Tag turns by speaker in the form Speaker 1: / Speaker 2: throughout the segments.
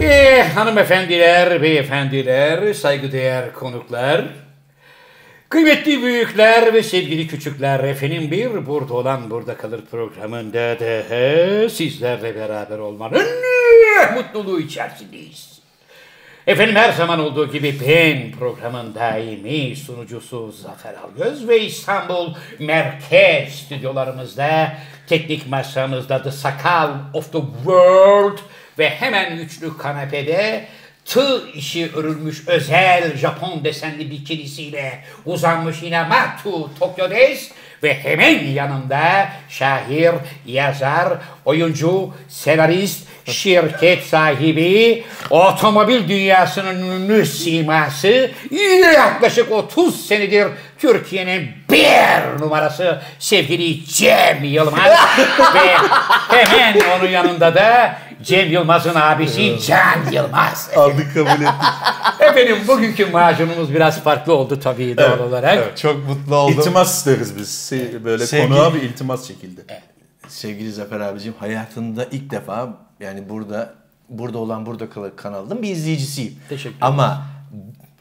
Speaker 1: Eh, hanımefendiler, beyefendiler, saygıdeğer konuklar, kıymetli büyükler ve sevgili küçükler, efendim bir burada olan burada kalır programında da he, sizlerle beraber olmanın eh, mutluluğu içerisindeyiz. Efendim her zaman olduğu gibi ben programın daimi sunucusu Zafer Algöz ve İstanbul Merkez stüdyolarımızda teknik masamızda The Sakal of the World ve hemen üçlü kanepede tığ işi örülmüş özel Japon desenli bikinisiyle uzanmış yine Matu Tokyo'des ve hemen yanında şair, yazar, oyuncu, senarist, şirket sahibi, otomobil dünyasının ünlü siması, yaklaşık 30 senedir Türkiye'nin bir numarası sevgili Cem Yılmaz ve hemen onun yanında da Cem Yılmaz'ın abisi Can Yılmaz.
Speaker 2: Aldık kabul ettik.
Speaker 1: Efendim bugünkü macunumuz biraz farklı oldu tabii doğal olarak.
Speaker 3: Evet, çok mutlu oldum.
Speaker 2: İltimas isteriz biz. Se- Böyle
Speaker 3: Sevgili-
Speaker 2: konuğa bir iltimas çekildi.
Speaker 3: Sevgili Zafer abicim hayatında ilk defa yani burada burada olan burada kalan kanalın bir izleyicisiyim.
Speaker 1: Teşekkür
Speaker 3: Ama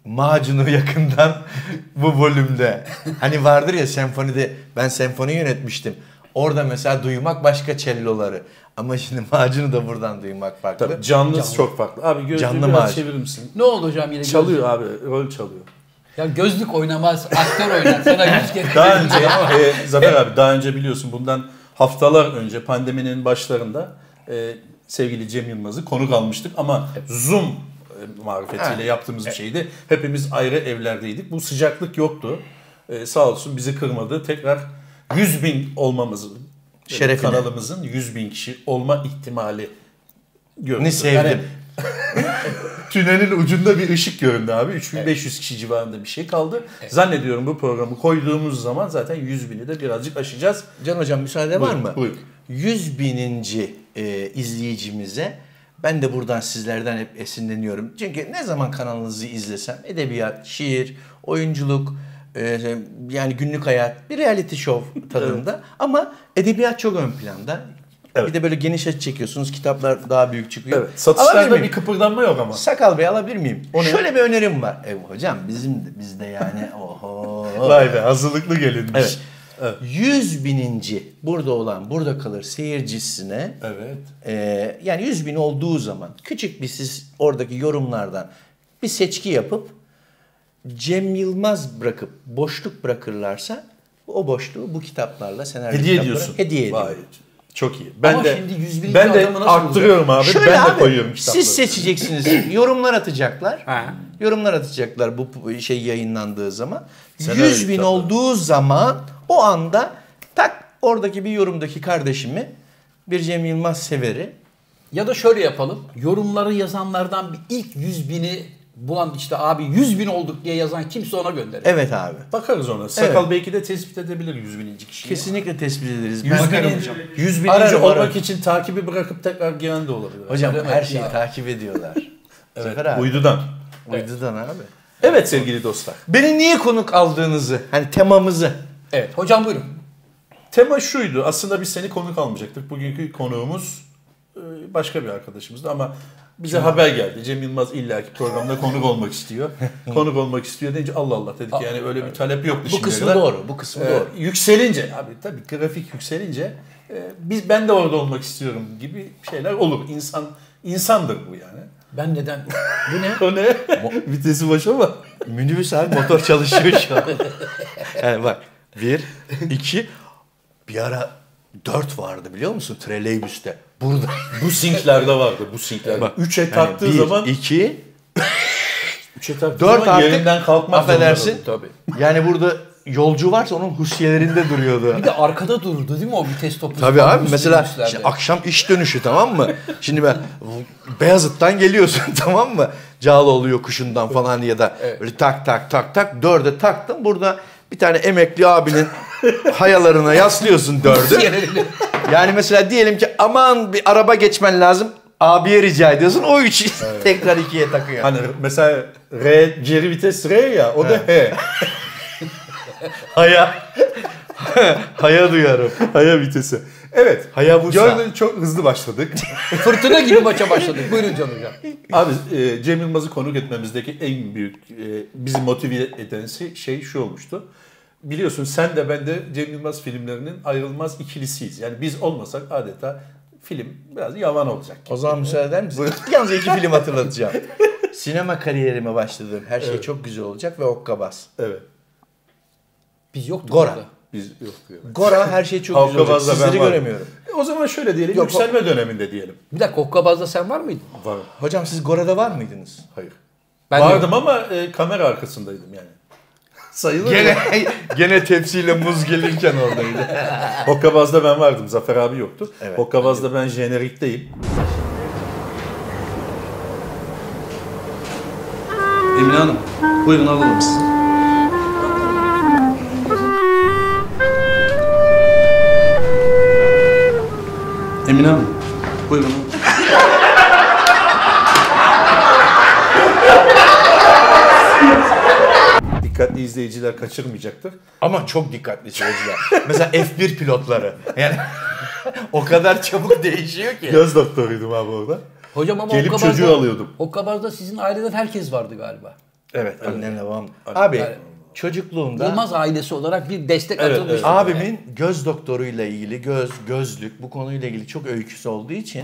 Speaker 3: macunu yakından bu bölümde. Hani vardır ya senfonide ben senfoni yönetmiştim. Orada mesela duymak başka celloları. Ama şimdi macunu da buradan duymak farklı.
Speaker 2: Tabii canlısı çok farklı. Abi gözlüğü
Speaker 3: Canlı
Speaker 2: biraz
Speaker 3: maaş.
Speaker 2: çevirir misin?
Speaker 4: Ne oldu hocam yine gözlük?
Speaker 2: Çalıyor abi. Rol çalıyor.
Speaker 4: Ya gözlük oynamaz, aktör oynar. Sana yüz kere.
Speaker 2: Daha önce e, Zafer abi daha önce biliyorsun bundan haftalar önce pandeminin başlarında e, sevgili Cem Yılmaz'ı konuk almıştık ama Zoom e, marifetiyle yaptığımız bir şeydi. Hepimiz ayrı evlerdeydik. Bu sıcaklık yoktu. E, sağ olsun bizi kırmadı. Tekrar 100 bin olmamız
Speaker 3: Şerefine.
Speaker 2: kanalımızın 100 bin kişi olma ihtimali görüldü.
Speaker 3: Ne sevdim.
Speaker 2: Tünelin ucunda bir ışık göründü abi. 3500 kişi civarında bir şey kaldı. Zannediyorum bu programı koyduğumuz zaman zaten 100 bini de birazcık aşacağız.
Speaker 3: Can hocam müsaade var
Speaker 2: Buyur,
Speaker 3: mı?
Speaker 2: buyur.
Speaker 3: 100 bininci e, izleyicimize ben de buradan sizlerden hep esinleniyorum. Çünkü ne zaman kanalınızı izlesem edebiyat, şiir, oyunculuk, e, yani günlük hayat bir reality show tadında ama edebiyat çok ön planda.
Speaker 2: Evet.
Speaker 3: Bir de böyle geniş açı çekiyorsunuz. Kitaplar daha büyük çıkıyor.
Speaker 2: Evet. Satışlarda
Speaker 3: Alabilir
Speaker 2: bir
Speaker 3: miyim?
Speaker 2: kıpırdanma yok ama.
Speaker 3: Sakal Bey alabilir miyim?
Speaker 2: O ne?
Speaker 3: Şöyle bir önerim var. E, hocam bizim de, bizde yani oho.
Speaker 2: Vay be hazırlıklı gelinmiş.
Speaker 3: Evet.
Speaker 2: Evet.
Speaker 3: 100 bininci burada olan burada kalır seyircisine
Speaker 2: Evet.
Speaker 3: e, yani 100 bin olduğu zaman küçük bir siz oradaki yorumlardan bir seçki yapıp Cem Yılmaz bırakıp boşluk bırakırlarsa o boşluğu bu kitaplarla senaryo
Speaker 2: Hediye
Speaker 3: kitaplara
Speaker 2: ediyorsun.
Speaker 3: Hediye ediyorum.
Speaker 2: Vay. Çok iyi. Ben
Speaker 4: Ama
Speaker 2: de
Speaker 4: şimdi 101.
Speaker 2: ben de
Speaker 4: adamı nasıl bulacak?
Speaker 2: arttırıyorum abi.
Speaker 3: Şöyle
Speaker 2: ben de
Speaker 3: abi,
Speaker 2: koyuyorum kitapları.
Speaker 3: Siz seçeceksiniz. yorumlar atacaklar.
Speaker 1: Ha.
Speaker 3: Yorumlar atacaklar bu bu şey yayınlandığı zaman.
Speaker 2: Senaryo
Speaker 3: 100 bin
Speaker 2: kitapları.
Speaker 3: olduğu zaman o anda tak oradaki bir yorumdaki kardeşimi bir Cem Yılmaz severi
Speaker 4: Ya da şöyle yapalım. Yorumları yazanlardan bir ilk yüz bini bu an işte abi yüz bin olduk diye yazan kimse ona gönderir.
Speaker 3: evet abi.
Speaker 2: Bakarız ona. Sakal belki de tespit edebilir 100 bininci kişiyi.
Speaker 3: Kesinlikle tespit ederiz.
Speaker 2: 100
Speaker 3: Ben-
Speaker 2: bininci,
Speaker 4: hocam.
Speaker 2: 100 bininci
Speaker 3: Ararım,
Speaker 2: olmak
Speaker 3: ararım.
Speaker 2: için takibi bırakıp tekrar gelen de olabilir.
Speaker 3: Hocam
Speaker 4: Demek
Speaker 3: her şeyi
Speaker 4: ya.
Speaker 3: takip ediyorlar. Zafer
Speaker 2: Evet.
Speaker 3: abi.
Speaker 2: Uydudan.
Speaker 3: Uydudan abi.
Speaker 2: Evet sevgili dostlar.
Speaker 3: Beni niye konuk aldığınızı, hani temamızı.
Speaker 4: Evet hocam buyurun.
Speaker 2: Tema şuydu. Aslında biz seni konuk almayacaktık. Bugünkü konuğumuz e, başka bir arkadaşımızdı ama bize haber geldi. Cem Yılmaz illaki programda konuk olmak istiyor. konuk olmak istiyor deyince Allah Allah dedik. Yani öyle bir talep yoktu
Speaker 3: Bu
Speaker 2: şimdiye
Speaker 3: kısmı
Speaker 2: kadar.
Speaker 3: doğru, bu kısmı
Speaker 4: Ee,
Speaker 2: E,
Speaker 3: doğru.
Speaker 2: Yükselince abi tabii grafik yükselince e, biz ben de orada olmak istiyorum gibi şeyler olur. İnsan insandır bu yani.
Speaker 4: Ben neden? Bu ne?
Speaker 2: O ne? Vitesi boş ama.
Speaker 3: Minibüs abi motor çalışıyor şu an. yani bak bir, iki, bir ara dört vardı biliyor musun trolleybüste. Burada.
Speaker 2: Bu sinklerde vardı. Bu sinklerde.
Speaker 3: Bak,
Speaker 2: üçe
Speaker 3: yani
Speaker 2: taktığı
Speaker 3: bir,
Speaker 2: zaman
Speaker 3: iki,
Speaker 2: üçe taktığı
Speaker 3: dört
Speaker 2: zaman
Speaker 3: artık
Speaker 2: yerinden kalkmak
Speaker 3: affedersin.
Speaker 2: zorunda oldu.
Speaker 3: yani burada yolcu varsa onun husiyelerinde duruyordu.
Speaker 4: Bir de arkada durdu değil mi o vites topu?
Speaker 3: Tabii abi mesela
Speaker 4: Üstlerdi.
Speaker 3: işte akşam iş dönüşü tamam mı? Şimdi ben Beyazıt'tan geliyorsun tamam mı? Cağaloğlu yokuşundan falan ya da böyle tak tak tak tak dörde taktım. Burada bir tane emekli abinin hayalarına yaslıyorsun dördü. Yani mesela diyelim ki aman bir araba geçmen lazım. Abiye rica ediyorsun. O üçü tekrar ikiye takıyor.
Speaker 2: Hani mesela R, geri vites R ya o da H.
Speaker 3: Haya. Haya duyarım.
Speaker 2: Haya vitesi. Evet.
Speaker 3: Hayabusa.
Speaker 2: Gördüğün çok hızlı başladık.
Speaker 5: Fırtına gibi maça başladık. Buyurun Can Hocam.
Speaker 2: Abi e, Cem Yılmaz'ı konuk etmemizdeki en büyük e, bizi motive eden şey- şey şu olmuştu. Biliyorsun sen de ben de Cem Yılmaz filmlerinin ayrılmaz ikilisiyiz. Yani biz olmasak adeta film biraz yavan olacak.
Speaker 3: O zaman müsaade eder misin? Yalnız iki film hatırlatacağım. Sinema kariyerime başladım. Her şey çok güzel olacak ve Okkabaz.
Speaker 2: Evet.
Speaker 5: Biz yoktuk
Speaker 3: Gora.
Speaker 5: orada.
Speaker 2: Biz yok diyor.
Speaker 3: Gora her şey çok güzel olacak.
Speaker 2: Okkabaz'da ben
Speaker 3: Sizleri
Speaker 2: varım.
Speaker 3: göremiyorum.
Speaker 2: E, O zaman şöyle diyelim.
Speaker 5: Yok,
Speaker 2: yükselme döneminde diyelim.
Speaker 5: Bir dakika Hokkabaz'da sen var mıydın?
Speaker 2: Var.
Speaker 3: Hocam siz Gora'da var mıydınız?
Speaker 2: Hayır.
Speaker 5: Ben de-
Speaker 2: Vardım ama e, kamera arkasındaydım yani. Sayılır
Speaker 3: Gene
Speaker 2: mı?
Speaker 3: gene tepsiyle muz gelirken oradaydı.
Speaker 2: Hokkabaz'da ben vardım. Zafer abi yoktu. Hokkabaz'da ben jenerikteyim.
Speaker 6: Emine Hanım, buyurun alalım sizi. Emine Hanım, buyurun alalım.
Speaker 2: Dikkatli izleyiciler kaçırmayacaktır.
Speaker 3: Ama çok dikkatli seyirciler. Mesela F1 pilotları. Yani o kadar çabuk değişiyor ki.
Speaker 2: Göz doktoruydum abi orada.
Speaker 5: Hocam ama
Speaker 2: Gelip
Speaker 5: Hokkabaz'da-
Speaker 2: çocuğu alıyordum.
Speaker 5: Hokkabaz'da sizin aileden herkes vardı galiba.
Speaker 2: Evet.
Speaker 3: Annem babam. Abi
Speaker 5: Evet.
Speaker 3: çocukluğumda
Speaker 5: Yılmaz ailesi olarak bir destek atılmıştı.
Speaker 3: Abimin göz doktoruyla ilgili göz gözlük bu konuyla ilgili çok öyküsü olduğu için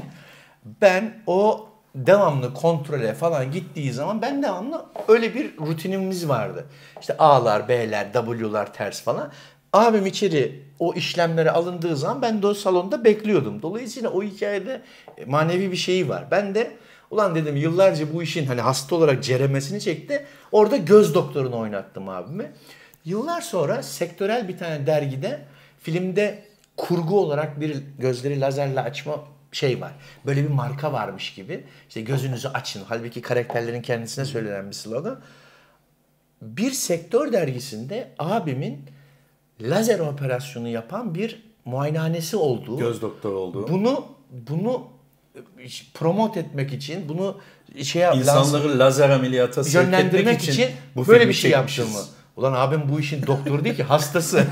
Speaker 3: ben o devamlı kontrole falan gittiği zaman ben devamlı öyle bir rutinimiz vardı. İşte A'lar, B'ler, W'lar ters falan. Abim içeri o işlemlere alındığı zaman ben de o salonda bekliyordum. Dolayısıyla o hikayede e, manevi bir şeyi var. Ben de ulan dedim yıllarca bu işin hani hasta olarak ceremesini çekti. Orada göz doktorunu oynattım abimi. Yıllar sonra sektörel bir tane dergide filmde kurgu olarak bir gözleri lazerle açma şey var. Böyle bir marka varmış gibi. İşte gözünüzü açın. Halbuki karakterlerin kendisine söylenen bir slogan. Bir sektör dergisinde abimin lazer operasyonu yapan bir muayenehanesi olduğu.
Speaker 2: Göz doktoru oldu.
Speaker 3: Bunu bunu e, promote etmek için bunu şey
Speaker 2: İnsanları lazer ameliyata sevk
Speaker 3: yönlendirmek
Speaker 2: etmek
Speaker 3: için,
Speaker 2: için, bu
Speaker 3: böyle
Speaker 2: filmi
Speaker 3: bir şey
Speaker 2: çekmişiz.
Speaker 3: yaptığımı. Ulan abim bu işin doktoru değil ki hastası.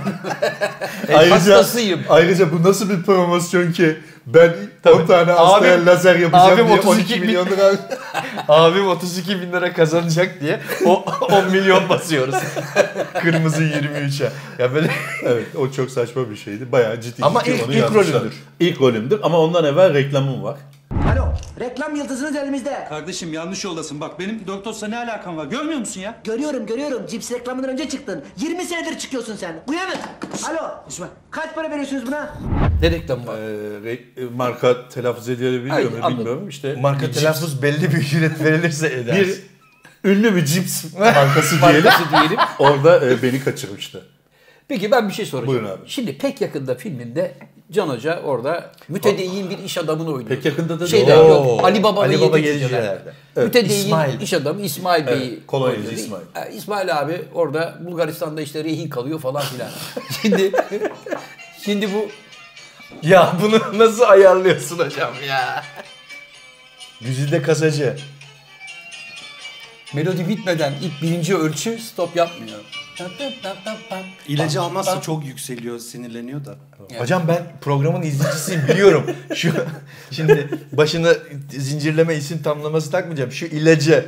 Speaker 3: E,
Speaker 2: Ayrıca,
Speaker 5: Hastasıyım.
Speaker 2: Ayrıca bu nasıl bir promosyon ki ben 10 tane
Speaker 3: Abim-
Speaker 2: hastaya lazer yapacağım
Speaker 3: abim
Speaker 2: diye
Speaker 3: 32
Speaker 2: 12 milyon lira
Speaker 3: abim 32 bin lira kazanacak diye o 10 milyon basıyoruz. Kırmızı 23'e. Ya böyle
Speaker 2: Evet o çok saçma bir şeydi. Bayağı ciddi.
Speaker 3: Ama
Speaker 2: ciddi
Speaker 3: ilk-
Speaker 2: onu
Speaker 3: ilk
Speaker 2: yazmışlar.
Speaker 3: rolümdür.
Speaker 2: İlk rolümdür ama ondan evvel reklamım var.
Speaker 7: Alo, reklam yıldızınız elimizde.
Speaker 6: Kardeşim yanlış yoldasın. Bak benim Doktor'sa ne alakam var? Görmüyor musun ya?
Speaker 7: Görüyorum, görüyorum. Cips reklamından önce çıktın. 20 senedir çıkıyorsun sen. Uyanın. Alo, kaç para veriyorsunuz buna?
Speaker 5: Ne reklamı var?
Speaker 2: Ee, re- e, marka telaffuz edilebiliyor
Speaker 5: Hayır,
Speaker 2: mu
Speaker 5: anladım.
Speaker 2: bilmiyorum. İşte bir
Speaker 3: marka
Speaker 2: cips-
Speaker 3: telaffuz belli bir ücret verilirse eder.
Speaker 2: bir ünlü bir cips markası diyelim.
Speaker 5: Markası diyelim.
Speaker 2: Orada e, beni kaçırmıştı.
Speaker 5: Peki ben bir şey soracağım.
Speaker 2: Buyurun abi.
Speaker 5: Şimdi pek yakında filminde Can Hoca orada mütedeyyin bir iş adamını oynuyor.
Speaker 2: Pek yakında da
Speaker 5: Şeyde
Speaker 2: değil.
Speaker 5: yok.
Speaker 3: Oo.
Speaker 5: Ali Baba
Speaker 3: Ali
Speaker 5: ve
Speaker 3: Baba
Speaker 5: Yedi
Speaker 3: Yedi
Speaker 5: Cüceler.
Speaker 3: Cüceler.
Speaker 5: Mütedeyyin
Speaker 3: İsmail.
Speaker 5: iş adamı İsmail Bey'i.
Speaker 2: Kolonyacı
Speaker 5: oynuyor.
Speaker 2: İsmail.
Speaker 5: E, İsmail abi orada Bulgaristan'da işte rehin kalıyor falan filan. şimdi şimdi bu
Speaker 3: Ya bunu nasıl ayarlıyorsun hocam ya? Güzide kasacı.
Speaker 5: melodi bitmeden ilk birinci ölçü stop yapmıyor.
Speaker 6: İlacı almazsa çok yükseliyor, sinirleniyor da.
Speaker 3: Hocam ben programın izleyicisiyim biliyorum. Şu şimdi başına zincirleme isim tamlaması takmayacağım. Şu ilacı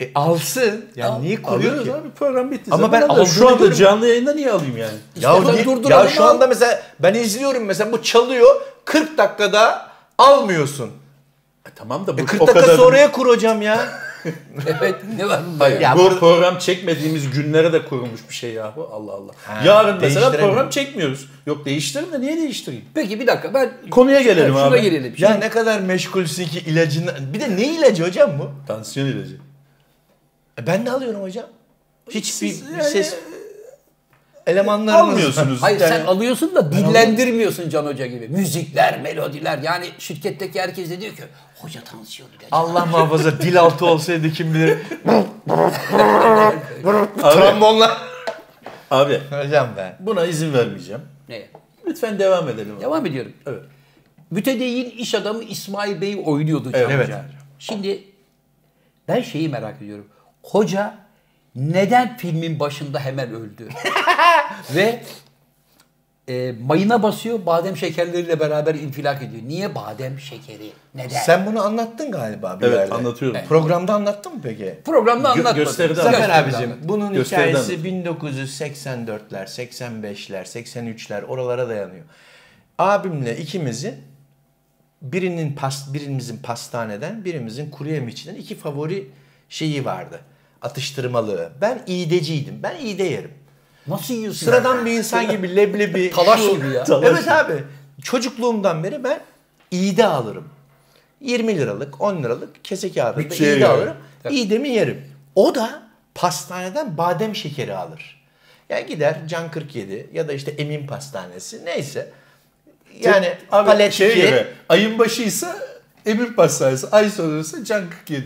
Speaker 3: e, alsın. Yani niye koyuyor
Speaker 2: Alıyoruz
Speaker 3: ki?
Speaker 2: abi program bitti.
Speaker 3: Ama
Speaker 2: Ama
Speaker 3: ben
Speaker 2: ben
Speaker 3: aldığını
Speaker 2: şu anda
Speaker 3: görmedim.
Speaker 2: canlı yayında niye alayım yani?
Speaker 3: Ya,
Speaker 5: İşte
Speaker 3: ni-
Speaker 5: durduralım
Speaker 3: ya şu
Speaker 5: abi.
Speaker 3: anda mesela ben izliyorum mesela bu çalıyor 40 dakikada almıyorsun.
Speaker 2: E, tamam da bu
Speaker 3: E 40
Speaker 2: o
Speaker 3: dakika
Speaker 2: kadar
Speaker 3: sonraya kur hocam ya.
Speaker 5: evet ne var bunda
Speaker 2: Hayır,
Speaker 5: ya?
Speaker 3: Ya
Speaker 2: bu
Speaker 3: burada-
Speaker 2: program çekmediğimiz günlere de kurulmuş bir şey yahu. Allah Allah. Yarın mesela
Speaker 3: değiştirelim.
Speaker 2: program çekmiyoruz. Yok değiştirin de niye değiştireyim?
Speaker 5: Peki bir dakika ben
Speaker 2: Konuya gelelim
Speaker 5: şuna
Speaker 2: abi.
Speaker 5: gelelim.
Speaker 3: Ya ne kadar meşgulsün ki ilacın. Bir de ne ilacı hocam bu?
Speaker 2: Tansiyon ilacı.
Speaker 3: E ben de alıyorum hocam. Hiçbir
Speaker 2: Siz
Speaker 3: bir
Speaker 2: yani-
Speaker 3: ses elemanlarımız
Speaker 2: Almıyorsunuz.
Speaker 5: Hayır
Speaker 2: Yani
Speaker 5: sen alıyorsun da dillendirmiyorsun Can Hoca gibi. Müzikler, melodiler. Yani şirketteki herkes de diyor ki hoca tansiyonu gerçekten.
Speaker 3: Allah muhafaza dil altı olsaydı kim bilir.
Speaker 2: Abi-
Speaker 3: Trombonla.
Speaker 2: Abi
Speaker 3: Hocam ben.
Speaker 2: buna izin vermeyeceğim.
Speaker 5: Ne?
Speaker 2: Lütfen devam edelim. abi.
Speaker 5: Devam ediyorum.
Speaker 2: Evet.
Speaker 5: Mütedeyyin iş adamı İsmail Bey oynuyordu Can
Speaker 3: Evet.
Speaker 5: Hoca. Şimdi ben şeyi merak ediyorum. Hoca neden filmin başında hemen öldü? Ve e, mayına basıyor, badem şekerleriyle beraber infilak ediyor. Niye badem şekeri? Neden?
Speaker 3: Sen bunu anlattın galiba bir
Speaker 2: Evet,
Speaker 3: yerde.
Speaker 2: anlatıyorum.
Speaker 3: Evet. Programda anlattın mı peki?
Speaker 5: Programda anlatmadım.
Speaker 2: gösteride
Speaker 3: Zafer
Speaker 5: Gösteride
Speaker 3: abicim
Speaker 5: anlatmadım.
Speaker 3: bunun
Speaker 2: Gösteriden
Speaker 3: hikayesi 1984'ler, 85'ler, 83'ler oralara dayanıyor. Abimle ikimizin birinin pas, birimizin pastaneden, birimizin kuru yemişçiden iki favori şeyi vardı. Atıştırmalığı. Ben iğdeciydim. Ben iğde yerim.
Speaker 5: Nasıl yiyorsun?
Speaker 3: Sıradan bir insan gibi leblebi.
Speaker 5: Talaş
Speaker 3: şu-
Speaker 5: gibi ya.
Speaker 3: Evet abi. Çocukluğumdan beri ben iğde alırım. 20 liralık, 10 liralık kese kağıdında
Speaker 2: Bütçeye
Speaker 3: iğde
Speaker 2: göre.
Speaker 3: alırım. İğdemi yerim. O da pastaneden badem şekeri alır. Yani gider Can 47 ya da işte Emin Pastanesi neyse. Yani
Speaker 2: Abi,
Speaker 3: palet
Speaker 2: şey
Speaker 3: iki-
Speaker 2: gibi, ayın başıysa Emin Pastanesi, ay sonuysa Can 47.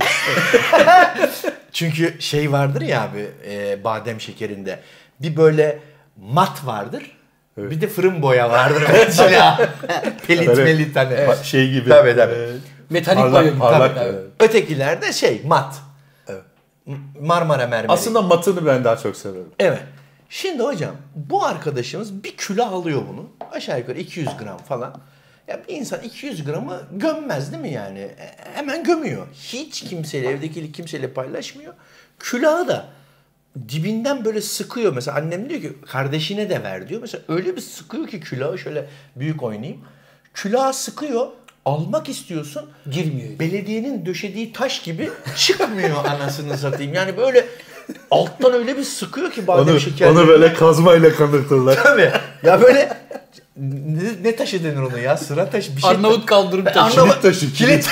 Speaker 3: Çünkü şey vardır ya abi e, badem şekerinde. Bir böyle mat vardır. Bir de fırın boya vardır mesela. Pelit
Speaker 2: Evet.
Speaker 3: melit hani.
Speaker 2: Bak, şey gibi.
Speaker 3: Tabii, tabii.
Speaker 2: e,
Speaker 5: Metalik
Speaker 2: parlak-
Speaker 5: bayım.
Speaker 2: parlak,
Speaker 5: Tabii,
Speaker 2: e,
Speaker 5: tabii.
Speaker 3: Ötekiler de şey mat. M- Marmara mermeri.
Speaker 2: Aslında matını ben daha çok seviyorum.
Speaker 3: evet. Şimdi hocam bu arkadaşımız bir kilo alıyor bunu. Aşağı yukarı 200 gram falan. Ya bir insan 200 gramı gömmez değil mi yani? E, hemen gömüyor. Hiç kimseyle evdeki kimseyle paylaşmıyor. Külahı da dibinden böyle sıkıyor. Mesela annem diyor ki kardeşine de ver diyor. Mesela öyle bir sıkıyor ki külahı şöyle büyük oynayayım. Külahı sıkıyor. Almak istiyorsun.
Speaker 5: Girmiyor.
Speaker 3: Belediyenin döşediği taş gibi çıkmıyor anasını satayım. Yani böyle alttan öyle bir sıkıyor ki badem
Speaker 2: Onu,
Speaker 3: şekerleri.
Speaker 2: onu böyle kazmayla kanırtırlar.
Speaker 3: Tabii. Ya böyle ne, ne taşı denir onu ya? Sıra taşı bir şey.
Speaker 5: Arnavut kaldırım taşı.
Speaker 3: Arnavut-
Speaker 2: Kilit taşı,
Speaker 3: Kilit.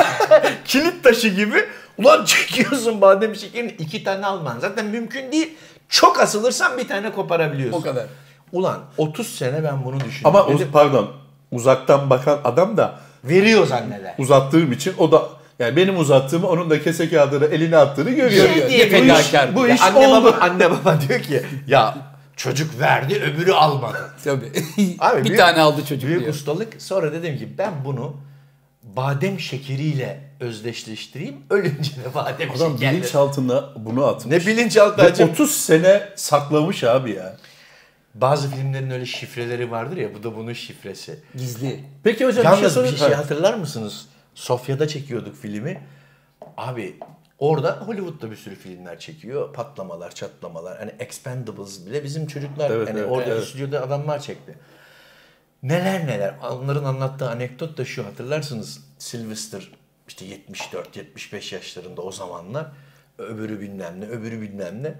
Speaker 3: kilit taşı gibi. Ulan çekiyorsun badem şekerini iki tane alman. Zaten mümkün değil. Çok asılırsan bir tane koparabiliyorsun.
Speaker 5: O kadar.
Speaker 3: Ulan 30 sene ben bunu düşündüm.
Speaker 2: Ama
Speaker 3: Dedim,
Speaker 2: uz- pardon, uzaktan bakan adam da
Speaker 3: veriyor zanneler.
Speaker 2: uzattığım için o da yani benim uzattığımı onun da kese kağıdını eline attığını görüyor.
Speaker 3: Şey
Speaker 2: Bu
Speaker 3: diye
Speaker 2: iş-
Speaker 5: fedakar.
Speaker 2: Bu
Speaker 3: Ya
Speaker 2: iş
Speaker 3: anne
Speaker 2: oldu.
Speaker 3: baba anne baba diyor ki ya çocuk verdi öbürü almadı.
Speaker 5: Tabii.
Speaker 3: Abi
Speaker 5: bir
Speaker 3: büyük-
Speaker 5: tane aldı çocuk
Speaker 3: Büyük
Speaker 5: diyor.
Speaker 3: ustalık. Sonra dedim ki ben bunu badem şekeriyle özdeşleştireyim. Ölünce de badem
Speaker 2: Adam
Speaker 3: şekerle.
Speaker 2: bilinçaltına bunu atmış.
Speaker 3: Ne bilinçaltı
Speaker 2: Ve
Speaker 3: acım.
Speaker 2: 30 sene saklamış abi ya.
Speaker 3: Bazı filmlerin öyle şifreleri vardır ya bu da bunun şifresi.
Speaker 5: Gizli.
Speaker 2: Peki hocam bir şey
Speaker 3: Yalnız bir
Speaker 2: sorayım.
Speaker 3: şey, hatırlar mısınız? Sofya'da çekiyorduk filmi. Abi orada Hollywood'da bir sürü filmler çekiyor. Patlamalar, çatlamalar. Hani Expendables bile bizim çocuklar
Speaker 2: Evet,
Speaker 3: hani
Speaker 2: evet,
Speaker 3: orada
Speaker 2: evet.
Speaker 3: stüdyoda adamlar çekti. Neler neler. Onların anlattığı anekdot da şu hatırlarsınız. Sylvester işte 74-75 yaşlarında o zamanlar. Öbürü bilmem ne, öbürü bilmem ne.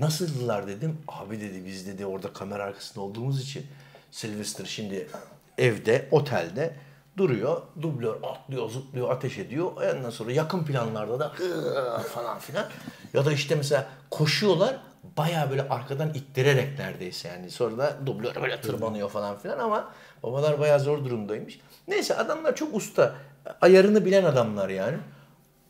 Speaker 3: Nasıldılar dedim. Abi dedi biz dedi orada kamera arkasında olduğumuz için Sylvester şimdi evde, otelde duruyor. Dublör atlıyor, zıplıyor, ateş ediyor. Ondan sonra yakın planlarda da "Hı" falan filan. Ya da işte mesela koşuyorlar bayağı böyle arkadan ittirerek neredeyse yani. Sonra da dublör böyle tırmanıyor falan filan ama babalar bayağı zor durumdaymış. Neyse adamlar çok usta. Ayarını bilen adamlar yani.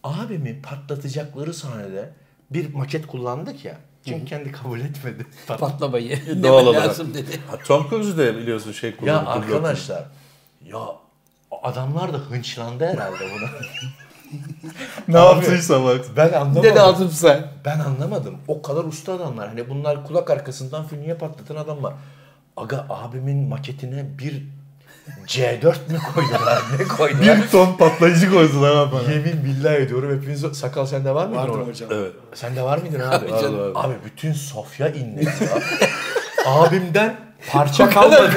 Speaker 3: Abimi patlatacakları sahnede bir maket kullandık ya. Çünkü kendi kabul etmedi.
Speaker 5: Patlamayı.
Speaker 2: Doğal
Speaker 5: Demen
Speaker 2: olarak.
Speaker 5: lazım dedi.
Speaker 2: Ha, Tom Cruise'u de biliyorsun şey
Speaker 3: ya
Speaker 2: kullanıp dublör.
Speaker 3: arkadaşlar ya adamlar da hınçlandı herhalde buna.
Speaker 2: Ne yaptıysa bak.
Speaker 3: ben anlamadım.
Speaker 5: Ne lazımsa.
Speaker 3: Ben anlamadım. O kadar usta adamlar. Hani bunlar kulak arkasından fünye patlatan adamlar. Aga abimin maketine bir C4 mi koydular? ne koydular?
Speaker 2: Bir ton patlayıcı koydular abi bana.
Speaker 3: Yemin billahi ediyorum hepiniz sakal sende var mıydı?
Speaker 8: Vardır
Speaker 3: orada?
Speaker 8: hocam.
Speaker 2: Evet.
Speaker 3: Sende var mıydın abi?
Speaker 5: Tabii canım.
Speaker 3: Abi, bütün Sofya inledi ya. Abimden parça kalmadı.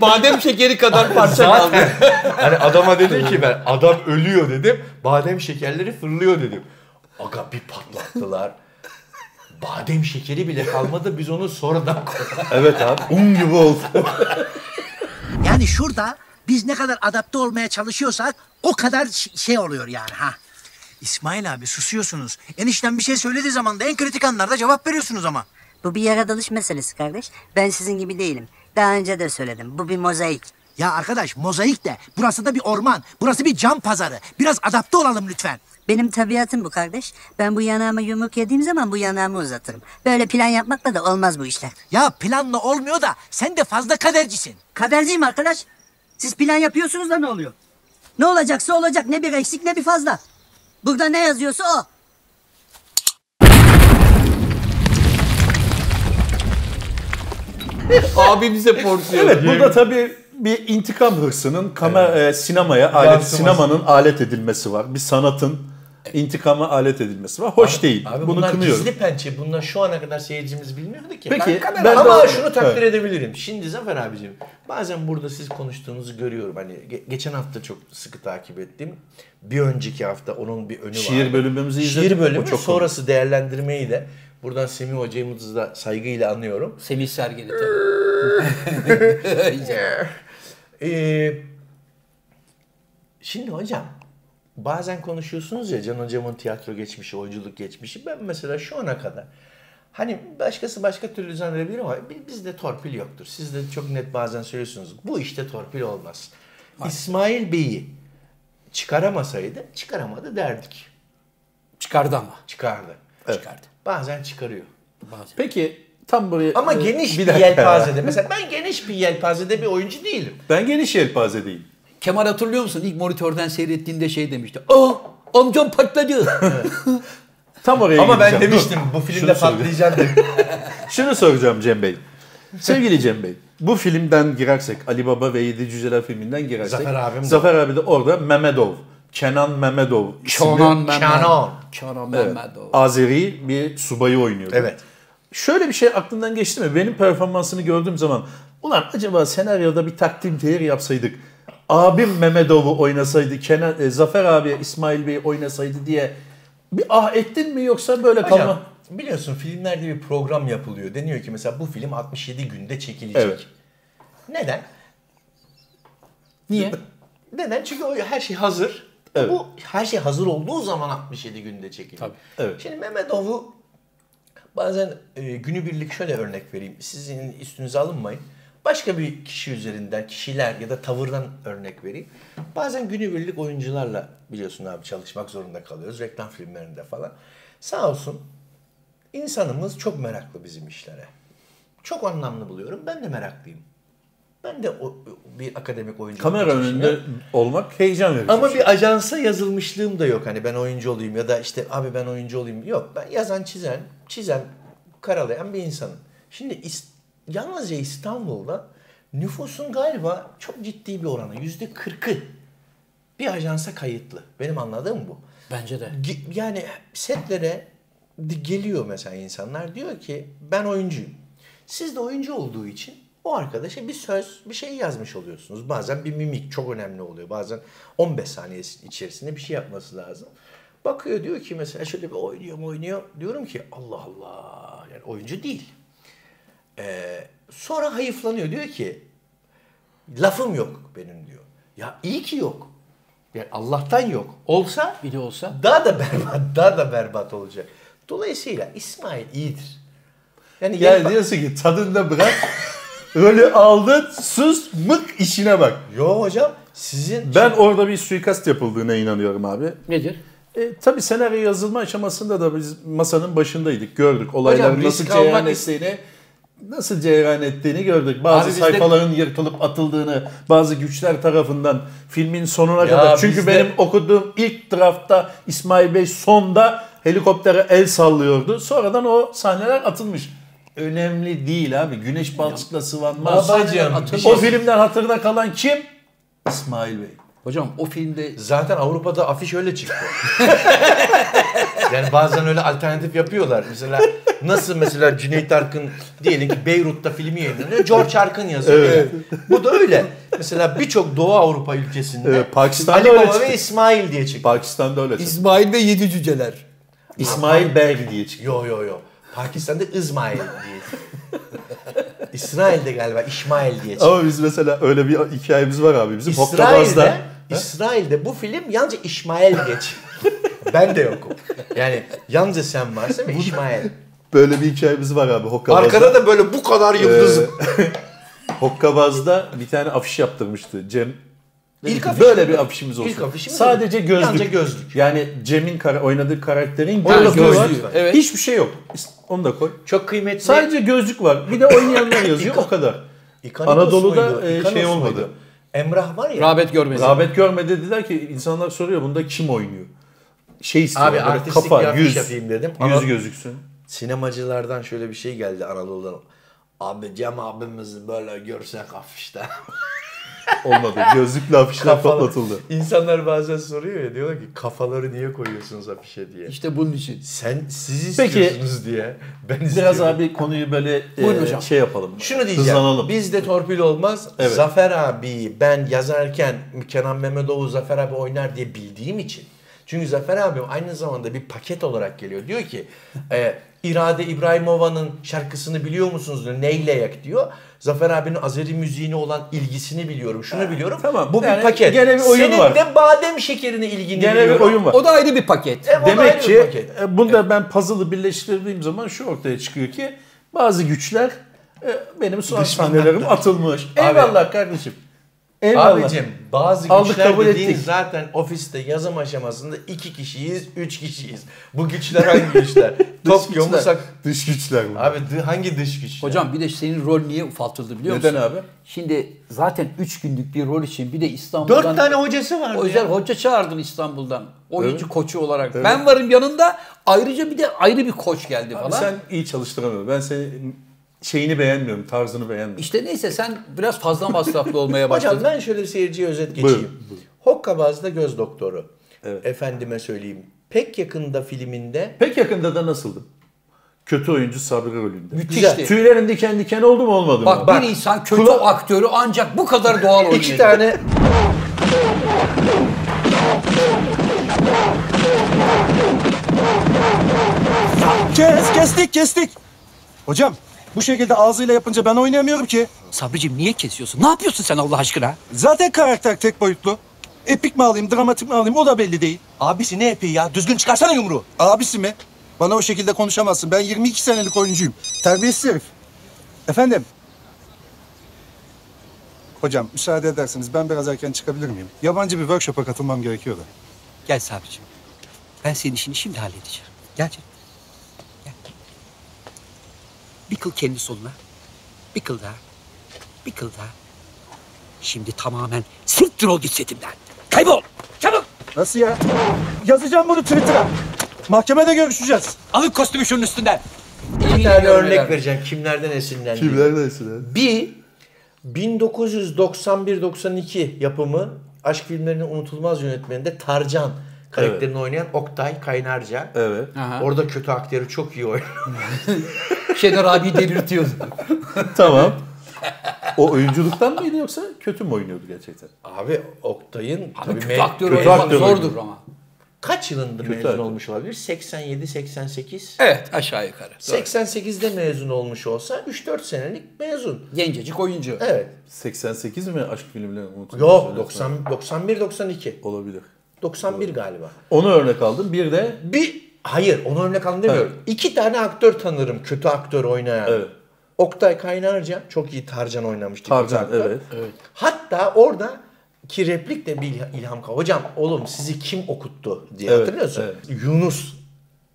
Speaker 5: Badem şekeri kadar parça kaldı.
Speaker 3: Hani adama dedim ki ben adam ölüyor dedim. Badem şekerleri fırlıyor dedim. Aga bir patlattılar. Badem şekeri bile kalmadı biz onu sonradan koyduk.
Speaker 2: Evet abi. Un gibi oldu.
Speaker 9: Yani şurada biz ne kadar adapte olmaya çalışıyorsak o kadar ş- şey oluyor yani ha. İsmail abi susuyorsunuz. Enişten bir şey söylediği zaman da en kritik anlarda cevap veriyorsunuz ama.
Speaker 7: Bu bir yaratılış meselesi kardeş. Ben sizin gibi değilim. Daha önce de söyledim. Bu bir mozaik.
Speaker 9: Ya arkadaş mozaik de burası da bir orman. Burası bir cam pazarı. Biraz adapte olalım lütfen.
Speaker 7: Benim tabiatım bu kardeş. Ben bu yanağıma yumruk yediğim zaman bu yanağımı uzatırım. Böyle plan yapmakla da olmaz bu işler.
Speaker 9: Ya planla olmuyor da sen de fazla kadercisin.
Speaker 7: Kaderciyim arkadaş. Siz plan yapıyorsunuz da ne oluyor? Ne olacaksa olacak. Ne bir eksik ne bir fazla. Burada ne yazıyorsa o.
Speaker 5: Abimize porsiyon.
Speaker 2: Evet burada tabii bir intikam hırsının kamera e, sinemaya alet sinemanın alet edilmesi var. Bir sanatın intikama alet edilmesi var. Hoş değil.
Speaker 3: Abi
Speaker 2: Bunu
Speaker 3: bunlar
Speaker 2: kınıyorum.
Speaker 3: gizli pençe. Bunlar şu ana kadar seyircimiz bilmiyordu ki.
Speaker 2: Peki, Ben kamera- ben
Speaker 3: ama
Speaker 2: de-
Speaker 3: şunu takdir
Speaker 2: Evet.
Speaker 3: edebilirim. Şimdi Zafer abicim bazen burada siz konuştuğunuzu görüyorum. Hani ge- geçen hafta çok sıkı takip ettim. Bir önceki hafta onun bir önü var.
Speaker 2: Şiir bölümümüzü izledim.
Speaker 3: Şiir bölümü
Speaker 2: O çok
Speaker 3: sonrası değerlendirmeyi de buradan Semih Hoca Yıldız'ı da saygıyla anıyorum.
Speaker 5: Semih Sergili tabii.
Speaker 3: Ee, şimdi hocam bazen konuşuyorsunuz ya Can Hocam'ın tiyatro geçmişi, oyunculuk geçmişi. Ben mesela şu ana kadar hani başkası başka türlü zannedebilir ama bi- bizde torpil yoktur. Siz de çok net bazen söylüyorsunuz. Bu işte torpil olmaz. İsmail Bey'i çıkaramasaydı çıkaramadı derdik.
Speaker 5: Çıkardı ama.
Speaker 3: Çıkardı.
Speaker 5: Çıkardı.
Speaker 3: Bazen çıkarıyor.
Speaker 2: Peki tam buraya
Speaker 3: Ama
Speaker 2: e,
Speaker 3: geniş bir,
Speaker 2: dakika.
Speaker 3: yelpazede. Mesela ben geniş bir yelpazede bir oyuncu değilim.
Speaker 2: Ben geniş yelpaze değilim.
Speaker 5: Kemal hatırlıyor musun? İlk monitörden seyrettiğinde şey demişti. Aa amcam patladı.
Speaker 2: Tam oraya
Speaker 3: Ama ben
Speaker 2: geleceğim.
Speaker 3: demiştim
Speaker 2: Dur. Şunu
Speaker 3: bu filmde
Speaker 2: soracağım.
Speaker 3: patlayacağım dedim.
Speaker 2: Şunu soracağım Cem Bey. Sevgili Cem Bey, bu filmden girersek, Ali Baba ve Yedi Cüceler filminden girersek.
Speaker 3: Zafer abim de-
Speaker 2: Zafer abi de orada Mehmetov. Kenan Mehmetov. isimli
Speaker 5: Çonan Mehmet.
Speaker 3: Şanon.
Speaker 5: Çonan Mehmet.
Speaker 2: Azeri bir subayı oynuyordu.
Speaker 3: Evet.
Speaker 2: Şöyle bir şey aklından geçti mi? Benim performansını gördüğüm zaman ulan acaba senaryoda bir takdim tehir yapsaydık abim Mehmetov'u oynasaydı Kenan, e, Zafer abi İsmail Bey'i oynasaydı diye bir ah ettin mi yoksa böyle kalma?
Speaker 3: Hocam, biliyorsun filmlerde bir program yapılıyor. Deniyor ki mesela bu film 67 günde çekilecek.
Speaker 2: Evet.
Speaker 3: Neden?
Speaker 5: Niye?
Speaker 3: Neden? Çünkü o her şey hazır.
Speaker 2: Evet.
Speaker 3: Bu her şey hazır olduğu zaman 67 günde çekiliyor.
Speaker 2: Evet.
Speaker 3: Şimdi Mehmetov'u bazen e, günübirlik şöyle örnek vereyim. Sizin üstünüze alınmayın. Başka bir kişi üzerinden, kişiler ya da tavırdan örnek vereyim. Bazen günübirlik oyuncularla biliyorsun abi çalışmak zorunda kalıyoruz. Reklam filmlerinde falan. Sağ olsun insanımız çok meraklı bizim işlere. Çok anlamlı buluyorum. Ben de meraklıyım. Ben de o, bir akademik oyuncu.
Speaker 2: Kamera
Speaker 3: olmak için
Speaker 2: önünde olmak heyecan verici. şey.
Speaker 3: ama bir ajansa yazılmışlığım da yok. Hani ben oyuncu olayım ya da işte abi ben oyuncu olayım. Yok ben yazan çizen, çizen, karalayan bir insanım. Şimdi is- yalnızca İstanbul'da nüfusun galiba çok ciddi bir oranı. Yüzde kırkı bir ajansa kayıtlı. Benim anladığım bu.
Speaker 5: Bence de.
Speaker 3: Ge- Yani setlere di- geliyor mesela insanlar diyor ki ben oyuncuyum. Siz de oyuncu olduğu için o arkadaşa bir söz, bir şey yazmış oluyorsunuz. Bazen bir mimik çok önemli oluyor. Bazen 15 saniye içerisinde bir şey yapması lazım. Bakıyor diyor ki mesela şöyle bir oynuyor mu oynuyor. Diyorum ki Allah Allah yani oyuncu değil. Ee, sonra hayıflanıyor diyor ki lafım yok benim diyor. Ya iyi ki yok. Yani Allah'tan yok. Olsa
Speaker 5: Bir de olsa.
Speaker 3: daha da berbat, daha da berbat olacak. Dolayısıyla İsmail iyidir. Yani,
Speaker 2: Yani
Speaker 3: yelpa-
Speaker 2: diyorsun ki tadında bırak. Rolü aldın, sus, mık işine bak.
Speaker 3: Yo hocam sizin
Speaker 2: Ben orada bir suikast yapıldığına inanıyorum abi.
Speaker 5: Nedir?
Speaker 2: E, tabii senaryo yazılma aşamasında da biz masanın başındaydık, gördük. Olayların
Speaker 3: hocam
Speaker 2: nasıl
Speaker 3: risk
Speaker 2: cereyan
Speaker 3: almak
Speaker 2: ettiğini,
Speaker 3: isteğini
Speaker 2: nasıl cereyan ettiğini gördük. Bazı
Speaker 5: Abi bizde-
Speaker 2: sayfaların yırtılıp atıldığını, bazı güçler tarafından filmin sonuna
Speaker 3: Ya
Speaker 2: kadar. Çünkü
Speaker 3: bizde-
Speaker 2: benim okuduğum ilk draftta İsmail Bey sonda helikoptere el sallıyordu. Sonradan o sahneler atılmış. Önemli değil abi. Güneş balçıkla sıvanmaz.
Speaker 3: babacığım bir
Speaker 2: O
Speaker 3: şey-
Speaker 2: filmden hatırda kalan kim? İsmail Bey.
Speaker 5: Hocam o filmde
Speaker 3: zaten Avrupa'da afiş öyle çıktı. yani bazen öyle alternatif yapıyorlar. Mesela nasıl mesela Cüneyt Arkın diyelim ki Beyrut'ta filmi yayınlanıyor. George Arkın yazıyor. Bu da öyle. Mesela birçok Doğu Avrupa ülkesinde
Speaker 2: Evet, Pakistan'da
Speaker 3: Ali
Speaker 2: öyle
Speaker 3: Baba
Speaker 2: çıktı.
Speaker 3: ve İsmail diye çıktı.
Speaker 2: Pakistan'da öyle.
Speaker 5: İsmail ve Yedi Cüceler.
Speaker 2: İsmail Berg diye çıktı.
Speaker 3: Yo yo yo. Pakistan'da İsmail diye. İsrail'de galiba İsmail diye çıktı.
Speaker 2: Ama biz mesela öyle bir hikayemiz var abi. Bizim Hokkabaz'da.
Speaker 3: İsrail'de, İsrail'de bu film yalnızca İsmail geç. ben de yokum. Yani yalnızca sen varsın ve İsmail.
Speaker 2: Böyle bir hikayemiz var abi Hokkabaz'da. Ee,
Speaker 3: Arkada da böyle bu kadar yıldız.
Speaker 2: Hokkabaz'da bir tane afiş yaptırmıştı Cem.
Speaker 3: İlk
Speaker 2: İlk
Speaker 3: afiş
Speaker 2: böyle
Speaker 3: mi?
Speaker 2: bir afişimiz olsun.
Speaker 3: İlk afişimiz
Speaker 2: Sadece
Speaker 3: mi?
Speaker 2: gözlük.
Speaker 3: Yalnızca gözlük.
Speaker 2: Yani Cem'in kara- oynadığı karakterin
Speaker 3: Oynadığı
Speaker 2: gözlüğü var.
Speaker 3: gözlüğü.
Speaker 5: Evet.
Speaker 2: Hiçbir şey yok. Onu da koy.
Speaker 3: Çok kıymetli.
Speaker 2: Sadece gözlük var. Bir de oynayanlar yazıyor o kadar.
Speaker 3: İkanikos
Speaker 2: Anadolu'da,
Speaker 3: muydu?
Speaker 2: e, şey
Speaker 3: İkanos
Speaker 2: olmadı.
Speaker 3: muydu? Emrah var ya.
Speaker 5: Rağbet görmedi.
Speaker 2: Rağbet görmedi dediler ki insanlar soruyor bunda kim oynuyor? Şey istiyor.
Speaker 3: Abi
Speaker 2: böyle
Speaker 3: artistik
Speaker 2: kafa,
Speaker 3: bir afiş
Speaker 2: yüz,
Speaker 3: yapayım dedim.
Speaker 2: Yüz
Speaker 3: Ama-
Speaker 2: gözüksün.
Speaker 3: Sinemacılardan şöyle bir şey geldi Anadolu'dan. Abi Cem abimizi böyle görsek afişte.
Speaker 2: Olmadı. Gözlükle afişler patlatıldı.
Speaker 3: İnsanlar bazen soruyor ya diyorlar ki kafaları niye koyuyorsunuz afişe diye.
Speaker 5: İşte bunun için.
Speaker 3: Sen siz
Speaker 2: Peki.
Speaker 3: istiyorsunuz diye. Ben
Speaker 2: Biraz
Speaker 3: istiyorum.
Speaker 2: abi konuyu böyle
Speaker 5: Buyurun
Speaker 2: e,
Speaker 5: hocam.
Speaker 2: şey yapalım.
Speaker 3: Şunu diyeceğim.
Speaker 2: Hızlanalım.
Speaker 3: Bizde torpil olmaz.
Speaker 2: Evet.
Speaker 3: Zafer abi ben yazarken Kenan Mehmetoğlu Zafer abi oynar diye bildiğim için. Çünkü Zafer abi aynı zamanda bir paket olarak geliyor. Diyor ki e, İrade İbrahimova'nın şarkısını biliyor musunuz? diyor. Neyle yak diyor. Zafer abinin Azeri müziğine olan ilgisini biliyorum. Şunu biliyorum.
Speaker 2: tamam.
Speaker 3: Bu
Speaker 2: Yani
Speaker 3: bir paket.
Speaker 2: gene bir oyun
Speaker 3: Senin
Speaker 2: var.
Speaker 3: de badem şekerine ilgini
Speaker 2: Gene bir
Speaker 3: biliyorum.
Speaker 2: oyun var.
Speaker 5: O da ayrı bir paket.
Speaker 3: E, o da
Speaker 2: Demek
Speaker 3: ayrı bir
Speaker 2: ki
Speaker 3: paket.
Speaker 2: e, bunda ben puzzle'ı birleştirdiğim zaman şu ortaya çıkıyor ki bazı güçler e, benim son sahnelerim atılmış. Eyvallah kardeşim. Eyvallah.
Speaker 3: Abicim bazı
Speaker 2: Aldık,
Speaker 3: güçler
Speaker 2: kabul
Speaker 3: dediğin
Speaker 2: ettik.
Speaker 3: zaten ofiste yazım aşamasında iki kişiyiz, üç kişiyiz. Bu güçler hangi güçler? Tokyo mu sak...
Speaker 2: Dış güçler bunlar.
Speaker 3: Abi dı- hangi dış güçler?
Speaker 5: Hocam bir de senin rol niye ufaltıldı biliyor
Speaker 2: Neden
Speaker 5: musun?
Speaker 2: abi?
Speaker 5: Şimdi zaten 3 günlük bir rol için bir de İstanbul'dan...
Speaker 3: Dört tane hocası var.
Speaker 5: O yüzden hoca çağırdın İstanbul'dan. Oyuncu koçu olarak. Ben varım yanında. Ayrıca bir de ayrı bir koç geldi falan.
Speaker 2: Abi sen iyi çalıştıramıyorsun. Ben senin şeyini beğenmiyorum, tarzını beğenmiyorum.
Speaker 5: İşte neyse sen biraz fazla masraflı olmaya başladın.
Speaker 3: Hocam ben şöyle seyirciye özet geçeyim.
Speaker 2: Buyurun,
Speaker 3: Hokkabaz'da göz doktoru.
Speaker 2: Evet.
Speaker 3: Efendime söyleyeyim. Pek yakında filminde
Speaker 2: Pek yakında da nasıldım? Kötü oyuncu Sabri rolünde.
Speaker 5: Müthişti.
Speaker 2: Tüylerim diken diken oldu mu olmadı mı?
Speaker 5: Bak, bir insan kötü aktörü ancak bu kadar doğal oynuyor.
Speaker 3: iki tane
Speaker 6: Kes, kestik, kestik. Hocam, bu şekilde ağzıyla yapınca ben oynayamıyorum ki.
Speaker 7: Sabricim niye kesiyorsun? Ne yapıyorsun sen Allah aşkına?
Speaker 6: Zaten karakter tek boyutlu. Epik mi alayım, dramatik mi alayım o da belli değil.
Speaker 7: Abisi ne yapıyor ya? Düzgün çıkarsana yumruğu.
Speaker 6: Abisi mi? Bana o şekilde konuşamazsın. Ben 22 senelik oyuncuyum. Terbiyesiz herif. Efendim? Hocam müsaade ederseniz ben biraz erken çıkabilir miyim? Yabancı bir workshop'a katılmam gerekiyor da.
Speaker 7: Gel Sabricim. Ben senin işini şimdi halledeceğim. Gel canım. Gel. Bir kıl kendi soluna. Bir kıl daha. Bir kıl daha. Şimdi tamamen siktir ol git setimden. Kaybol. Çabuk.
Speaker 6: Nasıl ya? Yazacağım bunu Twitter'a. Mahkemede görüşeceğiz.
Speaker 7: Alın kostümü şunun üstünden.
Speaker 3: bir
Speaker 5: Yemin
Speaker 3: tane
Speaker 5: ediyorum
Speaker 3: örnek
Speaker 5: helal.
Speaker 3: vereceğim. Kimlerden esinlendi?
Speaker 2: Kimlerdesin?
Speaker 3: Bir 1991-92 yapımı aşk filmlerinin unutulmaz yönetmeninde Tarcan karakterini oynayan Oktay Kaynarca.
Speaker 2: Evet.
Speaker 3: Orada kötü aktörü çok iyi oynuyor.
Speaker 5: Şener abi delirtiyordu.
Speaker 2: tamam. O oyunculuktan mıydı yoksa kötü mü oynuyordu gerçekten?
Speaker 3: Abi Oktay'ın tabii
Speaker 5: kötü
Speaker 3: me-
Speaker 5: aktör
Speaker 2: kötü
Speaker 5: oynamak
Speaker 2: aktör
Speaker 5: zordur
Speaker 2: oynuyor.
Speaker 5: ama.
Speaker 3: kaç yılında mezun
Speaker 2: aktör.
Speaker 3: olmuş olabilir? 87 88.
Speaker 5: Evet aşağı yukarı. Doğru.
Speaker 3: 88'de mezun olmuş olsa 3-4 senelik mezun.
Speaker 5: Gencecik oyuncu.
Speaker 3: Evet.
Speaker 2: 88 mi aşk filmlerini unuttum?
Speaker 3: Yok 90 91 92.
Speaker 2: Olabilir.
Speaker 3: 91 galiba.
Speaker 2: Onu örnek aldım. Bir de
Speaker 3: Bir hayır onu örnek alın demiyorum. İki tane aktör tanırım kötü aktör oynayan.
Speaker 2: Evet.
Speaker 3: Oktay Kaynarca çok iyi Tarcan oynamıştı.
Speaker 2: Tarcan.
Speaker 3: Tarcan'da.
Speaker 2: Evet.
Speaker 3: Hatta orada ki replik de bir İlha- İlham Ka. Hocam oğlum sizi kim okuttu diye
Speaker 2: Evet,
Speaker 3: hatırlıyorsun. Yunus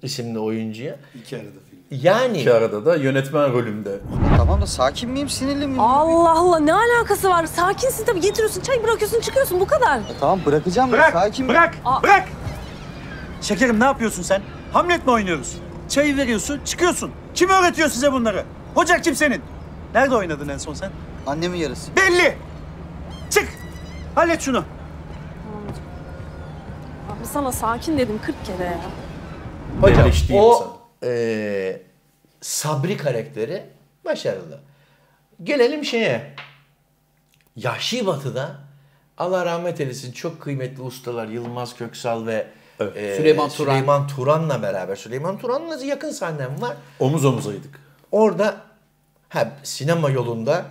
Speaker 3: isimli oyuncuya.
Speaker 6: İki arada film.
Speaker 3: Yani
Speaker 2: İki arada da yönetmen rolümde.
Speaker 10: Tamam da sakin miyim, sinirli miyim?
Speaker 11: Allah Allah ne alakası var? Sakinsin tabii getiriyorsun çay bırakıyorsun çıkıyorsun bu kadar.
Speaker 10: Tamam bırakacağım da sakin.
Speaker 6: Bırak!
Speaker 11: Aa.
Speaker 6: Bırak! Şekerim ne yapıyorsun sen? Hamlet mi oynuyoruz? Çayı veriyorsun, çıkıyorsun. Kim öğretiyor size bunları? Hoca kim senin? Nerede oynadın en son sen?
Speaker 10: Annemin yarısı.
Speaker 6: Belli! Çık! Hallet şunu.
Speaker 11: Abi sana sakin dedim 40 kere ya.
Speaker 3: Hocam
Speaker 2: Belleştiği insan.
Speaker 3: o eee, Sabri karakteri başarılı. Gelelim şeye. Yahşi Batı'da Allah rahmet eylesin çok kıymetli ustalar Yılmaz Köksal ve eee,
Speaker 5: Süleyman Turan.
Speaker 3: Süleyman Turan'la beraber. Süleyman Turan'la yakın sahnem var.
Speaker 2: Omuz omuzaydık.
Speaker 3: Orada ha, sinema yolunda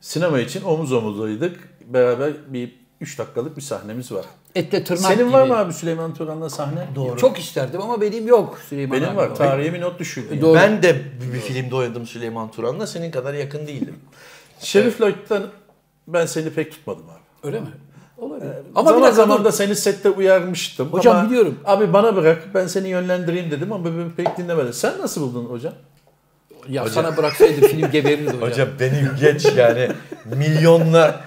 Speaker 2: Sinema için omuz omuzaydık. Beraber bir 3 dakikalık bir sahnemiz var.
Speaker 5: Etle tırnak
Speaker 2: Senin
Speaker 5: gibi.
Speaker 2: var mı abi Süleyman Turan'la sahne? Doğru.
Speaker 5: Çok isterdim ama benim yok Süleyman
Speaker 2: Benim
Speaker 5: abi.
Speaker 2: var. Tarihe bir not düşürdüm.
Speaker 5: Doğru.
Speaker 3: ben de bir filmde oynadım Süleyman Turan'la senin kadar yakın değildim.
Speaker 2: Şerif Lloyd'dan ben seni pek tutmadım abi.
Speaker 5: Öyle mi? Olabilir.
Speaker 2: Ama
Speaker 5: ama
Speaker 2: zaman
Speaker 5: bir dakika
Speaker 2: zaman
Speaker 5: dur.
Speaker 2: da seni sette uyarmıştım.
Speaker 5: Hocam
Speaker 2: ama,
Speaker 5: biliyorum.
Speaker 2: Abi bana bırak ben seni yönlendireyim dedim ama beni pek dinlemedi. Sen nasıl buldun hocam?
Speaker 5: Ya sana bıraksaydım film geberirdi hocam.
Speaker 3: Hocam beni geç yani milyonlar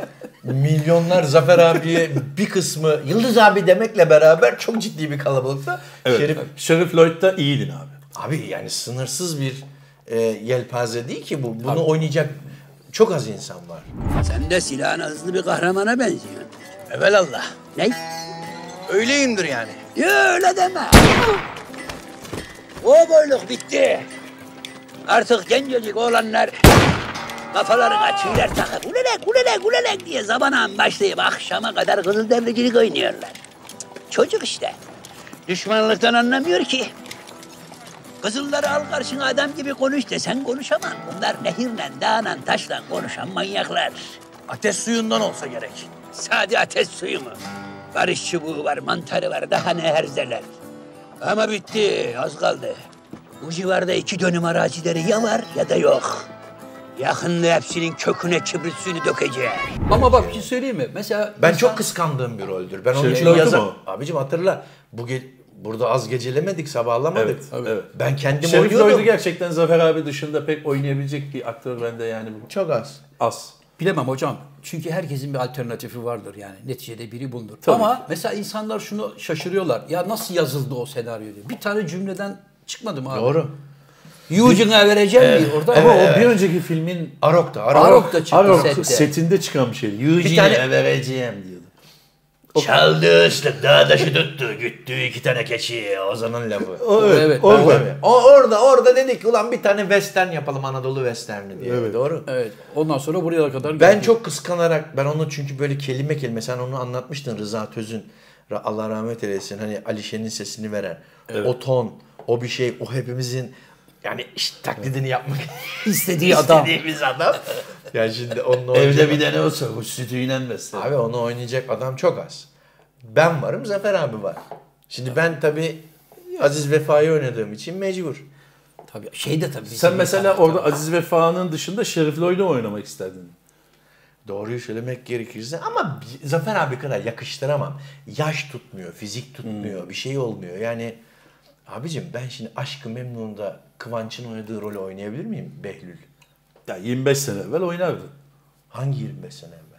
Speaker 3: milyonlar Zafer abiye bir kısmı Yıldız abi demekle beraber çok ciddi bir kalabalıkta Şerif
Speaker 2: Şerif Lloyd'da iyiydin abi.
Speaker 3: abi yani sınırsız bir e, yelpaze değil ki bu. Bunu oynayacak çok az insan var.
Speaker 12: Sen de silahın hızlı bir kahramana benziyorsun. Evelallah. Ne? Öyleyimdir yani. Ya öyle deme. o boyluk bitti. Artık gencecik oğlanlar kafalarına çiller takıp ulelek ulelek ulelek diye zamanla başlayıp akşama kadar kızıldericilik oynuyorlar. Çocuk işte. Düşmanlıktan anlamıyor ki. Kızılları al karşına adam gibi konuş desen konuşamam. Bunlar nehirle, dağla, taşla konuşan manyaklar. Ateş suyundan olsa gerek. Sade ateş suyu mu? Barış çubuğu var, mantarı var, daha ne herzeler. Ama bitti, az kaldı. Bu civarda iki dönüm arazileri ya var ya da yok. Yakında hepsinin köküne kibrit suyunu dökeceğim.
Speaker 5: Ama bak bir şey söyleyeyim mi? Mesela
Speaker 3: Ben çok kıskandığım bir roldür. Ben onun
Speaker 5: Şey,
Speaker 3: için
Speaker 5: Lord'u
Speaker 3: yazar.
Speaker 5: mu?
Speaker 3: Abicim hatırla. Bu ge- burada az gecelemedik, sabahlamadık. Ben kendim
Speaker 2: Şerif
Speaker 3: oynuyordum.
Speaker 2: Lloyd'u gerçekten Zafer abi dışında pek oynayabilecek bir aktör bende yani. bu.
Speaker 3: Çok az.
Speaker 2: Az.
Speaker 5: Bilemem hocam. Çünkü herkesin bir alternatifi vardır yani. Neticede biri bulunur.
Speaker 2: Tabii
Speaker 5: Ama mesela insanlar şunu şaşırıyorlar. Ya nasıl yazıldı o senaryo diye. Bir tane cümleden çıkmadı mı abi?
Speaker 2: Doğru.
Speaker 5: Eugene'a vereceğim diye orada.
Speaker 2: Ama o bir önceki filmin
Speaker 3: Arok'ta.
Speaker 5: Arok'ta çıktı sette.
Speaker 2: setinde çıkan bir şey.
Speaker 3: Bir
Speaker 2: Eugene'e
Speaker 3: tane-
Speaker 2: vereceğim diyordu.
Speaker 3: Çaldı ıslık dağ taşı tuttu. Güttü iki tane keçi. Ozan'ın lafı.
Speaker 2: O, evet, Evet, orada.
Speaker 3: O, o- orada orada dedik ki ulan bir tane western yapalım Anadolu western'i diye.
Speaker 5: Evet.
Speaker 3: Doğru.
Speaker 5: Evet. Ondan sonra buraya kadar
Speaker 3: Ben
Speaker 5: geldik.
Speaker 3: çok kıskanarak ben onu çünkü böyle kelime kelime sen onu anlatmıştın Rıza Töz'ün Ra- Allah rahmet eylesin hani Alişe'nin sesini veren o ton o bir şey o hepimizin yani işte taklidini yapmak
Speaker 5: istediği adam.
Speaker 3: istediğimiz adam. yani şimdi onu
Speaker 2: Evde
Speaker 3: oynayacak-
Speaker 2: bir tane olsa Hüsnü Tüyünen mesela.
Speaker 3: Abi onu oynayacak adam çok az. Ben varım Zafer abi var. Şimdi ben tabii Aziz Vefa'yı oynadığım için mecbur.
Speaker 5: Tabii şey de tabii.
Speaker 2: Sen mesela orada Aziz Vefa'nın dışında Şerif Lloyd'u oynamak isterdin.
Speaker 3: Doğruyu söylemek gerekirse ama bi- Zafer abi kadar yakıştıramam. Yaş tutmuyor, fizik tutmuyor,
Speaker 2: Hmm.
Speaker 3: bir şey olmuyor. Yani abicim ben şimdi Aşkı Memnun'da Kıvanç'ın oynadığı rolü oynayabilir miyim Behlül?
Speaker 2: Ya 25 sene evvel oynardın.
Speaker 3: Hangi 25 sene evvel?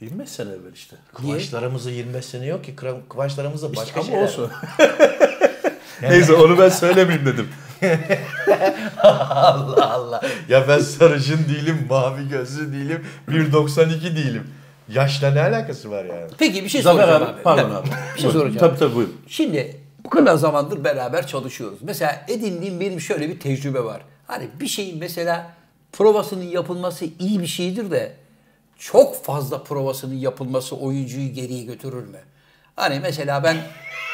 Speaker 2: 25 sene evvel işte.
Speaker 3: Kıvançlarımızda 25 sene yok ki. Kıra- Kıvançlarımızda başka
Speaker 2: ama
Speaker 3: şeyler
Speaker 2: olsun.
Speaker 3: var.
Speaker 2: Neyse onu ben söylemeyeyim dedim.
Speaker 3: Allah Allah. Ya ben sarışın değilim, mavi gözlü değilim, 1.92 değilim. Yaşla ne alakası var yani?
Speaker 5: Peki bir şey
Speaker 3: Zafer
Speaker 5: soracağım
Speaker 3: abi,
Speaker 5: abi.
Speaker 3: pardon abi.
Speaker 5: Bir şey
Speaker 3: Buyurun.
Speaker 5: soracağım.
Speaker 3: Tabii, tabii, buyurun.
Speaker 5: Şimdi bu kadar zamandır beraber çalışıyoruz. Mesela edindiğim benim şöyle bir tecrübe var. Hani bir şeyin mesela provasının yapılması iyi bir şeydir de çok fazla provasının yapılması oyuncuyu geriye götürür mü? Hani mesela ben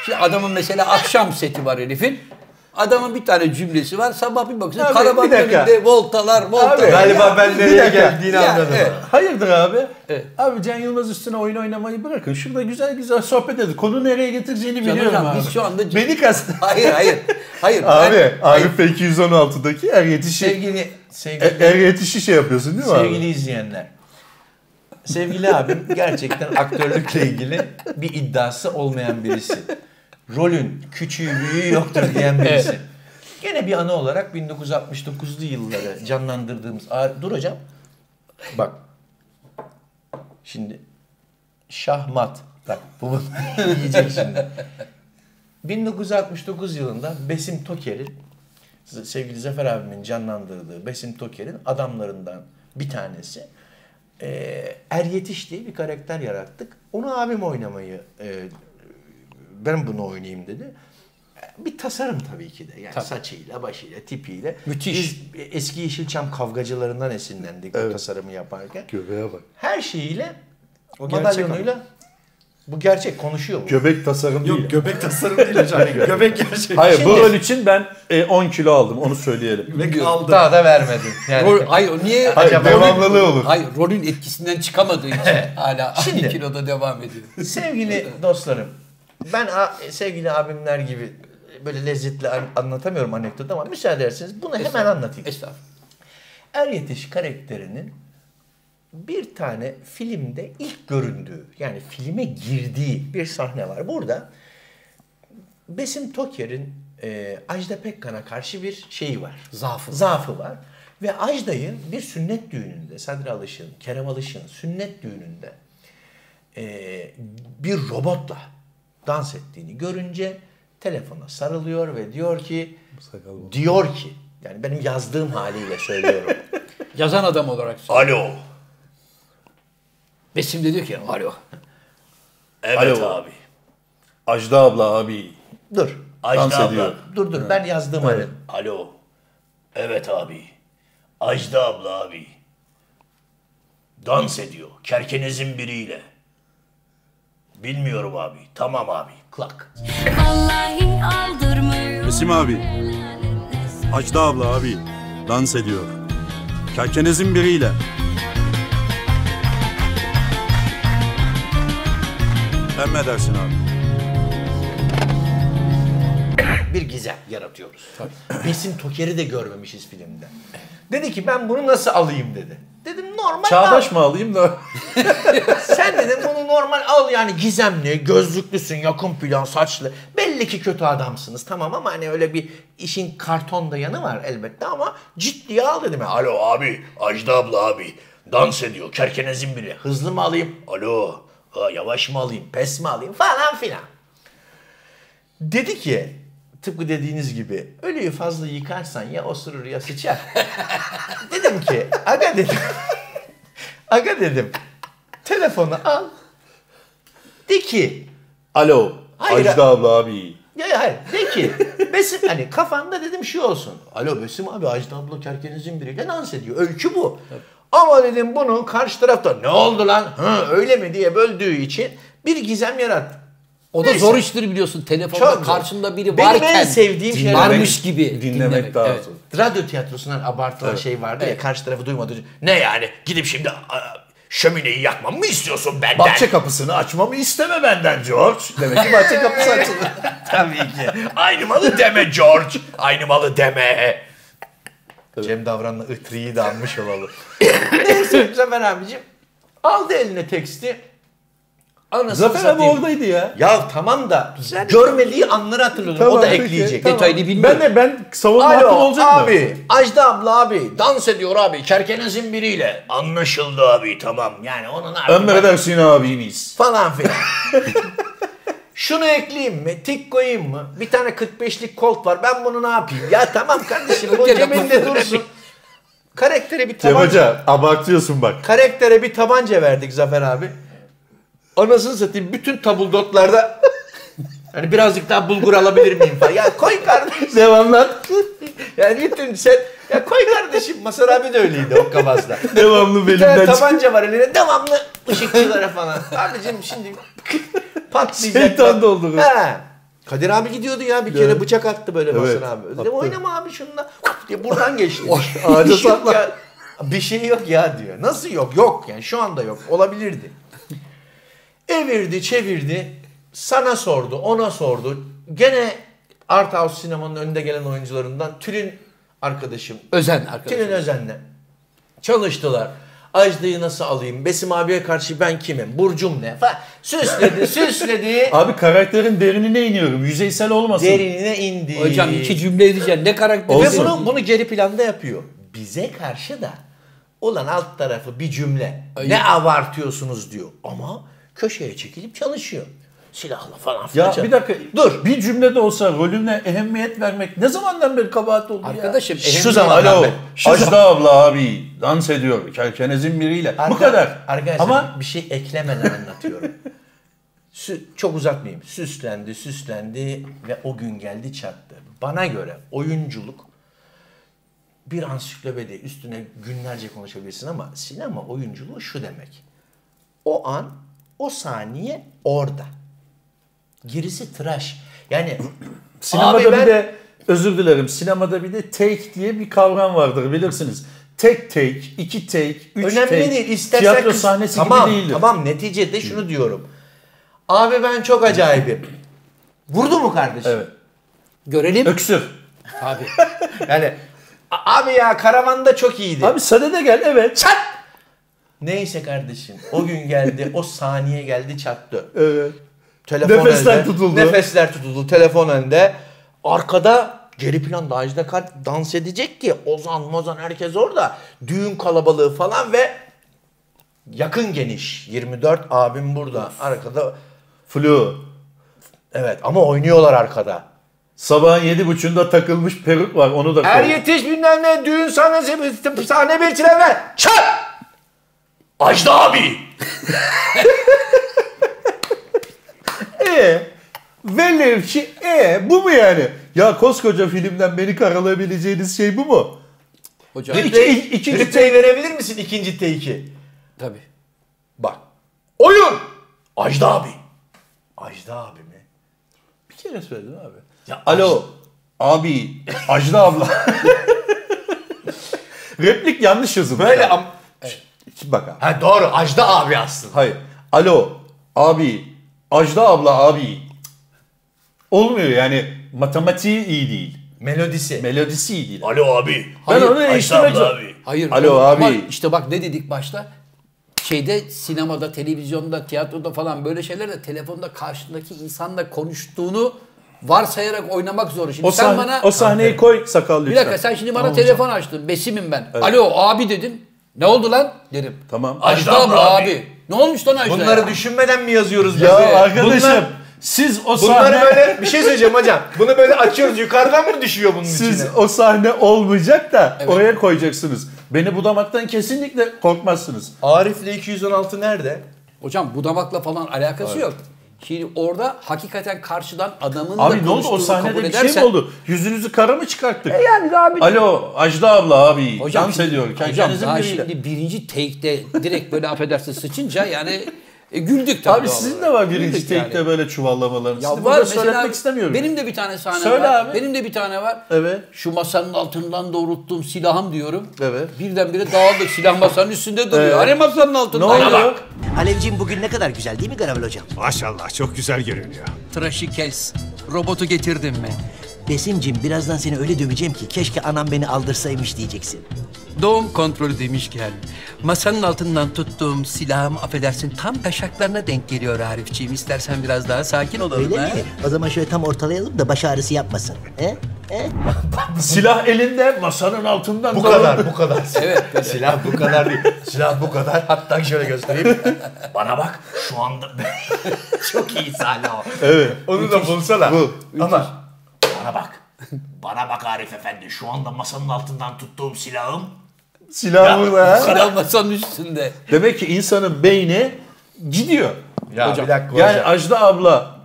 Speaker 5: şimdi adamın mesela akşam seti var herifin. Adamın bir tane cümlesi var. Sabah bir bakıyorsun
Speaker 2: Abi,
Speaker 5: karavan
Speaker 2: bir dakika.
Speaker 5: önünde voltalar voltalar. Ya, bir dakika. Ya, evet.
Speaker 2: Hayırdır abi? Abi Can Yılmaz üstüne oyun oynamayı bırakın. Şurada güzel güzel sohbet edin. Konu nereye getireceğini
Speaker 5: Canım
Speaker 2: biliyorum
Speaker 5: hocam,
Speaker 2: abi.
Speaker 5: biz şu anda-
Speaker 2: Beni kast...
Speaker 5: Hayır hayır. Hayır.
Speaker 2: Abi,
Speaker 5: ben-
Speaker 2: Arif Bey 216'daki er yetişi...
Speaker 3: Sevgili,
Speaker 2: E- Er yetişi şey yapıyorsun değil mi abi?
Speaker 3: Sevgili izleyenler. Sevgili abim gerçekten aktörlükle ilgili bir iddiası olmayan birisi. Rolün küçüğü büyüğü yoktur diyen birisi. Gene bir ana olarak 1969'lu yılları canlandırdığımız... Ar- Dur hocam. Bak. Şimdi şahmat. Bak bu yiyecek şimdi. 1969 yılında Besim Toker'in sevgili Zafer abimin canlandırdığı Besim Toker'in adamlarından bir tanesi. eee er Yetiş diye bir karakter yarattık. Onu abim oynamayı eee, ben bunu oynayayım dedi. Bir tasarım tabii ki de. Yani saçıyla, başıyla, tipiyle.
Speaker 5: Müthiş.
Speaker 3: Biz eski Yeşilçam kavgacılarından esinlendik bu tasarımı yaparken.
Speaker 2: Göbeğe bak.
Speaker 3: Her şeyiyle, o
Speaker 2: gerçek
Speaker 3: madalyonuyla bu gerçek konuşuyor bu.
Speaker 2: Göbek tasarım değil.
Speaker 13: göbek tasarım değil hocam. göbek gerçek.
Speaker 2: Hayır bu rol için ben e, 10 kilo aldım onu söyleyelim.
Speaker 13: Göbek aldı.
Speaker 3: Daha da vermedin. Yani
Speaker 5: Rol, hayır niye?
Speaker 2: Hayır, devamlılığı olur.
Speaker 5: Hayır rolün etkisinden çıkamadığı için hala
Speaker 3: Şimdi-
Speaker 5: aynı kiloda devam ediyor.
Speaker 3: Sevgili dostlarım, ben a- sevgili abimler gibi böyle lezzetli an- anlatamıyorum anekdot ama müsaade ederseniz bunu hemen anlatayım.
Speaker 5: Estağfurullah.
Speaker 3: Er Yetiş karakterinin bir tane filmde ilk göründüğü, yani filme girdiği bir sahne var. Burada Besim Toker'in e, Ajda Pekkan'a karşı bir şeyi var.
Speaker 5: Zaafı.
Speaker 3: Zaafı var. Ve Ajda'yı bir sünnet düğününde, Sadri Alış'ın, Kerem Alış'ın sünnet düğününde e, bir robotla dans ettiğini görünce telefona sarılıyor ve diyor ki diyor ki Yani benim yazdığım haliyle söylüyorum.
Speaker 5: Yazan adam olarak.
Speaker 3: Alo.
Speaker 5: Besim de diyor ki alo.
Speaker 2: Evet abi. Ajda abla abi.
Speaker 3: Dur.
Speaker 2: Ajda Dans abla. ediyor.
Speaker 3: Dur dur ben yazdığım
Speaker 2: Evet.
Speaker 3: hali.
Speaker 12: Alo. Evet abi. Ajda abla abi. Dans ediyor. Kerkenizin biriyle. Bilmiyorum abi. Tamam abi. Klak.
Speaker 14: Vallahi aldırmıyor.
Speaker 2: Besim abi. Ajda abla abi. Dans ediyor. Kerkenezin biriyle. Emredersin abi.
Speaker 3: bir gizem yaratıyoruz. Besim Toker'i de görmemişiz filmde. Dedi ki ben bunu nasıl alayım dedi. Dedim normal
Speaker 2: Çağdaş
Speaker 3: al.
Speaker 2: mı alayım da?
Speaker 3: Sen dedim bunu normal al yani gizemli, gözlüklüsün, yakın plan, saçlı. Belli ki kötü adamsınız tamam ama hani öyle bir işin karton da yanı var elbette ama ciddiye al dedim. ya.
Speaker 12: Alo abi. Ajda abla abi. Dans ediyor. Kerkenizin biri. Hızlı mı alayım? Alo. Aa, yavaş mı alayım? Pes mi alayım?
Speaker 3: Falan filan. Dedi ki tıpkı dediğiniz gibi ölüyü fazla yıkarsan ya osurur ya sıçar. dedim ki aga dedim. aga dedim. Telefonu al. De ki.
Speaker 2: Alo.
Speaker 3: Hayır.
Speaker 2: Ajda abla abi.
Speaker 3: Ya ya, hayır de ki. Besim hani kafanda dedim şu olsun. Alo Besim abi Ajda abla kerkenizin biriyle dans ediyor. Öykü bu. Ama dedim bunun karşı tarafta ne oldu lan? Hı, öyle mi diye böldüğü için bir gizem yarattı.
Speaker 5: O da zor iştir biliyorsun. Telefonda
Speaker 3: Çok zor.
Speaker 5: karşında biri
Speaker 3: Benim
Speaker 5: varken.
Speaker 3: en sevdiğim şey
Speaker 5: Varmış gibi. dinlemek. Evet.
Speaker 3: Radyo tiyatrosundan abartılan
Speaker 5: Evet.
Speaker 3: şey vardı ya
Speaker 5: Evet.
Speaker 3: karşı tarafı duymadığı için.
Speaker 12: Ne yani? Gidip şimdi aa, şömineyi yakmamı mı istiyorsun benden?
Speaker 2: Bahçe kapısını açmamı isteme benden George. Demek ki bahçe kapısı açıldı.
Speaker 12: Tabii ki. Aynı malı deme George. Aynı malı deme.
Speaker 3: Cem Davran'la ıtriyi de anmış olalım. Neyse Zafer abicim aldı eline teksti. Anasını
Speaker 2: Zafer abi
Speaker 3: satayım.
Speaker 2: oradaydı ya.
Speaker 3: Ya tamam da görmediği anları hatırladım. o da ekleyecek.
Speaker 2: bilmiyorum. Ben de ben savunma
Speaker 3: Alo
Speaker 2: hakkım olacak mı?
Speaker 3: abi. Ajda abla abi.
Speaker 12: Dans ediyor abi. Kerkenizin biriyle. Anlaşıldı abi tamam. Yani onun artık...
Speaker 2: Emredersin abimiz.
Speaker 3: Falan filan. Şunu ekleyeyim mi? Tik koyayım mı? Bir tane 45'lik kolt var. Ben bunu ne yapayım? Ya tamam kardeşim bu
Speaker 2: Gene
Speaker 3: cebinde
Speaker 2: bu-
Speaker 3: dursun. Karaktere
Speaker 2: Cem
Speaker 3: bir tabanca.
Speaker 2: Hoca abartıyorsun bak.
Speaker 3: Karaktere bir tabanca verdik Zafer abi. Anasını satayım bütün tabuldotlarda hani birazcık daha bulgur alabilir miyim falan. Ya koy kardeşim. Devamlı. yani bütün sen ya koy kardeşim. Masar abi de öyleydi o kabazda.
Speaker 2: Devamlı
Speaker 3: Bir tane
Speaker 2: belinden
Speaker 3: tabanca var eline devamlı ışıkçılara falan. Abicim şimdi patlayacak.
Speaker 2: Şeytan doldurur.
Speaker 3: He. Kadir abi gidiyordu ya bir kere
Speaker 2: Evet.
Speaker 3: bıçak attı böyle
Speaker 2: Evet,
Speaker 3: Masar abi. Dedim
Speaker 2: attı.
Speaker 3: oynama abi şununla. Hop diye buradan geçti.
Speaker 2: ağaca
Speaker 3: Bir şey yok
Speaker 2: saplan.
Speaker 3: ya. Bir şey yok ya diyor. Nasıl yok? Yok yani şu anda yok. Olabilirdi. Evirdi çevirdi. Sana sordu, ona sordu. Gene Art House sinemanın önde gelen oyuncularından Tülin arkadaşım.
Speaker 5: Özen arkadaşım.
Speaker 3: Tülin Özen'le. Çalıştılar. Ajda'yı nasıl alayım? Besim abiye karşı ben kimim? Burcum ne? Falan. Süsledi, süsledi.
Speaker 2: Abi karakterin derinine iniyorum. Yüzeysel olmasın.
Speaker 3: Derinine indi.
Speaker 5: Hocam iki cümle edeceksin. Ne karakter?
Speaker 3: Ve bunu, bunu geri planda yapıyor. Bize karşı da olan alt tarafı bir cümle.
Speaker 5: Ay.
Speaker 3: Ne abartıyorsunuz diyor. Ama köşeye çekilip çalışıyor. Silahla falan filan.
Speaker 2: Ya bir dakika. Dur. Bir cümlede olsa rolüne ehemmiyet vermek ne zamandan beri kabahat oldu
Speaker 5: Arkadaşım,
Speaker 2: ya?
Speaker 5: ehemmiyet-
Speaker 2: Şu zaman
Speaker 5: Alo,
Speaker 2: alo.
Speaker 5: şu
Speaker 2: Ajda
Speaker 5: zaman-
Speaker 2: abla abi dans ediyor kerkenezin biriyle. Bu kadar.
Speaker 3: Arkadaşlar
Speaker 2: Ama
Speaker 3: bir şey eklemeden anlatıyorum. Sü- çok uzatmayayım. Süslendi, süslendi ve o gün geldi çattı. Bana göre oyunculuk bir ansiklopedi üstüne günlerce konuşabilirsin ama sinema oyunculuğu şu demek. O an, o saniye orada. Gerisi tıraş. Yani
Speaker 2: sinemada
Speaker 3: abi
Speaker 2: bir
Speaker 3: ben-
Speaker 2: de özür dilerim. Sinemada bir de take diye bir kavram vardır bilirsiniz. Tek take, iki take, üç
Speaker 3: Önemli
Speaker 2: take.
Speaker 3: değil. İstersen
Speaker 2: Tiyatro
Speaker 3: kız-
Speaker 2: sahnesi
Speaker 3: tamam,
Speaker 2: gibi değildir.
Speaker 3: Tamam neticede şunu diyorum. Abi ben çok acayibim. Vurdu mu kardeşim? Evet.
Speaker 5: Görelim.
Speaker 2: Öksür.
Speaker 5: Abi.
Speaker 3: yani a- abi ya karavanda çok iyiydi. Abi
Speaker 2: sade de gel evet.
Speaker 3: Çat! Neyse kardeşim o gün geldi o saniye geldi çattı.
Speaker 2: Evet.
Speaker 3: Telefon
Speaker 2: Nefesler
Speaker 3: elde,
Speaker 2: tutuldu.
Speaker 3: Nefesler tutuldu. Telefon önde. Arkada geri planda Ajda Kart dans edecek ki Ozan Mozan herkes orada. Düğün kalabalığı falan ve yakın geniş. 24 abim burada. Arkada
Speaker 2: Flu.
Speaker 3: Evet ama oynuyorlar arkada.
Speaker 2: Sabahın yedi buçuğunda takılmış peruk var onu da koy.
Speaker 13: Er yetiş bilmem ne düğün sahnesi sahne belirtilerine çat! Ajda abi!
Speaker 2: E, velev ki e, bu mu yani? Ya koskoca filmden beni karalayabileceğiniz şey bu mu?
Speaker 5: Hocam.
Speaker 2: İki, iki, iki-
Speaker 13: Replay verebilir misin ikinci T2?
Speaker 5: Tabii.
Speaker 13: Bak. Oyun! Ajda abi. Ajda abi mi?
Speaker 2: Bir kere söyledim abi.
Speaker 13: Ya
Speaker 2: Alo abi Ajda abla. Replik yanlış yazılmış. Böyle am- Bak abi.
Speaker 13: Ha doğru Ajda abi aslında.
Speaker 2: Hayır. Alo abi Ajda abla abi. Olmuyor yani matematiği iyi değil.
Speaker 13: Melodisi.
Speaker 2: Melodisi iyi değil.
Speaker 13: Alo abi.
Speaker 2: Ben onu değiştirmek
Speaker 5: Hayır.
Speaker 2: Alo
Speaker 5: o-
Speaker 2: abi.
Speaker 5: Bak, işte bak ne dedik başta? Şeyde sinemada, televizyonda, tiyatroda falan böyle şeylerde telefonda karşındaki insanla konuştuğunu varsayarak oynamak zor. Şimdi
Speaker 2: O,
Speaker 5: sen
Speaker 2: sahne-
Speaker 5: bana
Speaker 2: o sahneyi koy sakal
Speaker 5: Bir
Speaker 2: lütfen.
Speaker 5: dakika sen şimdi bana
Speaker 2: Tamam hocam.
Speaker 5: telefon açtın. Besimim ben.
Speaker 2: Evet.
Speaker 5: Alo abi dedin. Ne oldu lan derim.
Speaker 2: Tamam.
Speaker 5: Ajda abla abi. Ne olmuş lan Ajda?
Speaker 3: Bunları düşünmeden mi yazıyoruz?
Speaker 2: Ya
Speaker 3: biz?
Speaker 2: arkadaşım,
Speaker 3: Bunlar-
Speaker 2: siz o
Speaker 3: Bunları
Speaker 2: sahne-
Speaker 3: böyle bir şey söyleyeceğim hocam. Bunu böyle açıyoruz yukarıdan mı düşüyor bunun
Speaker 2: Siz
Speaker 3: içine?
Speaker 2: o sahne olmayacak da oraya koyacaksınız. Beni budamaktan kesinlikle korkmazsınız.
Speaker 3: Arif'le 216 nerede?
Speaker 5: Hocam budamakla falan alakası yok. Şimdi orada hakikaten karşıdan adamın da
Speaker 2: Abi ne oldu
Speaker 5: konuştuğunu
Speaker 2: o sahnede
Speaker 5: kabul
Speaker 2: bir
Speaker 5: edersen...
Speaker 2: şey mi oldu? Yüzünüzü kara mı çıkarttık?
Speaker 5: E yani abi-
Speaker 2: Alo Ajda abla abi
Speaker 5: Hocam
Speaker 2: dans
Speaker 5: şimdi-
Speaker 2: ediyor.
Speaker 5: Hocam
Speaker 2: Kendinizin
Speaker 5: daha
Speaker 2: biriyle.
Speaker 5: şimdi birinci take'de direkt böyle affedersin sıçınca yani e, güldük tabii.
Speaker 2: Abi
Speaker 5: doğal
Speaker 2: sizin
Speaker 5: olarak.
Speaker 2: de var birinci
Speaker 5: Güldük
Speaker 2: tekte böyle çuvallamalarınız.
Speaker 5: Ya
Speaker 2: Sizin
Speaker 5: var
Speaker 2: burada
Speaker 5: mesela
Speaker 2: söyletmek istemiyorum.
Speaker 5: Benim de bir tane sahne
Speaker 2: Söyle
Speaker 5: var.
Speaker 2: abi.
Speaker 5: Benim de bir tane var.
Speaker 2: Evet.
Speaker 5: Şu masanın altından doğrulttum silahım diyorum.
Speaker 2: Evet.
Speaker 5: Birdenbire dağıldı silah masanın üstünde duruyor.
Speaker 7: Evet.
Speaker 5: Hani masanın altında.
Speaker 7: Ne
Speaker 5: Bana
Speaker 7: oldu?
Speaker 5: bak.
Speaker 7: Alevciğim bugün ne kadar güzel değil mi Garavel hocam?
Speaker 15: Maşallah çok güzel görünüyor.
Speaker 7: Tıraşı kes. Robotu getirdin mi? Besimcim birazdan seni öyle döveceğim ki keşke anam beni aldırsaymış diyeceksin.
Speaker 15: Doğum kontrolü demişken masanın altından tuttuğum silahım affedersin tam taşaklarına denk geliyor Arifciğim. İstersen biraz daha sakin olalım.
Speaker 7: Öyle
Speaker 15: ha?
Speaker 7: mi? O zaman şöyle tam ortalayalım da baş ağrısı yapmasın. He? He?
Speaker 2: Silah elinde masanın altından
Speaker 3: Bu kadar, bu kadar. evet. Silah bu kadar değil. Silah bu kadar. Hatta şöyle göstereyim. Bana bak şu anda çok iyi sahne o.
Speaker 2: Evet.
Speaker 3: Onu da bulsalar. Ama
Speaker 13: Bana bak. Bana bak Arif Efendi. Şu anda masanın altından tuttuğum silahım.
Speaker 2: Silah burada.
Speaker 13: silah
Speaker 5: masanın üstünde.
Speaker 2: Demek ki insanın beyni gidiyor.
Speaker 3: Ya Hocam. bir dakika
Speaker 2: Yani
Speaker 3: hocam.
Speaker 2: Ajda abla,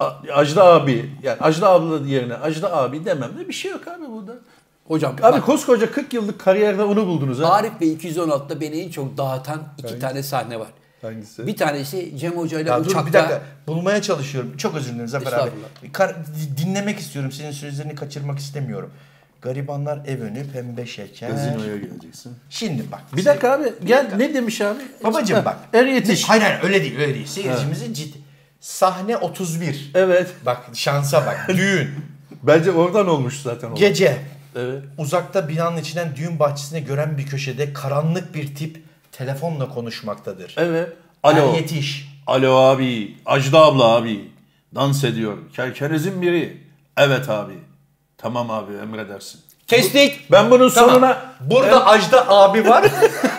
Speaker 2: A- Ajda abi, yani Ajda abla yerine Ajda abi demem de bir şey yok abi burada.
Speaker 5: Hocam
Speaker 2: Abi koskoca 40 yıllık kariyerde onu buldunuz ha.
Speaker 5: Arif ve 216'da beni en çok dağıtan iki tane sahne var.
Speaker 2: Hangisi?
Speaker 5: Bir tanesi Cem Hoca ile
Speaker 3: Ya dur
Speaker 5: uçakta.
Speaker 3: bir dakika. Bulmaya çalışıyorum. Çok özür dilerim Zafer abi.
Speaker 5: Estağfurullah.
Speaker 3: Kar- di- dinlemek istiyorum. Senin sözlerini kaçırmak istemiyorum. Garibanlar ev önü pembe şeker.
Speaker 2: Gazinoya geleceksin.
Speaker 3: Şimdi bak.
Speaker 2: Bir dakika abi gel ne demiş abi?
Speaker 3: Babacım
Speaker 2: Ha,
Speaker 3: bak.
Speaker 2: Er yetiş.
Speaker 3: Ne- Hayır hayır öyle değil öyle değil. Seyircimizin ciddi. Sahne 31.
Speaker 2: Evet.
Speaker 3: Bak şansa bak. Düğün.
Speaker 2: Bence oradan olmuş zaten. o.
Speaker 3: Gece.
Speaker 2: Evet.
Speaker 3: Uzakta binanın içinden düğün bahçesine gören bir köşede karanlık bir tip telefonla konuşmaktadır.
Speaker 2: Evet. Alo.
Speaker 3: Er yetiş.
Speaker 2: Alo abi, Ajda abla abi. Dans ediyor. Kerkenizin biri. Evet abi. Tamam abi emredersin.
Speaker 5: Kestik.
Speaker 2: Ben bunun sonuna...
Speaker 3: Burada Ajda abi var.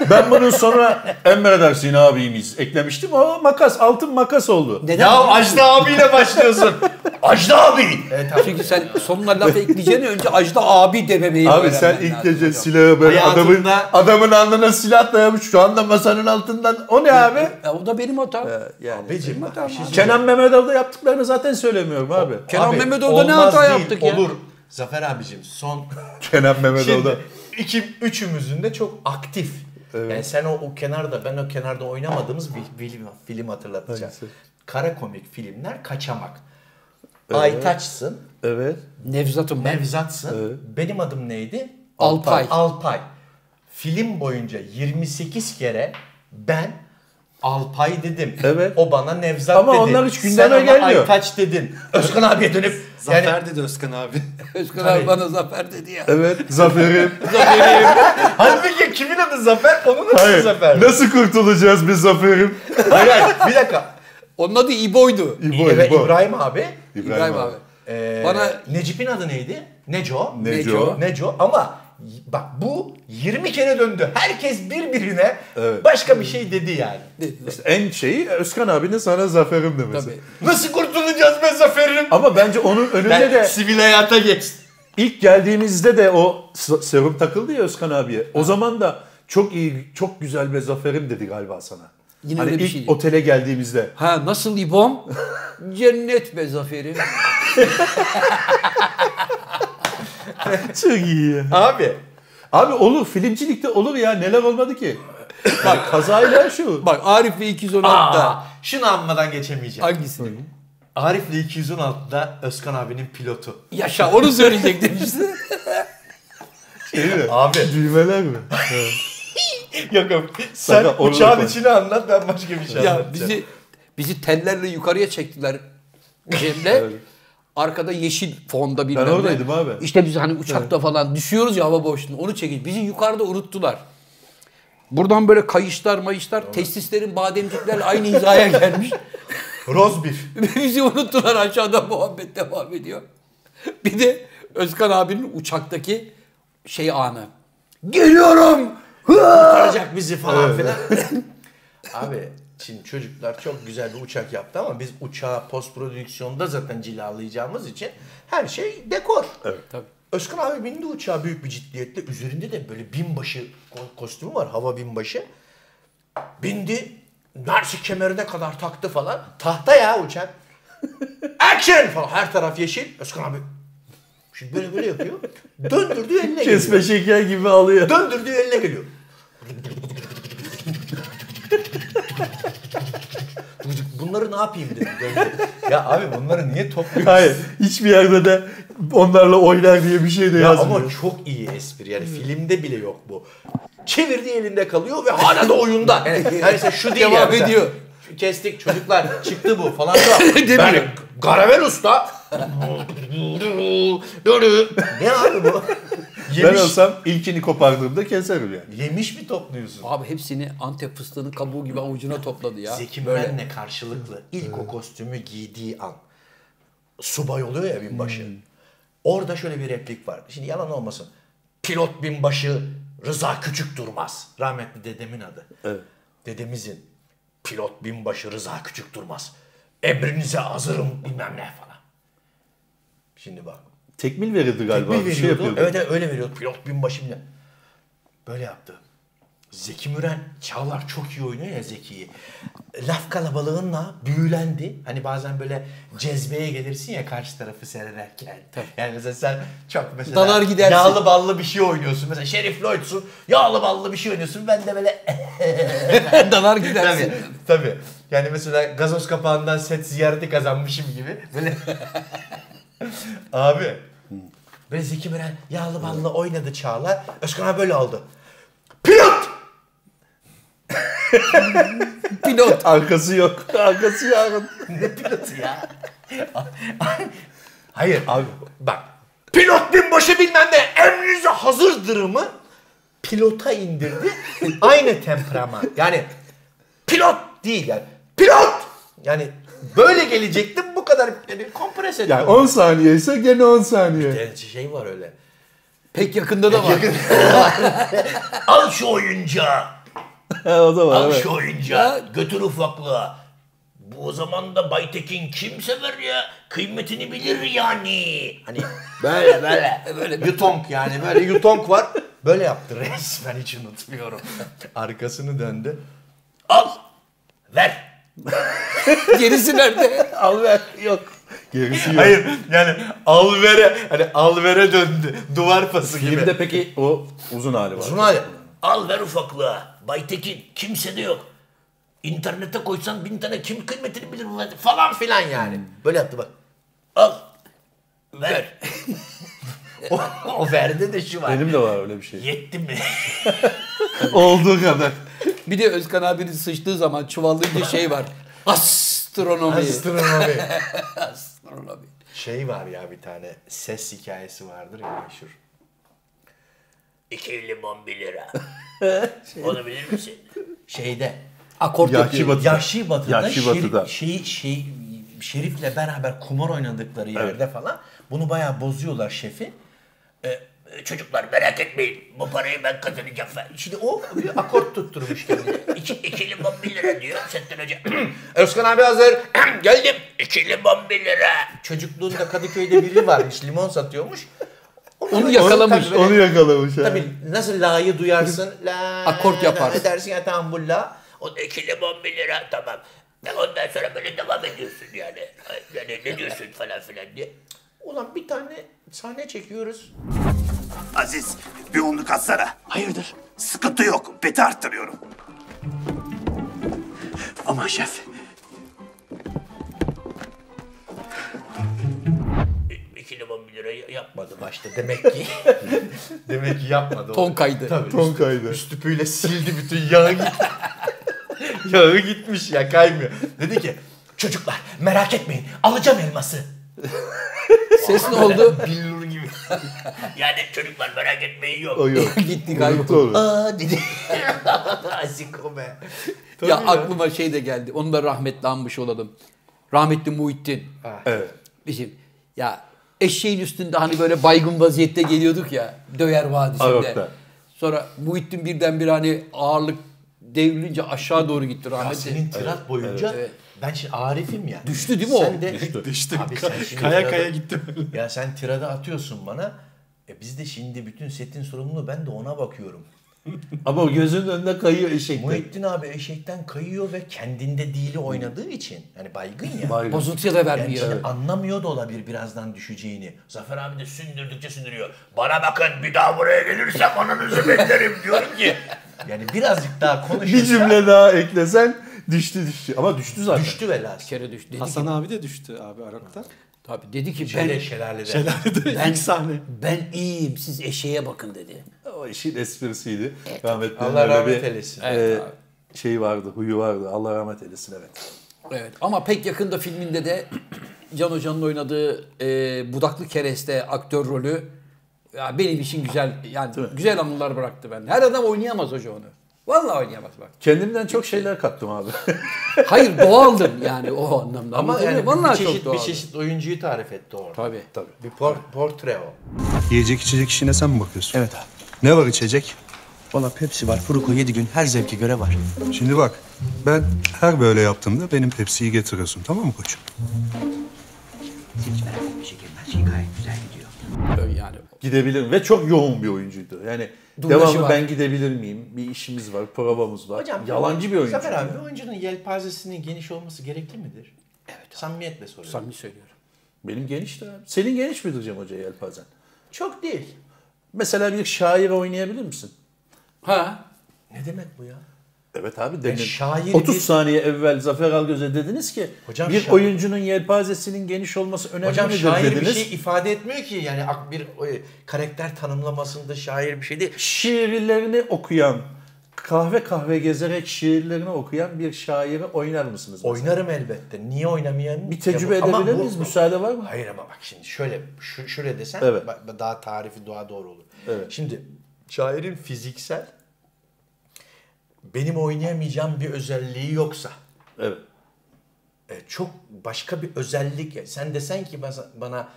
Speaker 2: ben bunun sonuna emredersin abimiz eklemiştim. O makas, altın makas oldu.
Speaker 3: Ya Ajda abiyle başlıyorsun.
Speaker 2: Ajda abi!
Speaker 5: Çünkü sen sonuna laf ekleyeceğini önce Ajda abi dememeyi
Speaker 2: Abi sen
Speaker 5: öğrenmen
Speaker 2: ilk
Speaker 5: lazım
Speaker 2: gece
Speaker 5: hocam.
Speaker 2: silahı böyle adamın,
Speaker 5: Hayatında-
Speaker 2: adamın alnına silah dayamış. Şu anda masanın altından. O ne abi?
Speaker 5: E, o da benim hatam.
Speaker 2: Yani,
Speaker 3: Abicim,
Speaker 2: benim
Speaker 3: bir şey
Speaker 2: hatam abi.
Speaker 3: söyleyeceğim.
Speaker 2: Kenan Mehmetov'da yaptıklarını zaten söylemiyorum abi.
Speaker 3: Abi, olmaz değil, Olur. Zafer abicim son
Speaker 2: Kenan Mehmetoğlu.
Speaker 3: Şimdi iki, üçümüzün de çok aktif. Yani E, sen o, o kenarda ben o kenarda oynamadığımız bir film, film hatırlatacağım. Kara komik filmler kaçamak.
Speaker 2: Evet.
Speaker 3: Aytaç'sın.
Speaker 2: Evet.
Speaker 5: Nevzat'ım ben.
Speaker 3: Nevzat'sın. Benim adım neydi?
Speaker 5: Alpay.
Speaker 3: Alpay. Film boyunca 28 kere ben Alpay dedim.
Speaker 2: Evet.
Speaker 3: O bana Nevzat
Speaker 2: Ama
Speaker 3: dedi.
Speaker 2: onlar hiç
Speaker 3: Sen
Speaker 2: gündeme
Speaker 3: ona
Speaker 2: gelmiyor.
Speaker 3: Aytaç dedin. Özkan abiye dönüp
Speaker 13: Zafer
Speaker 3: dedi Özkan abi.
Speaker 5: Özkan
Speaker 3: Tabii.
Speaker 5: abi bana zafer dedi ya.
Speaker 2: Evet. Zaferim.
Speaker 3: Zaferim. Halbuki kimin adı Zafer? Onun adı
Speaker 2: Hayır.
Speaker 3: Zafer.
Speaker 2: Nasıl kurtulacağız biz Zaferim?
Speaker 3: Hayır, hayır, bir dakika.
Speaker 5: Onun adı İbo'ydu.
Speaker 2: İbo,
Speaker 3: evet,
Speaker 2: İbo.
Speaker 3: İbrahim abi.
Speaker 2: İbrahim
Speaker 5: İbrahim
Speaker 2: abi.
Speaker 5: abi.
Speaker 3: Ee,
Speaker 5: Bana-
Speaker 3: Necip'in adı neydi? Neco.
Speaker 2: Neco.
Speaker 3: Neco ama bak bu 20 kere döndü. Herkes birbirine başka bir şey dedi yani.
Speaker 2: İşte en şeyi Özkan abinin sana zaferim demesi.
Speaker 3: Nasıl kurtulacağız be zaferim?
Speaker 2: Ama bence onun önünde
Speaker 3: Ben
Speaker 2: de...
Speaker 3: sivil hayata geçtim.
Speaker 2: İlk geldiğimizde de o s- serum takıldı ya Özkan abiye. O zaman da çok iyi, çok güzel be zaferim dedi galiba sana.
Speaker 5: Yine
Speaker 2: hani
Speaker 5: öyle bir şey.
Speaker 2: ilk
Speaker 5: şeydi.
Speaker 2: otele geldiğimizde.
Speaker 5: Ha nasıl İbom? Cennet be zaferim.
Speaker 2: Çok iyi ya.
Speaker 3: Abi.
Speaker 2: Abi olur filmcilikte olur ya neler olmadı ki. Bak kazayla şu.
Speaker 5: Bak Arif ve
Speaker 3: 216'da. Şunu anmadan geçemeyeceğim.
Speaker 5: Hangisini?
Speaker 3: Arif'le 216'da Özkan abinin pilotu.
Speaker 5: Yaşa onu söyleyecektim işte.
Speaker 3: Değil mi? Abi.
Speaker 2: Düğmeler mi?
Speaker 3: yok yok. Sen
Speaker 5: Sakın, onu da
Speaker 3: uçağın
Speaker 5: koy.
Speaker 3: içini anlat ben başka bir şey
Speaker 5: ya
Speaker 3: anlatacağım.
Speaker 5: bizi bizi tellerle yukarıya çektiler Cem'le. Arkada yeşil fonda bilmem
Speaker 2: Ben
Speaker 5: ne.
Speaker 2: oradaydım abi.
Speaker 5: İşte biz hani uçakta falan düşüyoruz ya hava boşluğunda onu çekin. Bizi yukarıda unuttular. Buradan böyle kayışlar mayışlar testislerin bademciklerle aynı hizaya gelmiş.
Speaker 3: Roz bir.
Speaker 5: Bizi unuttular aşağıda muhabbet devam ediyor. Bir de Özkan abinin uçaktaki şey anı. Geliyorum.
Speaker 3: Kurtaracak bizi falan filan. Abi şimdi çocuklar çok güzel bir uçak yaptı ama biz uçağı post prodüksiyonda zaten cilalayacağımız için her şey dekor.
Speaker 2: Evet.
Speaker 5: Tabii.
Speaker 3: Özkan abi bindi uçağa büyük bir ciddiyetle. Üzerinde de böyle binbaşı ko- kostümü var. Hava binbaşı. Bindi. Narsi kemerine kadar taktı falan. Tahta ya uçak. Action falan. Her taraf yeşil. Özkan abi şimdi böyle böyle yapıyor. Döndürdüğü eline geliyor.
Speaker 2: Kesme şeker gibi alıyor.
Speaker 3: Döndürdüğü eline geliyor. Bunları ne yapayım dedim. döndürdüm. ya abi bunları niye topluyorsun?
Speaker 2: Hayır hiçbir yerde de onlarla oynar diye bir şey de
Speaker 3: Ya
Speaker 2: yazmıyor.
Speaker 3: ama çok iyi espri yani filmde bile yok bu. Çevirdiği elinde kalıyor ve hala da oyunda. Yani, yani mesela şu değil
Speaker 5: Devam
Speaker 3: yani mesela,
Speaker 5: ediyor.
Speaker 3: Kestik çocuklar çıktı bu falan da.
Speaker 5: Demiyor.
Speaker 3: ben Garavel Usta. ne abi bu?
Speaker 2: Ben
Speaker 3: Yemiş,
Speaker 2: olsam ilkini kopardığımda keserim yani.
Speaker 3: yemiş mi topluyorsun?
Speaker 5: Abi hepsini Antep fıstığının kabuğu gibi avucuna topladı ya.
Speaker 3: Zeki Müren'le karşılıklı ilk o kostümü giydiği an subay oluyor ya binbaşı. Orada şöyle bir replik var. Şimdi yalan olmasın. Pilot binbaşı Rıza Küçük Durmaz. Rahmetli dedemin adı. Dedemizin pilot binbaşı Rıza Küçük Durmaz. Emrinize hazırım bilmem ne falan. Şimdi bak.
Speaker 2: Tekmil verildi galiba.
Speaker 3: Tekmil
Speaker 2: bir şey
Speaker 3: veriyordu.
Speaker 2: yapıyordu.
Speaker 3: evet evet, öyle veriyordu. Pilot binbaşı bile. Böyle yaptı. Zeki Müren, Çağlar çok iyi oynuyor ya Zeki'yi. Laf kalabalığınla büyülendi. Hani bazen böyle cezbeye gelirsin ya karşı tarafı seyrederken. Yani mesela sen çok mesela
Speaker 5: Dalar gidersin.
Speaker 3: yağlı ballı bir şey oynuyorsun. Mesela Şerif Lloyd'sun, yağlı ballı bir şey oynuyorsun. Ben de böyle
Speaker 5: Dalar gidersin.
Speaker 3: Tabii, tabii. Yani mesela gazoz kapağından set ziyareti kazanmışım gibi. Böyle Abi. Böyle Zeki Müren yağlı ballı oynadı Çağlar. Özkan abi böyle oldu. Pilot!
Speaker 5: Pilot.
Speaker 2: Arkası yok. Arkası yarın.
Speaker 3: ne pilotu ya? Hayır. Abi bak. Pilot binbaşı bilmem ne emrinize hazırdır mı? Pilota indirdi. Aynı temperama. Yani pilot değil yani. Pilot! Yani böyle gelecektim bu kadar yani kompres ettim.
Speaker 2: Yani 10 saniye ise gene 10 saniye.
Speaker 3: Yani şey var öyle.
Speaker 5: Pek yakında da var.
Speaker 3: Al şu oyuncağı.
Speaker 2: o da var.
Speaker 3: Al
Speaker 2: Evet.
Speaker 3: şu oyuncağı. Götür ufaklığa. Bu o zaman da Baytekin kim sever ya? Kıymetini bilir yani. Hani böyle böyle. böyle yutonk yani böyle yutonk var. Böyle yaptı resmen hiç unutmuyorum. Arkasını döndü. Al. Ver.
Speaker 5: Gerisi nerede?
Speaker 2: Al ver. Yok. Gerisi yok.
Speaker 3: Hayır yani al vere hani al vere döndü. Duvar pası gibi.
Speaker 2: Filmde peki o uzun hali var.
Speaker 3: Sunay. Al ver ufaklığa. Baytekin kimse de yok. İnternete koysan bin tane kim kıymetini bilir bu falan filan yani. Böyle yaptı bak. Al. Ver. o, o verde de şu var.
Speaker 2: Benim de var öyle bir şey.
Speaker 3: Yetti mi?
Speaker 2: Olduğu kadar.
Speaker 5: Bir de Özkan abinin sıçtığı zaman çuvallayınca şey var. Astronomi.
Speaker 3: Astronomi.
Speaker 5: Astronomi.
Speaker 3: şey var ya bir tane ses hikayesi vardır ya meşhur. İki limon bir lira. Onu bilir misin? Şey- Şeyde.
Speaker 5: Akort
Speaker 2: Yahşi
Speaker 5: yapıyor.
Speaker 2: Batı'da.
Speaker 3: Yahşi Batı'da,
Speaker 2: Yahşi
Speaker 3: Şerif-
Speaker 2: Batı'da.
Speaker 3: şey, şey, Şerif'le beraber kumar oynadıkları yerde falan bunu bayağı bozuyorlar şefi. Ee,
Speaker 12: Çocuklar merak etmeyin. Bu parayı ben kazanacağım ben.
Speaker 3: Şimdi o bir akort tutturmuş kendine.
Speaker 12: İki, ikili bom bir lira diyor Settin Hoca.
Speaker 3: Özkan abi hazır.
Speaker 12: Geldim. İkili bom bir lira.
Speaker 3: Çocukluğunda Kadıköy'de biri varmış limon satıyormuş.
Speaker 5: Onu yakalamış.
Speaker 3: Tabii böyle-
Speaker 5: Onu
Speaker 2: yakalamış.
Speaker 3: Tabii nasıl la'yı duyarsın. La,
Speaker 5: Akort
Speaker 3: la,
Speaker 5: yaparsın.
Speaker 3: la Dersin ya tamam bu la.
Speaker 12: O da ikili bom bir lira tamam. Ya ondan sonra böyle devam ediyorsun yani. Yani ne diyorsun falan filan diye.
Speaker 3: Ulan bir tane sahne çekiyoruz.
Speaker 16: Aziz bir onluk atsana. Hayırdır? Sıkıntı yok. Beti arttırıyorum. Aman şef.
Speaker 12: İkili bom bir lirayı yapmadı başta.
Speaker 3: Demek ki demek ki yapmadı.
Speaker 5: Ton
Speaker 3: onu.
Speaker 5: kaydı.
Speaker 3: Tabii,
Speaker 5: Ton
Speaker 3: üst- Üst tüpüyle sildi bütün yağı gitti. yağı gitmiş ya kaymıyor. Dedi ki çocuklar merak etmeyin alacağım elması.
Speaker 5: Ses ne oldu?
Speaker 3: Billur gibi.
Speaker 12: Yani çocuklar merak etmeyin yok.
Speaker 5: Gitti galiba.
Speaker 3: Aa dedi. Asiko be.
Speaker 5: ya, aklıma şey de geldi. Onu da rahmetli anmış olalım. Rahmetli Muhittin.
Speaker 2: Evet.
Speaker 5: Bizim ya eşeğin üstünde hani böyle baygın vaziyette geliyorduk ya Döyer Vadisi'nde.
Speaker 2: Arok'ta.
Speaker 5: Sonra Muhittin birdenbire hani ağırlık devrilince aşağı doğru gitti
Speaker 3: Ya
Speaker 5: rahmetli.
Speaker 3: senin tirat boyunca ben şimdi Arif'im ya.
Speaker 5: Düştü değil mi o?
Speaker 3: Sen de,
Speaker 5: Düştü.
Speaker 2: Düştü. Ka-
Speaker 3: şimdi
Speaker 2: kaya
Speaker 3: tirada-
Speaker 2: kaya gittim.
Speaker 3: Ya sen tirada atıyorsun bana. E biz de şimdi bütün setin sorumluluğu ben de ona bakıyorum.
Speaker 2: Ama o gözünün önünde kayıyor eşekten.
Speaker 3: Muhittin abi eşekten kayıyor ve kendinde değil oynadığı için. Yani baygın ya.
Speaker 5: Baygın. Bozuntuya da vermiyor.
Speaker 3: Yani şimdi
Speaker 5: Evet.
Speaker 3: anlamıyor da olabilir birazdan düşeceğini. Zafer abi de sündürdükçe sündürüyor.
Speaker 12: Bana bakın bir daha buraya gelirsem ananızı beklerim diyorum ki.
Speaker 3: Yani birazcık daha konuşursa.
Speaker 2: Bir cümle daha eklesen düştü düştü. Ama düştü zaten.
Speaker 3: Düştü velhasıl.
Speaker 5: kere düştü. Dedi
Speaker 17: Hasan
Speaker 5: ki,
Speaker 17: abi de düştü abi Arak'ta.
Speaker 5: Tabii dedi ki
Speaker 17: Şelale-
Speaker 5: ben
Speaker 17: şelalede. Şelalede ilk sahne.
Speaker 5: Ben iyiyim siz eşeğe bakın dedi.
Speaker 2: O işin esprisiydi. Rahmetli
Speaker 3: Allah
Speaker 2: öyle
Speaker 3: rahmet
Speaker 2: bir,
Speaker 3: eylesin.
Speaker 2: e,
Speaker 5: Evet
Speaker 2: şey vardı, huyu vardı. Allah rahmet eylesin evet.
Speaker 5: Evet ama pek yakında filminde de Can Hoca'nın oynadığı e, Budaklı Kereste aktör rolü ya benim için güzel yani güzel anılar bıraktı bende. Her adam oynayamaz hoca onu. Vallahi oynayamaz bak.
Speaker 2: Kendimden çok şeyler kattım abi.
Speaker 5: Hayır doğaldım yani o
Speaker 3: Ama
Speaker 5: anlamda. Anlatabiliyor
Speaker 3: yani
Speaker 5: muyum?
Speaker 3: bir
Speaker 5: Vallahi
Speaker 3: çeşit,
Speaker 5: çok
Speaker 3: bir
Speaker 5: doğaldım.
Speaker 3: çeşit oyuncuyu tarif etti orada.
Speaker 5: Tabii.
Speaker 3: Tabii. Bir por- portre o.
Speaker 18: Yiyecek içecek işine sen mi bakıyorsun? Evet abi. Ne var içecek?
Speaker 16: Valla Pepsi var, Furuko yedi gün her zevke göre var.
Speaker 18: Şimdi bak ben her böyle yaptığımda benim Pepsi'yi getiriyorsun tamam mı koçum?
Speaker 5: Yani.
Speaker 2: Gidebilirim ve çok yoğun bir oyuncuydu. Yani
Speaker 3: Dublajı
Speaker 2: devamlı
Speaker 3: var.
Speaker 2: ben gidebilir miyim? Bir işimiz var, provamız var.
Speaker 3: Hocam,
Speaker 2: Yalancı bir oyuncu.
Speaker 3: Zafer abi oyuncunun yelpazesinin geniş olması gerekli midir? Evet. Samimiyetle soruyorum.
Speaker 5: Samimi söylüyorum.
Speaker 2: Benim geniştir abi. Senin geniş midir Cem Hoca yelpazen?
Speaker 3: Çok değil.
Speaker 2: Mesela bir şair oynayabilir misin?
Speaker 5: Ha.
Speaker 3: Ne demek bu ya?
Speaker 2: Evet abi demin.
Speaker 3: şairi
Speaker 2: 30
Speaker 3: bir-
Speaker 2: saniye evvel Zafer Algöz'e dediniz ki
Speaker 3: Hocam
Speaker 2: bir
Speaker 3: şa-
Speaker 2: oyuncunun yelpazesinin geniş olması önemli
Speaker 3: Hocam
Speaker 2: midir
Speaker 3: şair
Speaker 2: dediniz.
Speaker 3: bir şey ifade etmiyor ki yani ak- bir e, karakter tanımlamasında şair bir şey değil.
Speaker 2: Şiirlerini okuyan, kahve kahve gezerek şiirlerini okuyan bir şairi oynar mısınız? mesela?
Speaker 3: Oynarım elbette. Niye oynamayayım?
Speaker 2: Bir tecrübe edebilir miyiz? Müsaade var mı?
Speaker 3: Hayır ama bak şimdi şöyle şu, şöyle desen
Speaker 2: Evet.
Speaker 3: ba- daha tarifi daha doğru olur.
Speaker 2: Evet.
Speaker 3: Şimdi şairin fiziksel benim oynayamayacağım bir özelliği yoksa
Speaker 2: Evet.
Speaker 3: e, çok başka bir özellik. ya. Sen desen ki bana, bana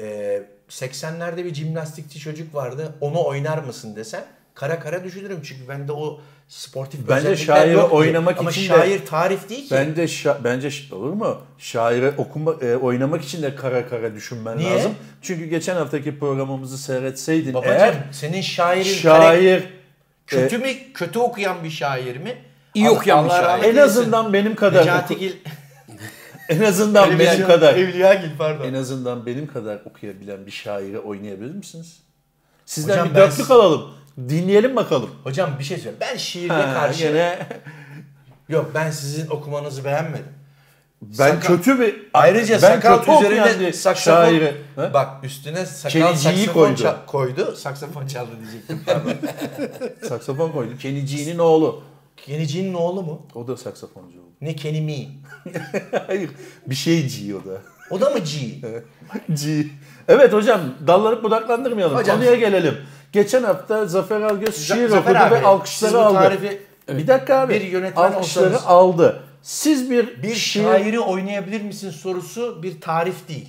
Speaker 3: e, 80'lerde bir jimnastikçi çocuk vardı onu oynar mısın desen kara kara düşünürüm çünkü bende o sportif
Speaker 2: Bence
Speaker 3: özellikler
Speaker 2: şairi
Speaker 3: yok ki.
Speaker 2: oynamak
Speaker 3: Ama
Speaker 2: için de-
Speaker 3: şair tarif değil ki.
Speaker 2: Bence şa- bence ş- olur mu? Şaire okuma e, oynamak için de kara kara düşünmen
Speaker 3: Niye?
Speaker 2: lazım. Çünkü geçen haftaki programımızı seyretseydin
Speaker 3: Babacım
Speaker 2: eğer
Speaker 3: senin şairin
Speaker 2: şair
Speaker 3: karak- kötü mü kötü okuyan bir şair mi?
Speaker 2: E, İyi
Speaker 3: Allah-
Speaker 2: okuyan bir
Speaker 3: Allah
Speaker 2: şair.
Speaker 3: rahmet
Speaker 2: En
Speaker 3: eylesin.
Speaker 2: azından benim kadar
Speaker 3: Necati
Speaker 2: oku-
Speaker 3: Gil
Speaker 2: en azından
Speaker 3: Evliya-
Speaker 2: benim kadar
Speaker 3: Evliyagil, pardon.
Speaker 2: En azından benim kadar okuyabilen bir şairi oynayabilir misiniz? Sizden
Speaker 3: Hocam
Speaker 2: bir
Speaker 3: ben-
Speaker 2: dörtlük alalım. Dinleyelim bakalım.
Speaker 3: Hocam bir şey söyleyeyim. Ben şiirle
Speaker 2: Ha,
Speaker 3: karşı
Speaker 2: gene-
Speaker 3: Yok ben sizin okumanızı beğenmedim.
Speaker 2: Ben kötü bir-
Speaker 3: ayrıca
Speaker 2: Ben
Speaker 3: sakal
Speaker 2: kötü okuyan
Speaker 3: üzerine
Speaker 2: bir
Speaker 3: saksafon
Speaker 2: şairi. Ha?
Speaker 3: bak üstüne sakal
Speaker 2: Çeliciyi
Speaker 3: saksafon
Speaker 2: koydu.
Speaker 3: ça- koydu. Saksafon çaldı diyecektim pardon.
Speaker 2: saksafon koydu. Kenici'nin oğlu.
Speaker 3: Kenici'nin oğlu mu?
Speaker 2: O da saksafoncu oldu.
Speaker 3: ne kenimi?
Speaker 2: Hayır. Bir şey G o da.
Speaker 3: O da mı G?
Speaker 2: G. Evet hocam dallanıp budaklandırmayalım.
Speaker 3: Hocam-
Speaker 2: Konuya gelelim. Geçen hafta Zafer Algöz
Speaker 3: Za-
Speaker 2: şiir
Speaker 3: Zafer
Speaker 2: okudu
Speaker 3: abi,
Speaker 2: ve alkışları
Speaker 3: siz bu
Speaker 2: aldı.
Speaker 3: tarifi-
Speaker 2: Bir dakika abi.
Speaker 3: Bir yönetmen
Speaker 2: alkışları
Speaker 3: olsanız-
Speaker 2: aldı. Siz bir,
Speaker 3: Bir
Speaker 2: şiir-
Speaker 3: şairi oynayabilir misin sorusu bir tarif değil.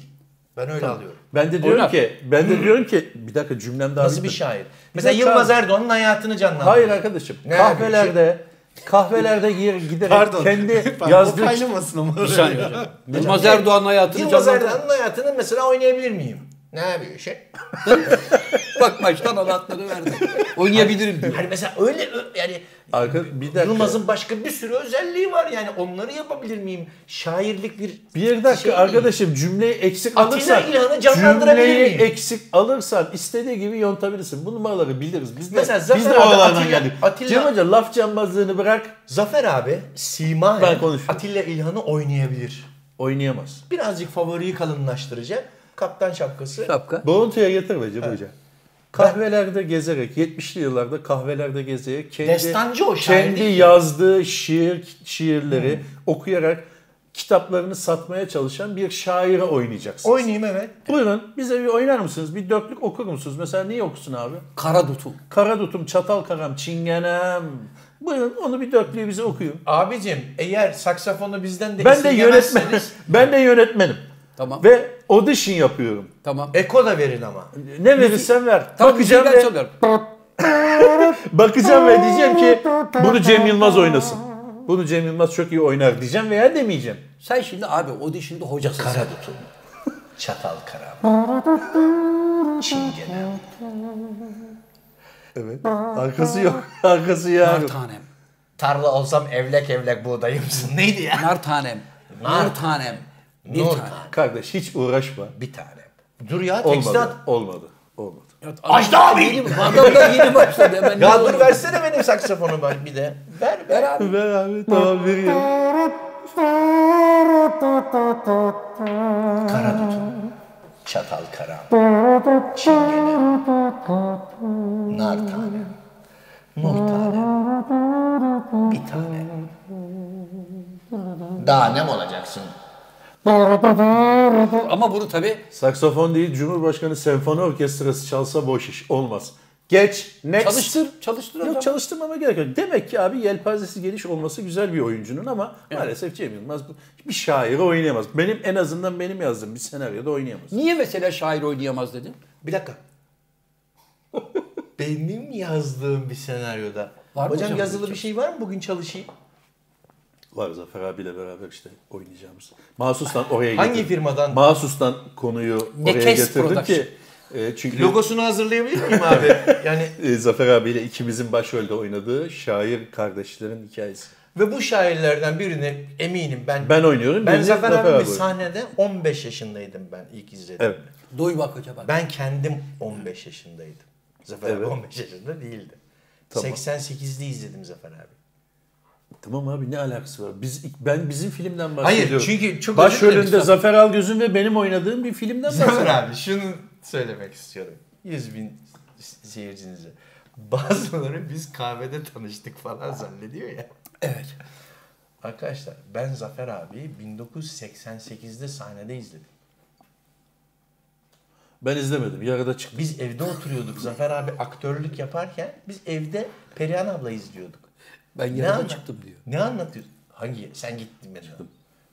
Speaker 3: Ben öyle
Speaker 2: Tamam.
Speaker 3: alıyorum.
Speaker 2: Ben de diyorum ki ben de diyorum ki bir dakika cümlem daha
Speaker 3: Nasıl bir
Speaker 2: bitmedi.
Speaker 3: şair?
Speaker 2: Bir
Speaker 3: Mesela
Speaker 2: dakika.
Speaker 3: Yılmaz Erdoğan'ın hayatını canlandırıyor.
Speaker 2: Hayır arkadaşım.
Speaker 3: Ne
Speaker 2: kahvelerde kahvelerde yer giderek
Speaker 3: Pardon.
Speaker 2: kendi
Speaker 3: Pardon,
Speaker 2: yazdığı
Speaker 3: o kaynamasın ama.
Speaker 2: Bir saniye hocam.
Speaker 3: Yılmaz
Speaker 5: Erdoğan'ın hayatını
Speaker 3: Yılmaz
Speaker 5: canlandır-
Speaker 3: Erdoğan'ın hayatını mesela oynayabilir miyim? Ne yapıyor şey?
Speaker 5: Bak maçtan anahtarı verdi. Oynayabilirim diyor.
Speaker 3: Hani mesela öyle ö- yani
Speaker 2: Arka, bir dakika.
Speaker 3: Yılmaz'ın başka bir sürü özelliği var yani onları yapabilir miyim? Şairlik bir
Speaker 2: Bir dakika
Speaker 3: şey
Speaker 2: arkadaşım cümleyi eksik
Speaker 3: Atilla
Speaker 2: alırsan
Speaker 3: İlhan'ı canlandırabilir
Speaker 2: cümleyi
Speaker 3: miyim?
Speaker 2: eksik alırsan istediği gibi yontabilirsin. Bu numaraları biliriz. Biz de,
Speaker 3: Mesela Zafer
Speaker 2: biz de
Speaker 3: abi,
Speaker 2: oralardan
Speaker 3: Atilla-
Speaker 2: geldik.
Speaker 3: Atilla-
Speaker 2: Cem Hoca laf cambazlığını bırak.
Speaker 3: Zafer abi Sima
Speaker 2: Ben konuşuyorum.
Speaker 3: Atilla İlhan'ı oynayabilir.
Speaker 2: Oynayamaz.
Speaker 3: Birazcık favoriyi kalınlaştıracak. Kaptan şapkası.
Speaker 2: Boğuntuya getirme Cem Hoca. Kahvelerde gezerek, 70'li yıllarda kahvelerde gezerek kendi,
Speaker 3: Destancı o, Hmm. şair
Speaker 2: kendi
Speaker 3: değil.
Speaker 2: yazdığı şiir şiirleri okuyarak kitaplarını satmaya çalışan bir şaire oynayacaksınız.
Speaker 3: Oynayayım evet.
Speaker 2: Buyurun bize bir oynar mısınız? Bir dörtlük okur musunuz? Mesela niye okusun abi?
Speaker 5: Karadutum.
Speaker 2: Karadutum, çatal karam, çingenem. Buyurun onu bir dörtlüğü bize okuyun.
Speaker 3: Abicim eğer saksafonu bizden de
Speaker 2: Ben de yönetmen,
Speaker 3: esirgemezseniz-
Speaker 2: ben de yönetmenim.
Speaker 5: Tamam.
Speaker 2: Ve audition yapıyorum.
Speaker 5: Tamam.
Speaker 3: Eko da verin ama.
Speaker 2: Ne verirsen ver.
Speaker 5: Tamam,
Speaker 2: Bakacağım
Speaker 5: müziği ben
Speaker 2: ve bakacağım ve diyeceğim ki bunu Cem Yılmaz oynasın. Bunu Cem Yılmaz çok iyi oynar diyeceğim veya demeyeceğim.
Speaker 5: Sen şimdi abi o dişinde hocasın. Kara
Speaker 3: tutun. Çatal kara.
Speaker 13: Çingene.
Speaker 2: Evet. Arkası yok. Arkası ya.
Speaker 5: Nar tanem.
Speaker 3: Tarla olsam evlek evlek buğdayımsın. Neydi ya?
Speaker 5: Nar tanem. Nar tanem. Bir
Speaker 3: Nur
Speaker 5: tane.
Speaker 2: Kardeş hiç uğraşma.
Speaker 3: Bir tane. Dur ya tekste at.
Speaker 2: Olmadı. Olmadı. Olmadı.
Speaker 3: Ajda abi!
Speaker 5: Yeni- Adam da yeni başladı hemen. ne
Speaker 3: Ya
Speaker 5: olur.
Speaker 3: dur versene benim saksafonu bak bir de. Ver ver abi.
Speaker 2: Ver abi tamam veriyorum.
Speaker 3: Kara tutun. Çatal kara. Nar tanem. Nur tanem. Bir tane. Danem olacaksın.
Speaker 5: Ama bunu tabii
Speaker 2: Saksafon değil Cumhurbaşkanı Senfoni Orkestrası çalsa boş iş. Olmaz. Geç. Next.
Speaker 5: çalıştır. Çalıştır hocam.
Speaker 2: Yok çalıştırmama gerek yok. Demek ki abi yelpazesi geniş olması güzel bir oyuncunun ama maalesef Cem Yılmaz bu- bir şairi oynayamaz. Benim en azından benim yazdığım bir senaryoda oynayamaz.
Speaker 5: Niye mesela şair oynayamaz dedin?
Speaker 3: Bir dakika. Benim yazdığım bir senaryoda.
Speaker 5: Var mı
Speaker 3: hocam,
Speaker 5: hocam?
Speaker 3: yazılı bir şey var mı bugün çalışayım?
Speaker 2: Var Zafer abiyle beraber işte oynayacağımız. Mahsustan oraya
Speaker 3: Hangi
Speaker 2: getirdim.
Speaker 3: firmadan?
Speaker 2: Mahsustan konuyu oraya
Speaker 3: Nekes
Speaker 2: getirdim
Speaker 3: Production.
Speaker 2: ki. e, çünkü
Speaker 3: Logosunu hazırlayabilir miyim abi? Yani
Speaker 2: e, Zafer abiyle ikimizin başrolde oynadığı şair kardeşlerin hikayesi.
Speaker 3: ve bu şairlerden birini eminim ben.
Speaker 2: Ben oynuyorum,
Speaker 3: Ben
Speaker 2: birini
Speaker 3: Zafer
Speaker 2: Zafer
Speaker 3: abi bir
Speaker 2: abi oynuyor.
Speaker 3: sahnede 15 yaşındaydım ben ilk izlediğimde.
Speaker 2: Evet.
Speaker 5: Duy bak hoca bak.
Speaker 3: Ben kendim 15 yaşındaydım. Zafer abi
Speaker 2: Evet.
Speaker 3: 15 yaşında değildi.
Speaker 2: Tamam.
Speaker 3: 88'de izledim Zafer abi.
Speaker 2: Tamam abi ne alakası var? Biz ben bizim filmden
Speaker 3: Hayır,
Speaker 2: bahsediyorum.
Speaker 3: çünkü çok özür dilerim
Speaker 2: başrolünde
Speaker 3: Mustafa.
Speaker 2: Zafer Algöz'ün ve benim oynadığım bir filmden
Speaker 3: Zafer
Speaker 2: bahsediyorum.
Speaker 3: abi şunu söylemek istiyorum. 100 bin s- seyircinize. Bazıları biz kahvede tanıştık falan zannediyor ya.
Speaker 5: Evet.
Speaker 3: Arkadaşlar ben Zafer abi 1988'de sahnede izledim.
Speaker 2: Ben izlemedim. Yarıda çıktı.
Speaker 3: Biz evde oturuyorduk. Zafer abi aktörlük yaparken biz evde Perihan abla izliyorduk.
Speaker 5: Ben
Speaker 3: Ne
Speaker 5: yarıda
Speaker 3: anla-
Speaker 5: çıktım diyor.
Speaker 3: Ne anlatıyorsun? Hangi? Sen gittin mesela.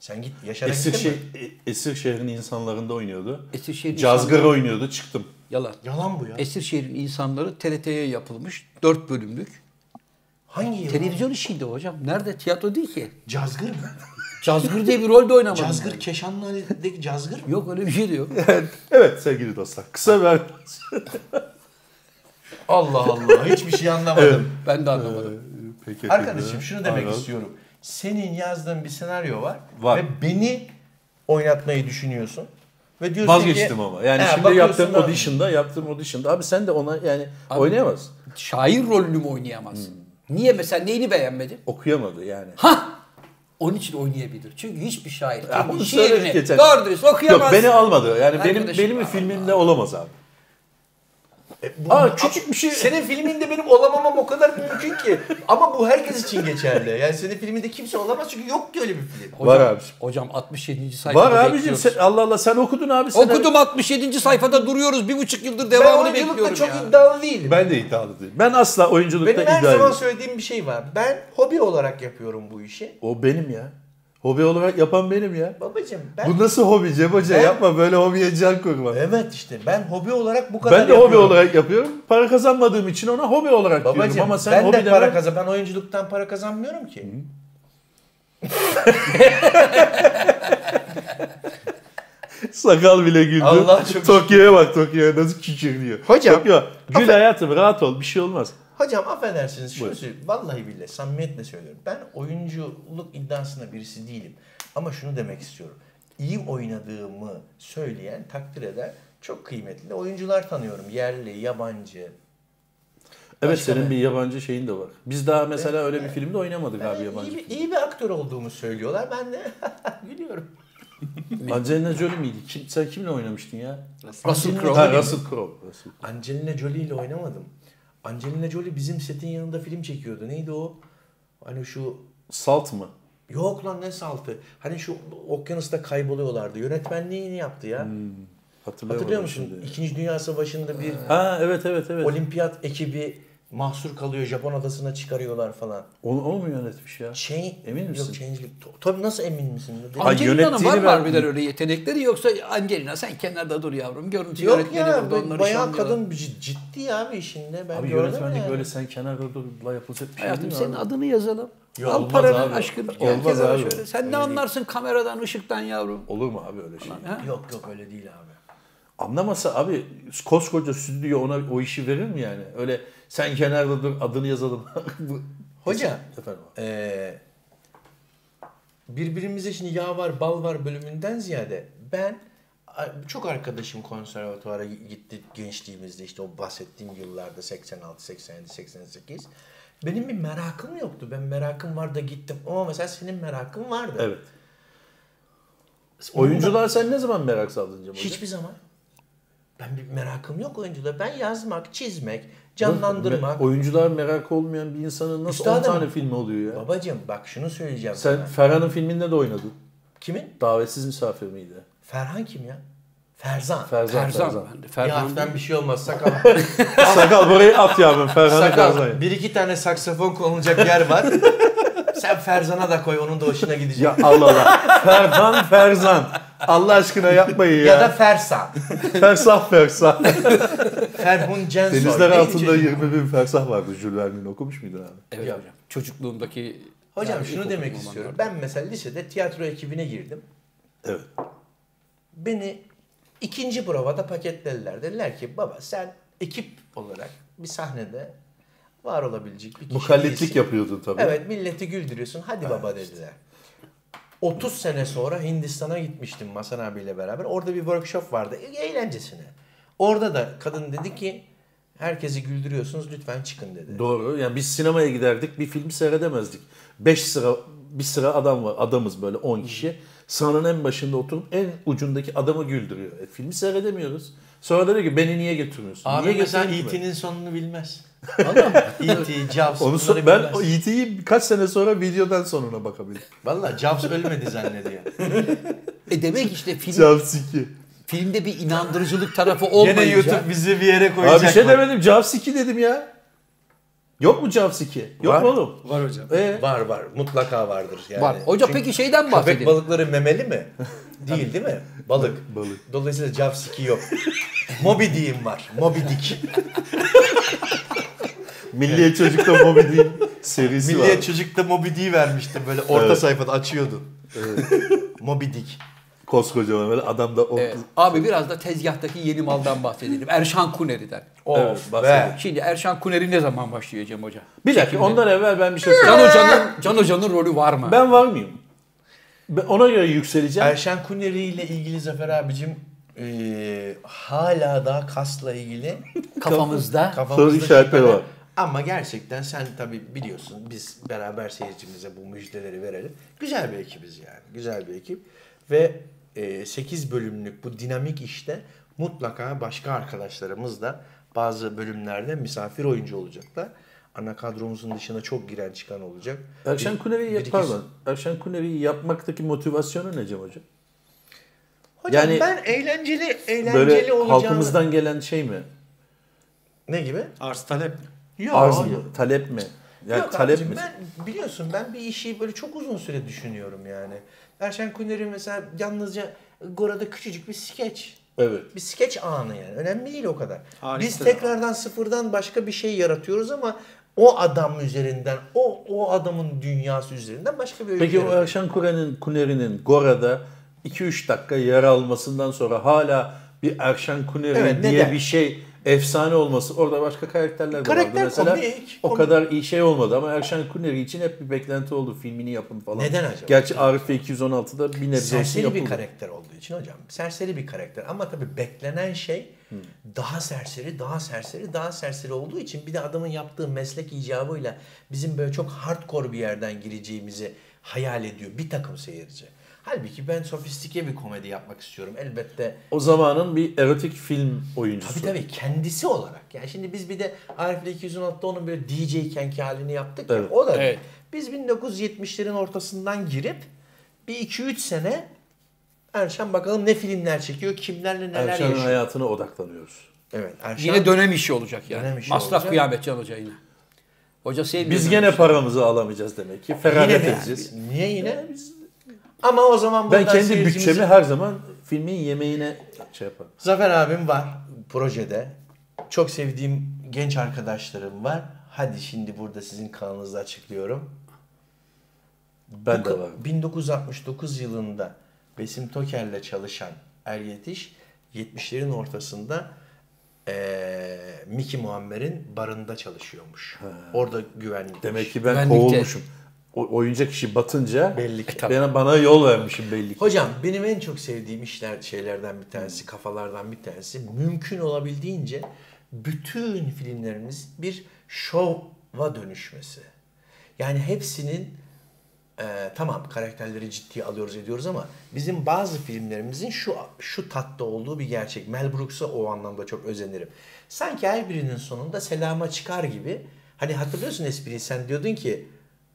Speaker 3: Sen git. Yaşar'a
Speaker 2: Esir,
Speaker 3: gittin
Speaker 2: şey,
Speaker 3: mi?
Speaker 2: Esirşehir'in insanlarında oynuyordu.
Speaker 5: Esirşehir'in
Speaker 2: Cazgır
Speaker 5: insanları-
Speaker 2: oynuyordu. Çıktım.
Speaker 5: Yalan.
Speaker 3: Yalan bu ya.
Speaker 5: Esirşehir'in insanları TRT'ye yapılmış. Dört bölümlük.
Speaker 3: Hangi yalan?
Speaker 5: Televizyon işiydi hocam. Nerede? Tiyatro değil ki.
Speaker 3: Cazgır mı?
Speaker 5: Cazgır diye bir rolde oynamadım.
Speaker 3: Cazgır Keşan'ın halindeki Cazgır mı?
Speaker 5: Yok öyle bir şey diyor.
Speaker 2: Evet sevgili dostlar. Kısa bir
Speaker 3: Allah Allah. Hiçbir şey anlamadım.
Speaker 5: Ben de anlamadım.
Speaker 2: Peki,
Speaker 3: Arkadaşım şunu demek
Speaker 2: Ee, Aynen.
Speaker 3: istiyorum. Senin yazdığın bir senaryo var,
Speaker 2: Var.
Speaker 3: ve beni oynatmayı düşünüyorsun. Ve diyorsun
Speaker 2: Vazgeçtim
Speaker 3: ki,
Speaker 2: ama. Yani
Speaker 3: "He,
Speaker 2: şimdi yaptığım
Speaker 3: bakıyorsun da-
Speaker 2: audition'da, yaptığım audition'da. Abi sen de ona yani
Speaker 5: Abi-
Speaker 2: oynayamaz.
Speaker 5: Şair rolünü mü oynayamaz?
Speaker 3: Hmm.
Speaker 5: Niye mesela neyini beğenmedin?
Speaker 2: Okuyamadı yani.
Speaker 5: Ha! Onun için oynayabilir. Çünkü hiçbir şair
Speaker 2: Ya
Speaker 5: kendi
Speaker 2: onu
Speaker 5: şiirini
Speaker 2: söyledik geçen.
Speaker 5: doğru dürüst okuyamaz.
Speaker 2: Yok beni almadı. Yani benim
Speaker 5: Arkadaşım,
Speaker 2: benim
Speaker 5: Allah
Speaker 2: filmimde olamaz abi.
Speaker 3: Aa, küçük bir şey. Senin filminde benim olamamam o kadar mümkün ki. Ama bu herkes için geçerli. Yani senin filminde kimse olamaz çünkü yok ki öyle bir film.
Speaker 5: Hocam,
Speaker 2: Var abiciğim.
Speaker 5: Hocam 67. sayfada
Speaker 2: Var abicim
Speaker 5: bekliyoruz.
Speaker 2: sen, Allah Allah sen okudun abi. Sen
Speaker 5: Okudum 67. sayfada duruyoruz. Bir buçuk yıldır
Speaker 3: Ben
Speaker 5: devamını
Speaker 3: oyunculukta
Speaker 5: bekliyorum
Speaker 3: çok
Speaker 5: ya.
Speaker 3: iddialı değilim.
Speaker 2: Ben de iddialı değilim. Ben asla oyunculukta
Speaker 3: Benim her
Speaker 2: iddialı
Speaker 3: zaman
Speaker 2: değilim.
Speaker 3: söylediğim bir şey var. Ben hobi olarak yapıyorum bu işi.
Speaker 2: O benim ya. Hobi olarak yapan benim ya.
Speaker 3: Babacım ben...
Speaker 2: Bu nasıl hobi Cem Hoca?
Speaker 3: Ben-
Speaker 2: Yapma böyle hobiye can koyma.
Speaker 3: Evet işte ben hobi olarak bu kadar
Speaker 2: Ben de hobi
Speaker 3: yapıyorum.
Speaker 2: olarak yapıyorum. Para kazanmadığım için ona hobi olarak
Speaker 3: Babacım
Speaker 2: diyorum ama sen
Speaker 3: ben
Speaker 2: hobi
Speaker 3: de para
Speaker 2: demem.
Speaker 3: kazan. Ben oyunculuktan para kazanmıyorum ki.
Speaker 2: Sakal bile güldü.
Speaker 3: Allah çok-
Speaker 2: Tokyo'ya bak Tokyo'ya nasıl kikirliyor.
Speaker 3: Hocam-
Speaker 2: Tokyo, gül hayatım rahat ol bir şey olmaz.
Speaker 3: Hocam affedersiniz şunu söyleyeyim. Vallahi billahi samimiyetle söylüyorum. Ben oyunculuk iddiasında birisi değilim. Ama şunu demek istiyorum. İyi oynadığımı söyleyen, takdir eden çok kıymetli oyuncular tanıyorum. Yerli, yabancı.
Speaker 2: Evet
Speaker 3: Başka
Speaker 2: senin
Speaker 3: ne?
Speaker 2: bir yabancı şeyin de var. Biz daha mesela öyle bir filmde oynamadık abi yabancı.
Speaker 3: İyi bir, iyi bir aktör olduğumu söylüyorlar. Ben de gülüyorum.
Speaker 2: Angelina Jolie miydi? Kim, sen kimle oynamıştın ya?
Speaker 3: Russell Crowe.
Speaker 2: Ha, Russell Crowe. Russell
Speaker 3: Angelina Jolie ile oynamadım. Angelina Jolie bizim setin yanında film çekiyordu. Neydi o? Hani şu...
Speaker 2: Salt mı?
Speaker 3: Yok lan ne saltı? Hani şu okyanusta kayboluyorlardı. Yönetmenliğini yaptı ya.
Speaker 2: Hatırlayamadım
Speaker 3: Hatırlıyor musun?
Speaker 2: Hmm, şimdi.
Speaker 3: İkinci Dünya Savaşı'nda bir
Speaker 2: Ha evet evet evet.
Speaker 3: olimpiyat ekibi mahsur kalıyor. Japon adasına çıkarıyorlar falan.
Speaker 2: Onu, onu mu yönetmiş ya?
Speaker 3: Change,
Speaker 2: Emin misin?
Speaker 3: Yok Change'lik. To- Tabii nasıl emin misin?
Speaker 5: Angelina'nın var mı harbiden öyle yetenekleri yoksa Angelina sen kenarda dur yavrum. Görüntü
Speaker 3: Yok
Speaker 5: yönetmeni
Speaker 3: ya
Speaker 5: burada onları şu
Speaker 3: bayağı
Speaker 5: an diyor.
Speaker 3: kadın cid- ciddi abi işinde. Ben
Speaker 2: Abi
Speaker 3: gördüm
Speaker 2: yönetmenlik
Speaker 3: yani.
Speaker 2: böyle sen kenarda durla yapılacak bir şey
Speaker 5: Hayatım
Speaker 2: değil mi
Speaker 5: senin
Speaker 2: abi?
Speaker 5: adını yazalım.
Speaker 2: Ya
Speaker 5: Al
Speaker 2: olmaz
Speaker 5: paranı
Speaker 2: abi.
Speaker 5: aşkını.
Speaker 2: Olmaz
Speaker 5: Olmaz kenara
Speaker 2: abi.
Speaker 5: Şöyle. Sen
Speaker 2: Öyle
Speaker 5: ne
Speaker 2: değil.
Speaker 5: anlarsın kameradan, ışıktan yavrum?
Speaker 2: Olur mu abi öyle şey?
Speaker 5: Ha?
Speaker 3: Yok yok öyle değil abi.
Speaker 2: Anlamasa abi koskoca stüdyo ona o işi verir mi yani? Öyle sen kenarda dur adını yazalım. Bu-
Speaker 3: Hoca,
Speaker 2: Efendim.
Speaker 3: eee, Ee, birbirimize şimdi yağ var bal var bölümünden ziyade ben a- çok arkadaşım konservatuvara gi- gitti gençliğimizde işte o bahsettiğim yıllarda 86, 87, 88. Benim bir merakım yoktu. Ben merakım var da gittim. Ama mesela senin merakın vardı.
Speaker 2: Evet. Oyuncular sen ne zaman merak saldın Cem Hoca?
Speaker 3: Hiçbir zaman. Ben bir merakım yok oyunculuğa. Ben yazmak, çizmek, canlandırmak.
Speaker 2: Me- Oyuncular merak olmayan bir insanın nasıl 10
Speaker 3: Üstadım.
Speaker 2: tane filmi oluyor ya?
Speaker 3: Babacım bak şunu söyleyeceğim
Speaker 2: Sen
Speaker 3: sana.
Speaker 2: Ferhan'ın filminde de oynadın.
Speaker 3: Kimin?
Speaker 2: Davetsiz misafir miydi?
Speaker 3: Ferhan kim ya? Ferzan.
Speaker 2: Ferzan, Ferzan. Ferzan.
Speaker 5: ben de.
Speaker 3: Ferhan.
Speaker 5: Ferhan
Speaker 3: Ya hafiften bir şey olmaz. Sakal.
Speaker 2: Sakal burayı at ya ben Ferhan'a Ferzan'ı.
Speaker 3: Sakal. Bir iki tane saksafon konulacak yer var. Sen Ferzan'a da koy onun da hoşuna gidecek.
Speaker 2: Ya Allah Allah. Ferhan Ferzan. Allah aşkına yapmayın ya.
Speaker 3: Ya da Fersan.
Speaker 2: Fersah Fersah.
Speaker 3: Ferhun Censoy.
Speaker 2: Denizler
Speaker 3: Neydi
Speaker 2: altında
Speaker 3: çocuk?
Speaker 2: 20 bin fersah vardı Jules Verne'in okumuş muydun abi?
Speaker 5: Evet hocam. Çocukluğumdaki...
Speaker 3: Hocam
Speaker 5: yani
Speaker 3: şunu
Speaker 5: ilkokul
Speaker 3: demek
Speaker 5: zamanlarda.
Speaker 3: istiyorum. Ben mesela lisede tiyatro ekibine girdim.
Speaker 2: Evet.
Speaker 3: Beni ikinci provada paketlediler. Dediler ki baba sen ekip olarak bir sahnede var olabilecek bir kişi
Speaker 2: Mukallitlik
Speaker 3: değilsin."
Speaker 2: yapıyordun tabii.
Speaker 3: Evet milleti güldürüyorsun. Hadi baba dediler. 30 sene sonra Hindistan'a gitmiştim Masan abiyle beraber. Orada bir workshop vardı. E- Eğlencesine. Orada da kadın dedi ki herkesi güldürüyorsunuz lütfen çıkın dedi.
Speaker 2: Doğru. Yani biz sinemaya giderdik bir filmi seyredemezdik. 5 sıra bir sıra adam var. Adamız böyle 10 kişi. Sıranın en başında oturup en ucundaki adamı güldürüyor. E, filmi seyredemiyoruz. Sonra da diyor ki beni niye götürmüyorsun?
Speaker 3: Abi
Speaker 2: niye
Speaker 3: mesela
Speaker 2: götürmedin ki beni?
Speaker 3: E.T.'nin sonunu bilmez. Anladın mı? E.T., Jaws
Speaker 2: Onu so-
Speaker 3: bunları
Speaker 2: ben
Speaker 3: bilmez.
Speaker 2: o E.T.'yi birkaç sene sonra videodan sonuna bakabilirim.
Speaker 3: Valla Jaws ölmedi zannediyor.
Speaker 5: E demek işte film,
Speaker 2: Jaws 2.
Speaker 5: filmde bir inandırıcılık tarafı olmayınca...
Speaker 3: bizi bir yere
Speaker 2: Abi bir şey demedim. Jaws 2 dedim ya. Yok mu Jaws 2? Yok
Speaker 3: Var.
Speaker 2: mu oğlum?
Speaker 17: Var hocam.
Speaker 2: E,
Speaker 3: Var var mutlaka vardır yani.
Speaker 5: Var. Hoca
Speaker 3: Çünkü
Speaker 5: peki şeyden
Speaker 3: Köpek
Speaker 5: bahsedin.
Speaker 3: balıkları memeli mi? Değil değil mi? Balık. Balık. Dolayısıyla Javsiki yok. Moby Dick'im var. Moby Dick.
Speaker 2: Milliyet Çocuk'ta Moby Dick serisi var.
Speaker 3: Milliyet çocukta Moby Dick'i vermişti böyle orta
Speaker 2: Evet.
Speaker 3: sayfada açıyordu. Moby Dick.
Speaker 2: Koskocaman böyle adam da o...
Speaker 5: Evet. E, Abi biraz da tezgahtaki yeni maldan bahsedelim. Erşan Kuneri'den.
Speaker 3: Of
Speaker 2: Evet, bahsedelim.
Speaker 3: Oh, be.
Speaker 5: Şimdi Erşan Kuneri ne zaman başlıyor Cem Hoca?
Speaker 2: Bir dakika
Speaker 5: Çekimde.
Speaker 2: ondan evvel ben bir şey söyleyeyim.
Speaker 5: Can Hoca'nın, Can Hoca'nın rolü var mı?
Speaker 2: Ben var mıyım? Ben ona göre yükseleceğim.
Speaker 3: Erşen Kuneri ile ilgili Zafer abicim eee, hala daha kasla ilgili
Speaker 5: Kafamızda.
Speaker 3: kafamızda
Speaker 2: Soru işaretleri
Speaker 3: şüpheler.
Speaker 2: var.
Speaker 3: Ama gerçekten sen tabii biliyorsun biz beraber seyircimize bu müjdeleri verelim. Güzel bir ekibiz yani. Güzel bir ekip. Ve 8 bölümlük bu dinamik işte mutlaka başka arkadaşlarımız da bazı bölümlerde misafir oyuncu olacaklar. Ana kadromuzun dışına çok giren çıkan olacak.
Speaker 2: Erşen
Speaker 3: Bir-
Speaker 2: Kuneri'yi
Speaker 3: bir
Speaker 2: yap,
Speaker 3: iki-
Speaker 2: pardon. Erşen Kuneri'yi yapmaktaki motivasyonu ne Cem Hoca?
Speaker 3: Hocam
Speaker 2: Yani
Speaker 3: ben eğlenceli eğlenceli
Speaker 2: Böyle
Speaker 3: olacağını...
Speaker 2: halkımızdan gelen şey mi?
Speaker 3: Ne gibi?
Speaker 17: Arz talep.
Speaker 3: Yok.
Speaker 2: Arz mı? Talep mi? Yani
Speaker 3: Yok
Speaker 2: talep
Speaker 3: abicim,
Speaker 2: mi?
Speaker 3: ben biliyorsun ben bir işi böyle çok uzun süre düşünüyorum yani. Erşen Kuner'in mesela yalnızca Gora'da küçücük bir skeç.
Speaker 2: Evet.
Speaker 3: Bir skeç anı yani. Önemli değil o kadar.
Speaker 2: Harika.
Speaker 3: Biz tekrardan sıfırdan başka bir şey yaratıyoruz ama o adam üzerinden, o o adamın dünyası üzerinden başka bir öykü
Speaker 2: Peki o
Speaker 3: yaratıyoruz.
Speaker 2: Erşen Kuner'in, Kuner'in Gora'da 2-3 dakika yer almasından sonra hala bir Erşen Kuner'in
Speaker 3: Evet,
Speaker 2: diye
Speaker 3: neden?
Speaker 2: bir şey efsane olması. Orada başka karakterler de
Speaker 3: Karakter
Speaker 2: vardı. Mesela
Speaker 3: komik,
Speaker 2: o
Speaker 3: komik.
Speaker 2: kadar iyi şey olmadı ama Erşen Kuneri için hep bir beklenti oldu. Filmini yapın falan.
Speaker 3: Neden acaba?
Speaker 2: Gerçi Arif 216'da bir nebze olsun
Speaker 3: Serseri
Speaker 2: yapıldı.
Speaker 3: bir karakter olduğu için hocam. Serseri bir karakter ama tabii beklenen şey daha serseri, daha serseri, daha serseri olduğu için bir de adamın yaptığı meslek icabıyla bizim böyle çok hardcore bir yerden gireceğimizi hayal ediyor bir takım seyirci. Halbuki ben sofistike bir komedi yapmak istiyorum. Elbette
Speaker 2: O zamanın bir erotik film oyuncusu.
Speaker 3: Tabii tabii kendisi olarak. Yani şimdi biz bir de Arif'le 216'da onun böyle DJ ikenki halini yaptık ya,
Speaker 2: Evet.
Speaker 3: O da değil.
Speaker 2: Evet.
Speaker 3: Biz 1970'lerin ortasından girip bir 2-3 sene Erşen bakalım ne filmler çekiyor, kimlerle neler
Speaker 2: Erşen'in
Speaker 3: yaşıyor.
Speaker 2: hayatına odaklanıyoruz.
Speaker 3: Evet.
Speaker 5: Yine dönem işi olacak yani.
Speaker 3: Dönem işi
Speaker 5: Masraf
Speaker 3: olacak.
Speaker 5: kıyametçi olacak yine. Hoca sevmiyor.
Speaker 2: Biz
Speaker 5: dönem
Speaker 2: gene
Speaker 5: işi.
Speaker 2: paramızı alamayacağız demek ki. Feragat
Speaker 5: Yine mi
Speaker 2: edeceğiz.
Speaker 3: Niye yine? Ama o zaman
Speaker 2: Ben
Speaker 3: buradan
Speaker 2: kendi
Speaker 3: seyircimizi-
Speaker 2: bütçemi her zaman filmin yemeğine şey yaparım.
Speaker 3: Zafer abim var projede. Çok sevdiğim genç arkadaşlarım var. Hadi şimdi burada sizin kanalınızı açıklıyorum.
Speaker 2: Ben de
Speaker 3: ka-
Speaker 2: varım.
Speaker 3: 1969 yılında Besim Toker'le çalışan Er Yetiş 70'lerin ortasında eee Miki Muammer'in barında çalışıyormuş. Orada güvenlik.
Speaker 2: Demek ki ben kovulmuşum. O, oyuncak işi batınca
Speaker 3: belli
Speaker 2: bana, bana yol vermişim belli ki.
Speaker 3: Hocam benim en çok sevdiğim işler şeylerden bir
Speaker 2: Hmm.
Speaker 3: tanesi, kafalardan bir tanesi mümkün olabildiğince bütün filmlerimiz bir şova dönüşmesi. Yani hepsinin e, tamam karakterleri ciddiye alıyoruz ediyoruz ama bizim bazı filmlerimizin şu şu tatta olduğu bir gerçek. Mel Brooks'a o anlamda çok özenirim. Sanki her birinin sonunda selama çıkar gibi. Hani hatırlıyorsun espriyi sen diyordun ki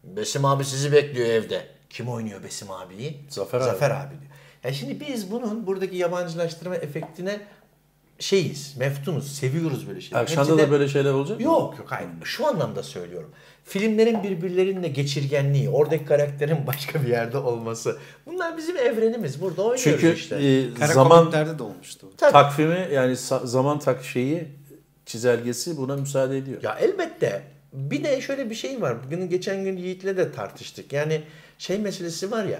Speaker 3: Besim abi sizi bekliyor evde. Kim oynuyor Besim abiyi?
Speaker 2: Zafer abi.
Speaker 3: Zafer abi diyor. Ya şimdi biz bunun buradaki yabancılaştırma efektine şeyiz, meftunuz, seviyoruz böyle şeyleri.
Speaker 2: Akşamda
Speaker 3: Hepsi de-
Speaker 2: da böyle şeyler olacak mı?
Speaker 3: Yok yok hayır. Şu anlamda söylüyorum. Filmlerin birbirlerine geçirgenliği, oradaki karakterin başka bir yerde olması. Bunlar bizim evrenimiz. Burada oynuyoruz
Speaker 2: Çünkü
Speaker 3: işte.
Speaker 2: e, zaman
Speaker 17: de olmuştu.
Speaker 3: Tabii.
Speaker 2: takvimi yani sa- zaman tak şeyi çizelgesi buna müsaade ediyor.
Speaker 3: Ya elbette. Bir de şöyle bir şey var. Bugün geçen gün Yiğit'le de tartıştık. Yani şey meselesi var ya.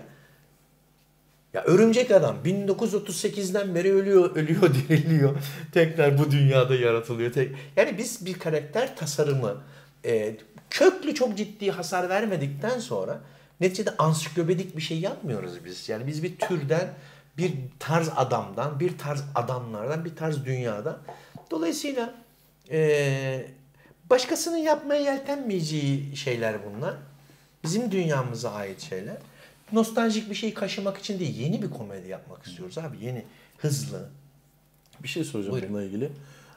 Speaker 3: Ya örümcek adam 1938'den beri ölüyor, ölüyor, diriliyor. Tekrar bu dünyada yaratılıyor. Tek, yani biz bir karakter tasarımı e, köklü çok ciddi hasar vermedikten sonra neticede ansiklopedik bir şey yapmıyoruz biz. Yani biz bir türden, bir tarz adamdan, bir tarz adamlardan, bir tarz dünyadan. Dolayısıyla e, başkasının yapmaya yeltenmeyeceği şeyler bunlar. Bizim dünyamıza ait şeyler. Nostaljik bir şeyi kaşımak için değil, yeni bir komedi yapmak istiyoruz abi. Yeni, hızlı.
Speaker 2: Bir şey soracağım bununla ilgili.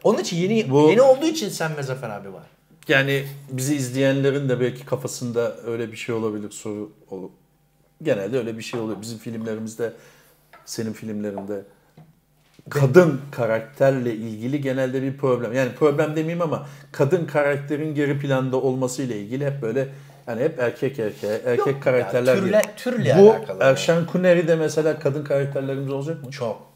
Speaker 3: Onun için yeni
Speaker 2: Bu-
Speaker 3: yeni olduğu için sen ve Zafer abi var.
Speaker 2: Yani bizi izleyenlerin de belki kafasında öyle bir şey olabilir soru ol- Genelde öyle bir şey oluyor. Bizim filmlerimizde, senin filmlerinde kadın karakterle ilgili genelde bir problem. Yani problem demeyeyim ama kadın karakterin geri planda olması ile ilgili hep böyle yani hep erkek erkeğe, erkek
Speaker 3: Yok,
Speaker 2: karakterler.
Speaker 3: yani türle-
Speaker 2: geliyor.
Speaker 3: türle
Speaker 2: Bu
Speaker 3: alakalı.
Speaker 2: Erşen Kuneri de mesela kadın karakterlerimiz olacak mı?
Speaker 3: Çok.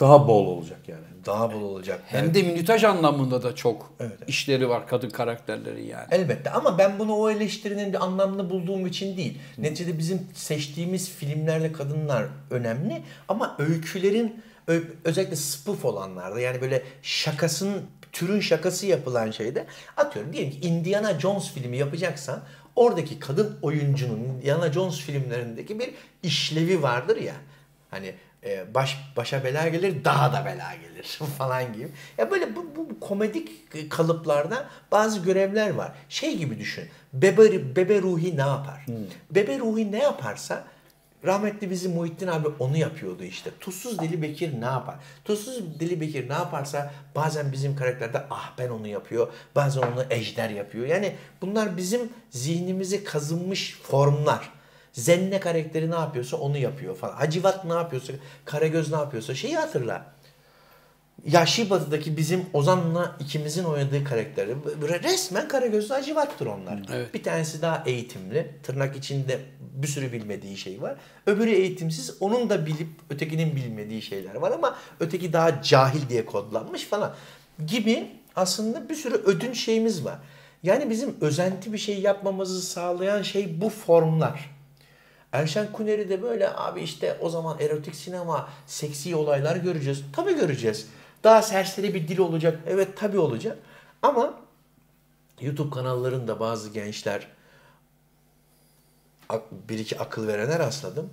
Speaker 2: Daha bol olacak yani.
Speaker 3: Daha bol olacak.
Speaker 5: Hem de minütaj anlamında da çok işleri var kadın karakterleri yani.
Speaker 3: Elbette ama ben bunu o eleştirinin de anlamlı bulduğum için değil. Neticede bizim seçtiğimiz filmlerle kadınlar önemli ama öykülerin ö- özellikle spoof olanlarda yani böyle şakasının türün şakası yapılan şeyde atıyorum diyelim ki Indiana Jones filmi yapacaksan oradaki kadın oyuncunun Indiana Jones filmlerindeki bir işlevi vardır ya. Hani e, baş başa bela gelir daha da bela gelir falan gibi. Ya böyle bu, bu komedik kalıplarda bazı görevler var. Şey gibi düşün. Bebe, bebe ruhi ne yapar? Bebe ruhi ne yaparsa rahmetli bizim Muhittin abi onu yapıyordu işte. Tuzsuz Deli Bekir ne yapar? Tuzsuz Deli Bekir ne yaparsa bazen bizim karakterde ah ben onu yapıyor. Bazen onu ejder yapıyor. Yani bunlar bizim zihnimize kazınmış formlar. Zenne karakteri ne yapıyorsa onu yapıyor falan. Hacivat ne yapıyorsa, Karagöz ne yapıyorsa şeyi hatırla. Yahşi Batı'daki bizim Ozan'la ikimizin oynadığı karakteri b- b- resmen Karagözlü Hacivat'tır onlar. Bir tanesi daha eğitimli. Tırnak içinde bir sürü bilmediği şey var. Öbürü eğitimsiz. Onun da bilip ötekinin bilmediği şeyler var ama öteki daha cahil diye kodlanmış falan gibi aslında bir sürü ödün şeyimiz var. Yani bizim özenti bir şey yapmamızı sağlayan şey bu formlar. Erşen Kuneri de böyle abi işte o zaman erotik sinema, seksi olaylar göreceğiz. Tabii göreceğiz. Daha serseri bir dil olacak. Evet tabii olacak. Ama YouTube kanallarında bazı gençler ak- bir iki akıl verene rastladım.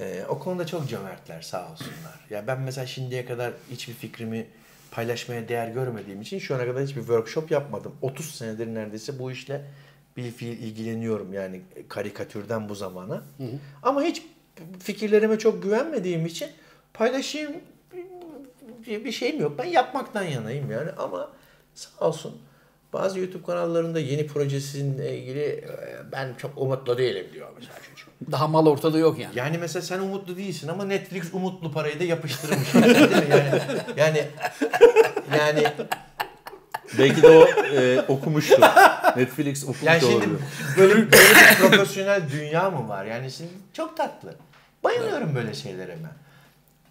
Speaker 3: Ee, o konuda çok cömertler sağ olsunlar. Ya ben mesela şimdiye kadar hiçbir fikrimi paylaşmaya değer görmediğim için şu ana kadar hiçbir workshop yapmadım. 30 senedir neredeyse bu işle bir fiil ilgileniyorum yani karikatürden bu zamana. Ama hiç fikirlerime çok güvenmediğim için paylaşayım bir bir şeyim yok. Ben yapmaktan yanayım yani ama sağ olsun bazı YouTube kanallarında yeni projesiyle ilgili e, ben çok umutlu değilim diyor mesela çocuk.
Speaker 5: Daha mal ortada yok yani.
Speaker 3: Yani mesela sen umutlu değilsin ama Netflix umutlu parayı da yapıştırmış. yani, değil mi? yani, yani, yani
Speaker 2: Belki de o e, okumuştu. Netflix okumuş
Speaker 3: yani şimdi
Speaker 2: olabilir.
Speaker 3: böyle, böyle bir profesyonel dünya mı var? Yani şimdi çok tatlı. Bayılıyorum böyle şeylere ben.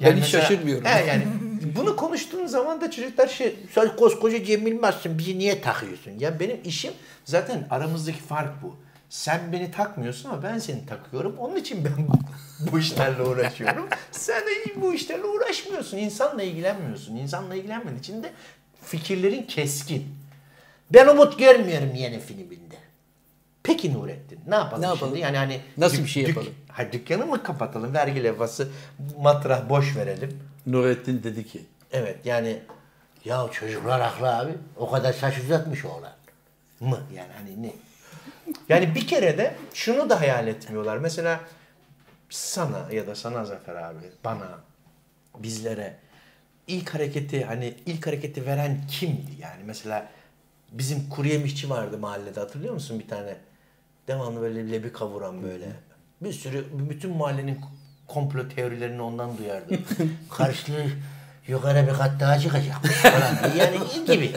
Speaker 5: Ben hiç şaşırmıyorum.
Speaker 3: He yani bunu konuştuğun zaman da çocuklar şey sen koskoca Cem Yılmaz'sın bizi niye takıyorsun? Ya benim işim zaten aramızdaki fark bu. Sen beni takmıyorsun ama ben seni takıyorum. Onun için ben bu- bu işlerle uğraşıyorum. Sen de bu işlerle uğraşmıyorsun. İnsanla ilgilenmiyorsun. İnsanla ilgilenmediğin için de fikirlerin keskin. Ben umut görmüyorum yeni filminde. Peki Nurettin ne yapalım,
Speaker 5: Ne yapalım?
Speaker 3: şimdi? Yani hani
Speaker 5: Nasıl
Speaker 3: dük-
Speaker 5: bir şey
Speaker 3: dük-
Speaker 5: yapalım?
Speaker 3: ha, dükkanı mı kapatalım? Vergi levhası, matrah boş verelim.
Speaker 2: Nurettin dedi ki.
Speaker 3: Evet yani ya çocuklar haklı abi. O kadar saç uzatmış oğlan. Mı yani hani ne? Yani bir kere de şunu da hayal etmiyorlar. Mesela sana ya da sana Zafer abi, bana, bizlere ilk hareketi hani ilk hareketi veren kimdi? Yani mesela bizim kuru yemişçi vardı mahallede hatırlıyor musun bir tane? Devamlı böyle lebi kavuran böyle. Bir sürü bütün mahallenin komplo teorilerini ondan duyardım. Karşılığı yukarı bir kat daha çıkacakmış falan. Yani gibi.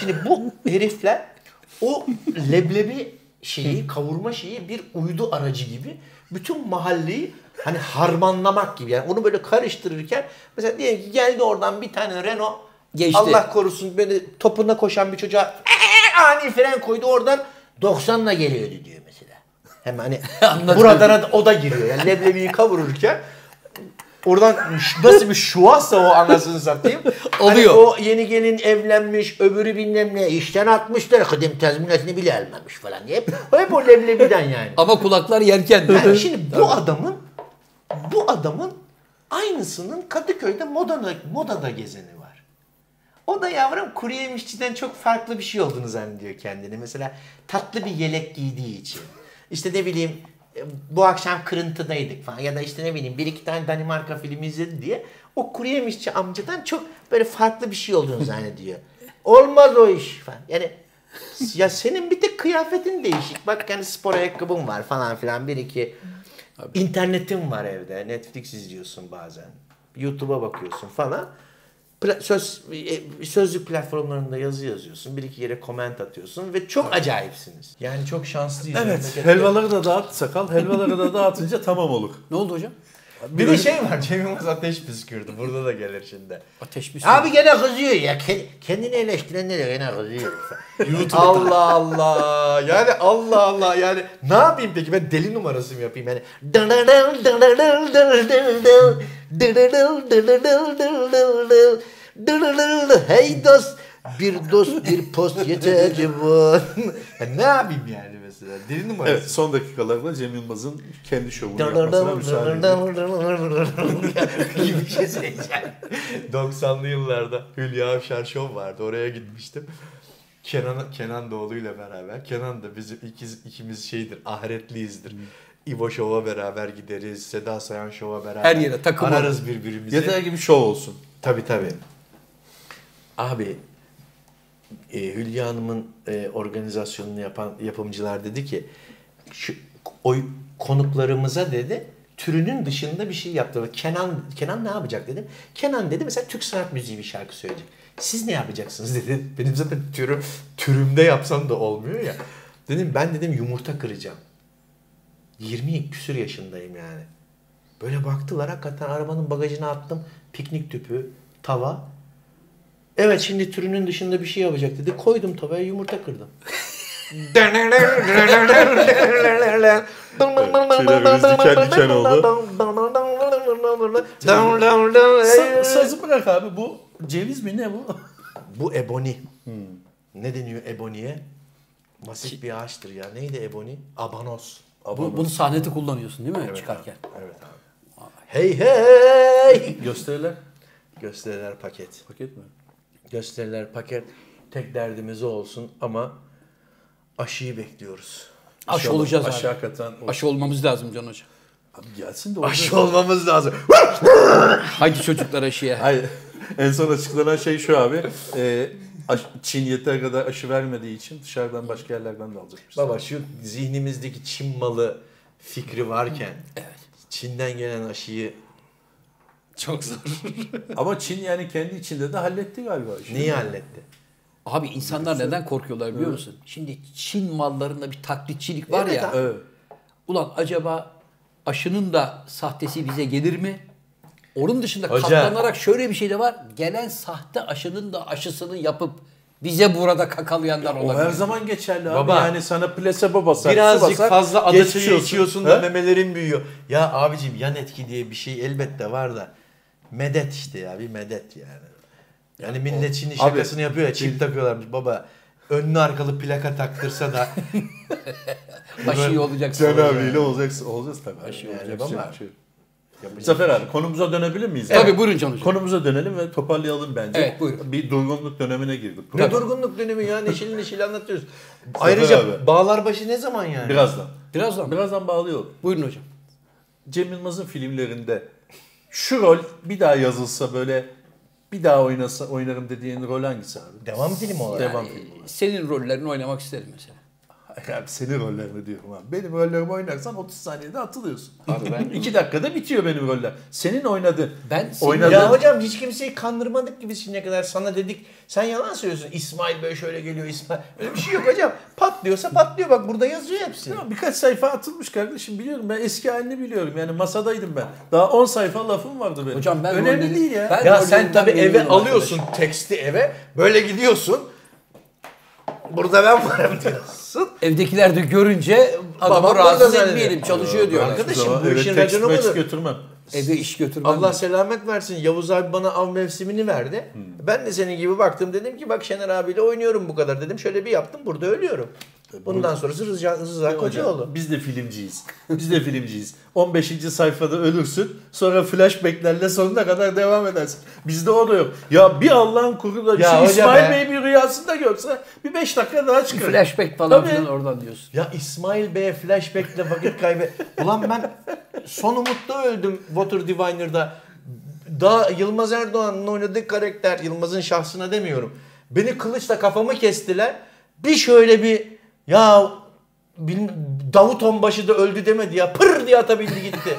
Speaker 3: Şimdi bu herifler o leblebi şeyi, kavurma şeyi bir uydu aracı gibi bütün mahalleyi hani harmanlamak gibi. Yani onu böyle karıştırırken mesela diyelim ki geldi oradan bir tane Renault
Speaker 5: Geçti.
Speaker 3: Allah korusun beni topuna koşan bir çocuğa "Ee!" ani fren koydu oradan 90'la geliyordu diyor mesela. Hem hani buradan o da giriyor. Yani leblebiyi kavururken Oradan nasıl bir şuassa o anasını satayım.
Speaker 5: Oluyor.
Speaker 3: Hani o yeni gelin evlenmiş, öbürü bilmem ne işten atmışlar. Kıdem tazminatını bile almamış falan diye. Hep, hep o leblebiden yani.
Speaker 5: Ama kulaklar yerken.
Speaker 3: Yani şimdi bu adamın bu adamın aynısının Kadıköy'de modada, modada gezeni var. O da yavrum kuru yemişçiden çok farklı bir şey olduğunu zannediyor kendini. Mesela tatlı bir yelek giydiği için. İşte ne bileyim e, bu akşam kırıntıdaydık falan ya da işte ne bileyim bir iki tane Danimarka filmi izledi diye o kuru yemişçi amcadan çok böyle farklı bir şey olduğunu zannediyor. Olmaz o iş falan. Yani ya senin bir tek kıyafetin değişik. Bak yani spor ayakkabın var falan filan bir iki. İnternetin var evde. Netflix izliyorsun bazen. YouTube'a bakıyorsun falan. Pla- söz e, sözlük platformlarında yazı yazıyorsun. Bir iki yere koment atıyorsun ve çok acayipsiniz. Yani çok şanslıyız.
Speaker 2: Evet.
Speaker 3: Memlekette-
Speaker 2: Helvaları da dağıt sakal. Helvaları da dağıtınca tamam olur.
Speaker 5: Ne oldu hocam?
Speaker 3: Bir de şey var. Cem Yılmaz ateş püskürdü. Burada da gelir şimdi.
Speaker 5: Ateş püskürdü.
Speaker 3: Abi gene kızıyor ya. Ke- Kendini eleştirenlere gene kızıyor. Allah Allah. Yani Allah Allah. Yani ne yapayım peki? Ben deli numarası mı yapayım? Yani dırırıl dırırıl dırırıl dırırıl dırırıl dırırıl dırırıl hey dost bir dost bir post yeterli bu. Ya ne yapayım yani mesela? Deli numarası.
Speaker 2: Evet son dakikalarda Cem Yılmaz'ın kendi şovunu yapmasına müsaade edin.
Speaker 3: 90'lı yıllarda Hülya Avşar Show vardı. Oraya gitmiştim. Kenan Kenan Doğulu ile beraber. Kenan da bizim ikiz, ikimiz şeydir, ahiretliyizdir. İbo Show'a beraber gideriz. Seda Sayan Show'a beraber.
Speaker 5: Her yere takım
Speaker 3: Ararız
Speaker 5: olur.
Speaker 3: birbirimizi.
Speaker 5: Yeter
Speaker 3: gibi şov olsun. Tabii tabii. Abi e, Hülya Hanım'ın e, organizasyonunu yapan yapımcılar dedi ki şu oy konuklarımıza dedi türünün dışında bir şey yaptı. Kenan Kenan ne yapacak dedim. Kenan dedi mesela Türk sanat müziği bir şarkı söyleyecek. Siz ne yapacaksınız dedi. Benim zaten türüm türümde yapsam da olmuyor ya. Dedim ben dedim yumurta kıracağım. 20 küsür yaşındayım yani. Böyle baktılar hakikaten arabanın bagajına attım. Piknik tüpü, tava. Evet şimdi türünün dışında bir şey yapacak dedi. Koydum tavaya yumurta kırdım.
Speaker 2: Tüylerimiz diken diken oldu.
Speaker 3: Sa-
Speaker 2: sazı bırak abi bu ceviz mi ne bu? Hmm.
Speaker 3: Bu eboni. Ne deniyor eboniye? Masif bir ağaçtır ya. Neydi eboni? Abanos.
Speaker 5: Bu, bunu sahnede kullanıyorsun değil mi çıkarken?
Speaker 3: Evet abi. Hey hey!
Speaker 2: Gösteriler?
Speaker 3: Gösteriler paket.
Speaker 2: Paket mi?
Speaker 3: Gösteriler paket. Tek derdimiz o olsun ama aşıyı bekliyoruz.
Speaker 5: Aşı
Speaker 3: İnşallah
Speaker 5: olacağız
Speaker 3: aşı
Speaker 5: abi.
Speaker 3: hakikaten olsun.
Speaker 5: Aşı olmamız lazım Can Hoca.
Speaker 2: Abi gelsin de
Speaker 3: Aşı olmamız lazım.
Speaker 5: Haydi çocuklar aşıya.
Speaker 2: Hayır. En son açıklanan şey şu abi. E, aş- Çin yeter kadar aşı vermediği için dışarıdan başka yerlerden de alacakmış.
Speaker 3: Baba şu zihnimizdeki Çin malı fikri varken Çin'den gelen aşıyı
Speaker 2: Çok zor. Ama Çin yani kendi içinde de halletti galiba. işi.
Speaker 3: Neyi halletti?
Speaker 5: Abi insanlar neden korkuyorlar biliyor
Speaker 2: Evet.
Speaker 5: musun? Şimdi Çin mallarında bir taklitçilik var
Speaker 2: Evet
Speaker 5: ya.
Speaker 2: abi. Evet.
Speaker 5: Ulan acaba aşının da sahtesi bize gelir mi? Onun dışında
Speaker 3: Hocam.
Speaker 5: katlanarak şöyle bir şey de var. Gelen sahte aşının da aşısını yapıp bize burada kakalayanlar
Speaker 2: O
Speaker 5: olabilir.
Speaker 2: her zaman geçerli abi.
Speaker 3: Baba.
Speaker 2: Yani sana placebo basar.
Speaker 3: Birazcık
Speaker 2: su basar,
Speaker 3: fazla adaçayı
Speaker 2: geçiriyorsun.
Speaker 3: içiyorsun da
Speaker 2: He?
Speaker 3: memelerin büyüyor. Ya abicim yan etki diye bir şey elbette var da medet işte ya bir medet yani. Yani millet şimdi
Speaker 2: Abi,
Speaker 3: şakasını yapıyor ya çip takıyorlarmış baba. Önlü arkalı plaka taktırsa da
Speaker 5: Aşıyı olacaksın.
Speaker 2: Can abiyle olacaksın. Olacağız tabii.
Speaker 5: Aşı
Speaker 2: Yani
Speaker 5: olacak
Speaker 2: yapacak
Speaker 5: ama.
Speaker 2: bir şey yok. Zafer abi konumuza dönebilir miyiz?
Speaker 5: Tabii, buyurun Can Hocam.
Speaker 2: Konumuza dönelim ve toparlayalım bence.
Speaker 5: Evet, buyurun.
Speaker 2: Bir durgunluk dönemine girdik.
Speaker 3: ne durgunluk dönemi ya neşeli neşeli anlatıyoruz.
Speaker 2: Zafer
Speaker 3: Ayrıca
Speaker 2: abi.
Speaker 3: Bağlarbaşı ne zaman yani?
Speaker 2: Birazdan.
Speaker 5: Birazdan.
Speaker 2: Birazdan bağlayalım.
Speaker 5: Buyurun hocam.
Speaker 2: Cem Yılmaz'ın filmlerinde şu rol bir daha yazılsa böyle bir daha oynasa oynarım dediğin rol hangisi abi?
Speaker 3: Devam filmi olarak.
Speaker 2: Devam
Speaker 5: Yani,
Speaker 2: filmi.
Speaker 5: Senin rollerini oynamak isterim mesela.
Speaker 2: Abi senin rollerini diyorum abi. Benim rollerimi oynarsan 30 saniyede atılıyorsun. Abi ben 2 dakikada bitiyor benim roller. Senin oynadığın.
Speaker 5: Ben
Speaker 2: oynadığın
Speaker 3: Ya hocam hiç kimseyi kandırmadık ki biz şimdiye kadar sana dedik. Sen yalan söylüyorsun. İsmail böyle şöyle geliyor İsmail. Öyle bir şey yok hocam. Patlıyorsa patlıyor bak burada yazıyor hepsi.
Speaker 2: Ya birkaç sayfa atılmış kardeşim biliyorum ben eski halini biliyorum yani masadaydım ben. Daha 10 sayfa lafım vardı benim.
Speaker 5: Hocam ben
Speaker 2: Önemli
Speaker 5: rolleri-
Speaker 2: değil ya.
Speaker 5: ben
Speaker 3: Ya
Speaker 5: rollerimden
Speaker 3: sen tabii eve
Speaker 5: memnunum arkadaş.
Speaker 3: alıyorsun teksti eve. Böyle gidiyorsun. Burada ben varım diyorsun.
Speaker 5: Evdekiler de görünce adamı
Speaker 3: Babam
Speaker 5: rahatsız
Speaker 3: burada
Speaker 5: etmeyelim
Speaker 3: zannediyor.
Speaker 5: çalışıyor diyorlar.
Speaker 3: Arkadaşım
Speaker 2: Zaman
Speaker 3: bu
Speaker 2: eve
Speaker 3: işin
Speaker 2: text
Speaker 3: raconu
Speaker 2: mex
Speaker 3: budur.
Speaker 2: götürmem.
Speaker 5: Eve iş götürmem.
Speaker 3: Allah selamet versin. Yavuz abi bana av mevsimini verdi. Ben de senin gibi baktım. Dedim ki bak Şener abiyle oynuyorum bu kadar dedim. Şöyle bir yaptım burada ölüyorum. Bundan sonrası Rıza, Rıza Kocaoğlu.
Speaker 2: Hocam, biz de filmciyiz. Biz de filmciyiz. 15. sayfada ölürsün. Sonra flashbacklerle sonuna kadar devam edersin. Bizde o da yok. Ya bir Allah'ın kuru da
Speaker 3: Ya
Speaker 2: şu
Speaker 3: hocam
Speaker 2: İsmail
Speaker 3: ya.
Speaker 2: Bey bir rüyasında görse bir 5 dakika daha çıkar.
Speaker 5: Flashback falan
Speaker 2: Tabii.
Speaker 5: filan oradan diyorsun.
Speaker 3: Ya İsmail Bey'e flashbackle vakit kaybı. Ulan ben son umutta öldüm Water Diviner'da. Daha Yılmaz Erdoğan'ın oynadığı karakter, Yılmaz'ın şahsına demiyorum. Beni kılıçla kafamı kestiler. Bir şöyle bir ya bilm- Davut Onbaşı da öldü demedi ya. Pır diye atabildi gitti.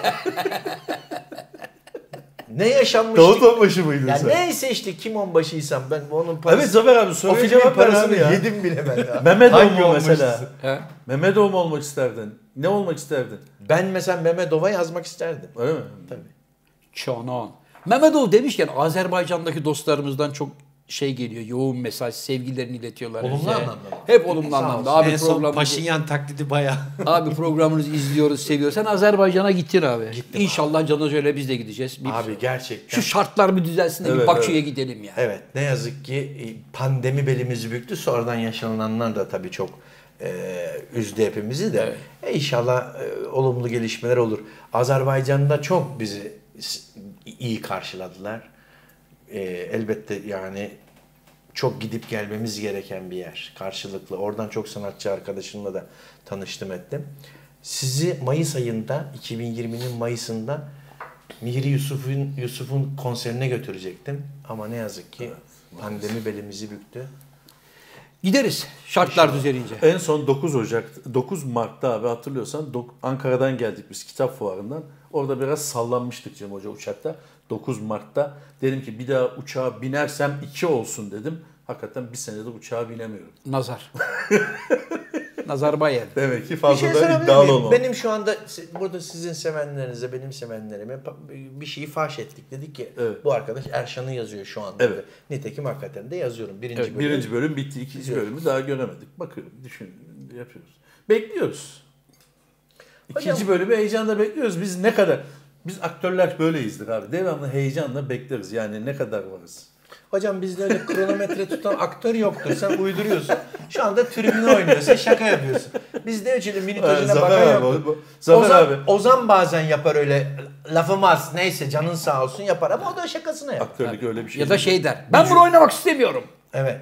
Speaker 3: ne yaşanmıştı?
Speaker 2: Davut Onbaşı mıydın
Speaker 3: Ya
Speaker 2: sen?
Speaker 3: neyse işte kim onbaşıysam ben onun parası.
Speaker 2: Evet Zafer abi
Speaker 3: o
Speaker 2: soruya
Speaker 3: filmin
Speaker 2: cevap ver
Speaker 3: parasını
Speaker 2: abi ya.
Speaker 3: yedim bile ben ya.
Speaker 2: Mehmet
Speaker 3: Hangi
Speaker 2: Oğuz mu mesela?
Speaker 3: onbaşısı?
Speaker 5: He?
Speaker 2: Mehmet Oğuz mu olmak isterdin? Ne olmak isterdin?
Speaker 3: Ben mesela Mehmet Ova yazmak isterdim.
Speaker 2: Öyle mi?
Speaker 5: Çanan. Mehmetov demişken Azerbaycan'daki dostlarımızdan çok şey geliyor. Yoğun mesaj, sevgilerini iletiyorlar.
Speaker 3: Olumlu
Speaker 5: bize.
Speaker 3: anlamda mı?
Speaker 5: Hep olumlu anlamda. Abi
Speaker 17: en son
Speaker 5: programımızı,
Speaker 17: Paşinyan taklidi bayağı.
Speaker 5: abi programınızı izliyoruz, seviyoruz. Sen Azerbaycan'a gittin abi. İnşallah Can Hoca ile biz de gideceğiz. Bir-
Speaker 3: Abi gerçekten.
Speaker 5: şu şartlar bir düzelsin de bir
Speaker 2: Evet,
Speaker 5: Bakü'ye gidelim yani.
Speaker 3: Evet ne yazık ki e, pandemi belimizi büktü. Sonradan yaşananlar da tabii çok e, üzdü hepimizi de. E, inşallah olumlu gelişmeler olur. Azerbaycan'da çok bizi s- iyi karşıladılar. E, elbette yani çok gidip gelmemiz gereken bir yer karşılıklı. Oradan çok sanatçı arkadaşımla da tanıştım ettim. Sizi Mayıs ayında 2020'nin Mayıs'ında Mihri Yusuf'un Yusuf'un konserine götürecektim ama ne yazık ki pandemi belimizi büktü.
Speaker 5: Gideriz şartlar düzelince.
Speaker 2: En son 9 Ocak, 9 Mart'ta abi hatırlıyorsan dok- Ankara'dan geldik biz kitap fuarından. Orada biraz sallanmıştık Cem Hoca uçakta. 9 Mart'ta dedim ki bir daha uçağa binersem 2 olsun dedim. Hakikaten bir senedir uçağa binemiyorum.
Speaker 5: Nazar. Nazar Bayer.
Speaker 2: Demek ki
Speaker 3: Bir
Speaker 2: fazla
Speaker 3: şey
Speaker 2: da
Speaker 3: sorabilir
Speaker 2: iddialı
Speaker 3: miyim?
Speaker 2: olmam.
Speaker 3: Benim şu anda si- burada sizin sevenlerinize, benim sevenlerime pa- bir şeyi faş ettik. Dedik ki bu arkadaş Erşan'ı yazıyor şu anda.
Speaker 2: Evet.
Speaker 3: Nitekim hakikaten de yazıyorum. Birinci
Speaker 2: Evet,
Speaker 3: bölüm.
Speaker 2: birinci bölüm bitti. ikinci
Speaker 3: Biliyorum.
Speaker 2: bölümü daha göremedik. Bakıyorum, düşünüyorum, yapıyoruz. Bekliyoruz. İkinci bölümü heyecanla bekliyoruz. Biz ne kadar... Biz aktörler böyleyizdir abi. Devamlı heyecanla bekleriz. Yani ne kadar varız.
Speaker 3: Hocam bizde öyle kronometre tutan aktör yoktur. Sen uyduruyorsun. Şu anda tribüne oynuyorsun. Şaka yapıyorsun. Bizde öyle
Speaker 2: Evet,
Speaker 3: minutajına
Speaker 2: Ee, Zafer
Speaker 3: bakan
Speaker 2: abi,
Speaker 3: yoktur.
Speaker 2: bu- Zafer
Speaker 3: Ozan,
Speaker 2: abi.
Speaker 3: Ozan bazen yapar öyle lafımaz neyse canın sağ olsun yapar ama o da şakasına yapar.
Speaker 2: Aktörlük öyle bir şey.
Speaker 5: Ya da
Speaker 2: değil.
Speaker 5: şey der. Ben bunu oynamak istemiyorum.
Speaker 3: Evet.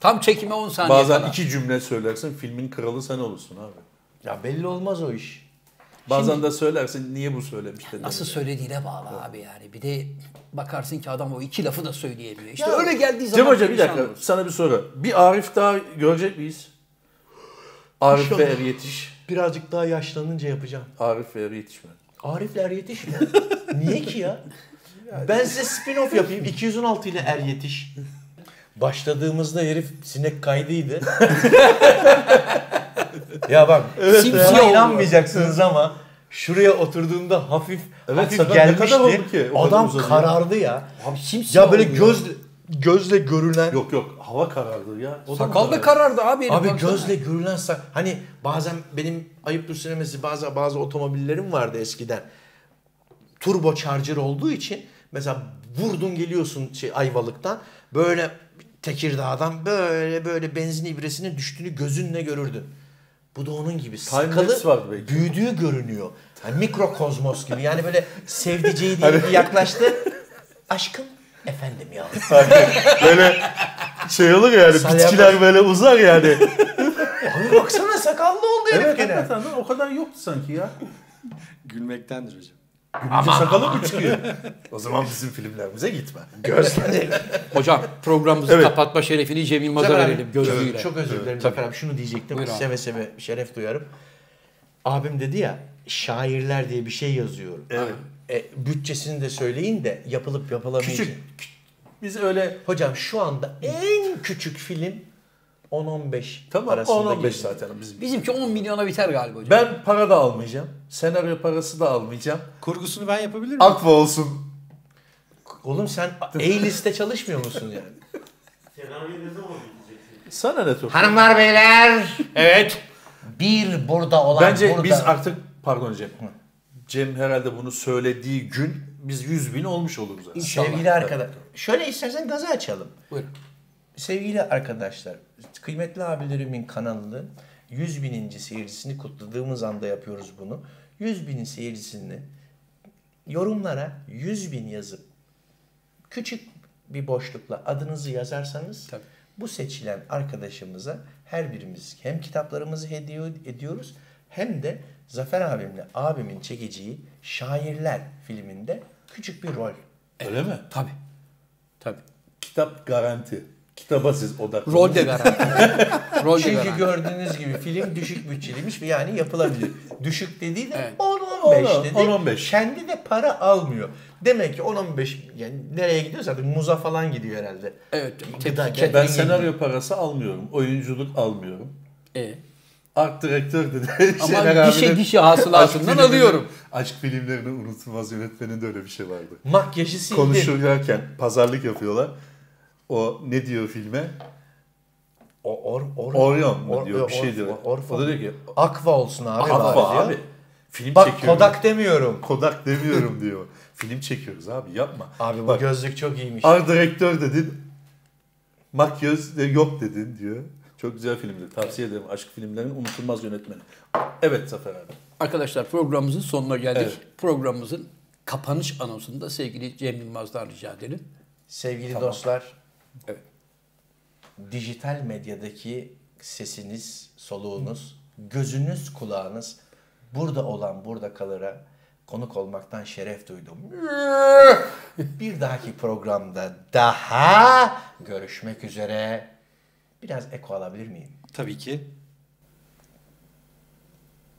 Speaker 5: Tam çekime 10 saniye
Speaker 2: Bazen
Speaker 5: kala.
Speaker 2: iki cümle söylersin. Filmin kralı sen olursun abi.
Speaker 3: Ya belli olmaz o iş.
Speaker 2: Bazen
Speaker 5: Şimdi-
Speaker 2: de söylersin niye bu söylemiş dedi.
Speaker 5: Nasıl söylediğine bağlı abi yani. Bir de bakarsın ki adam o iki lafı da söyleyemiyor. İşte
Speaker 2: Ya,
Speaker 5: öyle geldiği zaman...
Speaker 2: Cem Hoca bir
Speaker 5: perişan
Speaker 2: dakika
Speaker 5: olur.
Speaker 2: sana bir soru. Bir Arif daha görecek miyiz? Arif ve
Speaker 3: İnşallah.
Speaker 2: Er yetiş.
Speaker 3: Birazcık daha yaşlanınca yapacağım.
Speaker 2: Arif ve Er yetişme.
Speaker 3: Arifler yetiş mi? Niye ki ya? Ben size spin-off yapayım. 216 ile er yetiş. Başladığımızda herif sinek kaydıydı. ya bak
Speaker 2: Evet,
Speaker 3: simsiyah
Speaker 2: ya.
Speaker 3: inanmayacaksınız ama şuraya oturduğunda hafif
Speaker 2: Evet, sana
Speaker 3: hafif
Speaker 2: ne kadar
Speaker 3: gelmişti.
Speaker 2: oldu ki? O kadar
Speaker 3: Adam
Speaker 2: uzadı ya.
Speaker 3: karardı ya.
Speaker 5: Abi simsiyah
Speaker 3: ya böyle
Speaker 5: oldu ya.
Speaker 3: göz gözle görülen
Speaker 2: Yok yok hava karardı ya. O da mı
Speaker 5: Sakal da karardı abi. herif
Speaker 3: Abi
Speaker 5: baksana.
Speaker 3: gözle görülen sak- Hani bazen benim ayıptır söylemesi bazı bazı otomobillerim vardı eskiden. Turbo charger olduğu için mesela vurdun geliyorsun şey, Ayvalık'tan böyle Tekirdağ'dan böyle böyle benzin ibresinin düştüğünü gözünle görürdün. Bu da onun gibi. Sakalı
Speaker 2: lapse vardı belki.
Speaker 3: büyüdüğü görünüyor. Hani mikrokozmos gibi. Yani böyle sevdiceği
Speaker 2: Hani-
Speaker 3: diye bir yaklaştı. Aşkım efendim ya.
Speaker 2: böyle şey olur yani
Speaker 3: Salya-
Speaker 2: bitkiler böyle uzar yani.
Speaker 3: Abi baksana sakallı oldu herif
Speaker 2: evet
Speaker 3: gene.
Speaker 2: hakikaten lan, o kadar yoktu sanki ya.
Speaker 17: Gülmektendir hocam.
Speaker 2: Gülünce sakalı mı çıkıyor? o zaman bizim filmlerimize gitme.
Speaker 5: Hocam programımızı
Speaker 2: Evet.
Speaker 5: kapatma şerefini Cem Yılmaz'a
Speaker 3: Zafer abi,
Speaker 5: verelim gözlüğüyle.
Speaker 3: Çok özür dilerim Zafer abi şunu diyecektim.
Speaker 5: Buyur abi.
Speaker 3: seve seve şeref duyarım. Abim dedi ya şairler diye bir şey yazıyorum. Evet. E, bütçesini de söyleyin de yapılıp yapılamayacak.
Speaker 2: Küçük. Biz öyle
Speaker 3: Hocam şu anda en küçük film 10-15
Speaker 2: tamam
Speaker 3: arasında
Speaker 2: 10-15
Speaker 3: geziyor.
Speaker 2: zaten bizim.
Speaker 5: Bizimki 10 milyona biter galiba hocam.
Speaker 2: Ben para da almayacağım. Senaryo parası da almayacağım.
Speaker 17: Kurgusunu ben yapabilir miyim?
Speaker 2: Akva olsun.
Speaker 3: Oğlum sen A-liste çalışmıyor musun yani?
Speaker 2: Sana ne Turku?
Speaker 3: Hanımlar beyler
Speaker 5: Evet.
Speaker 3: bir burada olan
Speaker 2: Bence
Speaker 3: burada.
Speaker 2: biz artık pardon Cem. Cem herhalde bunu söylediği gün biz 100 bin olmuş oluruz. zaten.
Speaker 3: Sevgili arkadaş. Şöyle istersen gazı açalım. Sevgili arkadaşlar, kıymetli abilerimin kanalını 100 bininci seyircisini kutladığımız anda yapıyoruz bunu. 100 binin seyircisini yorumlara 100 bin yazıp küçük bir boşlukla adınızı yazarsanız bu seçilen arkadaşımıza her birimiz hem kitaplarımızı hediye ediyoruz hem de Zafer abimle abimin çekeceği Şairler filminde küçük bir rol.
Speaker 2: Öyle mi?
Speaker 5: Tabii. Tabii.
Speaker 2: Kitap garanti. Kitaba siz odaklanın.
Speaker 5: Rol de garanti. Rol
Speaker 2: Şey
Speaker 5: de
Speaker 3: Çünkü
Speaker 5: garanti.
Speaker 3: gördüğünüz gibi film düşük bütçeliymiş ve yani yapılabilir. Düşük dediği de
Speaker 5: Evet.
Speaker 3: 10-15 dedi.
Speaker 2: 10-15.
Speaker 3: Kendi de para almıyor. Demek ki 10-15 yani nereye gidiyor zaten muza falan gidiyor herhalde.
Speaker 5: Evet.
Speaker 3: Gıda,
Speaker 5: tepki-
Speaker 2: Ben senaryo parası almıyorum. Oyunculuk almıyorum. Şey
Speaker 5: E,
Speaker 2: Art direktör dedi.
Speaker 5: Ama
Speaker 2: Şener
Speaker 5: gişe
Speaker 2: abinin
Speaker 5: gişe hasılasından
Speaker 2: aşk filmleri-
Speaker 5: alıyorum.
Speaker 2: Aşk filmlerini unutulmaz yönetmenin de öyle bir şey vardı.
Speaker 3: Makyajı sildi.
Speaker 2: Konuşurken pazarlık yapıyorlar. O ne diyor filme?
Speaker 3: O, or, or,
Speaker 2: Orion mu
Speaker 3: or-
Speaker 2: diyor bir
Speaker 3: or-
Speaker 2: şey diyor.
Speaker 3: Orfa.
Speaker 2: O da diyor ki
Speaker 3: Aqua olsun abi.
Speaker 2: Aqua
Speaker 3: bari diyor.
Speaker 2: abi. Film
Speaker 3: Bak
Speaker 2: çekiyorum.
Speaker 3: Kodak demiyorum.
Speaker 2: Kodak demiyorum diyor. Film çekiyoruz abi yapma.
Speaker 3: Abi bu
Speaker 2: Bak,
Speaker 3: gözlük çok iyiymiş.
Speaker 2: Art direktör dedin. Makyöz de yok dedin diyor. Çok güzel filmdir. Tavsiye ederim. Aşk filmlerinin unutulmaz yönetmeni. Evet Zafer abi.
Speaker 5: Arkadaşlar programımızın sonuna geldik.
Speaker 2: Evet.
Speaker 5: Programımızın kapanış anonsunu da sevgili Cem Yılmaz'dan rica edelim.
Speaker 3: Sevgili dostlar.
Speaker 5: Evet.
Speaker 3: Dijital medyadaki sesiniz, soluğunuz, gözünüz, kulağınız burada olan burada kalara konuk olmaktan şeref duydum. Bir dahaki programda daha görüşmek üzere. Biraz eko alabilir miyim?
Speaker 17: Tabii ki.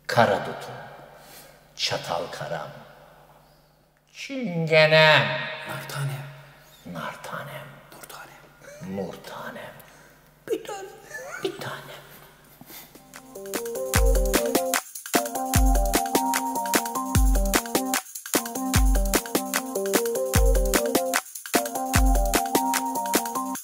Speaker 3: Kara dutum. Çatal karam. Çingenem. Nartanem. Nartanem. Nurtanem. Nurtanem. Bir tane. Bir tanem.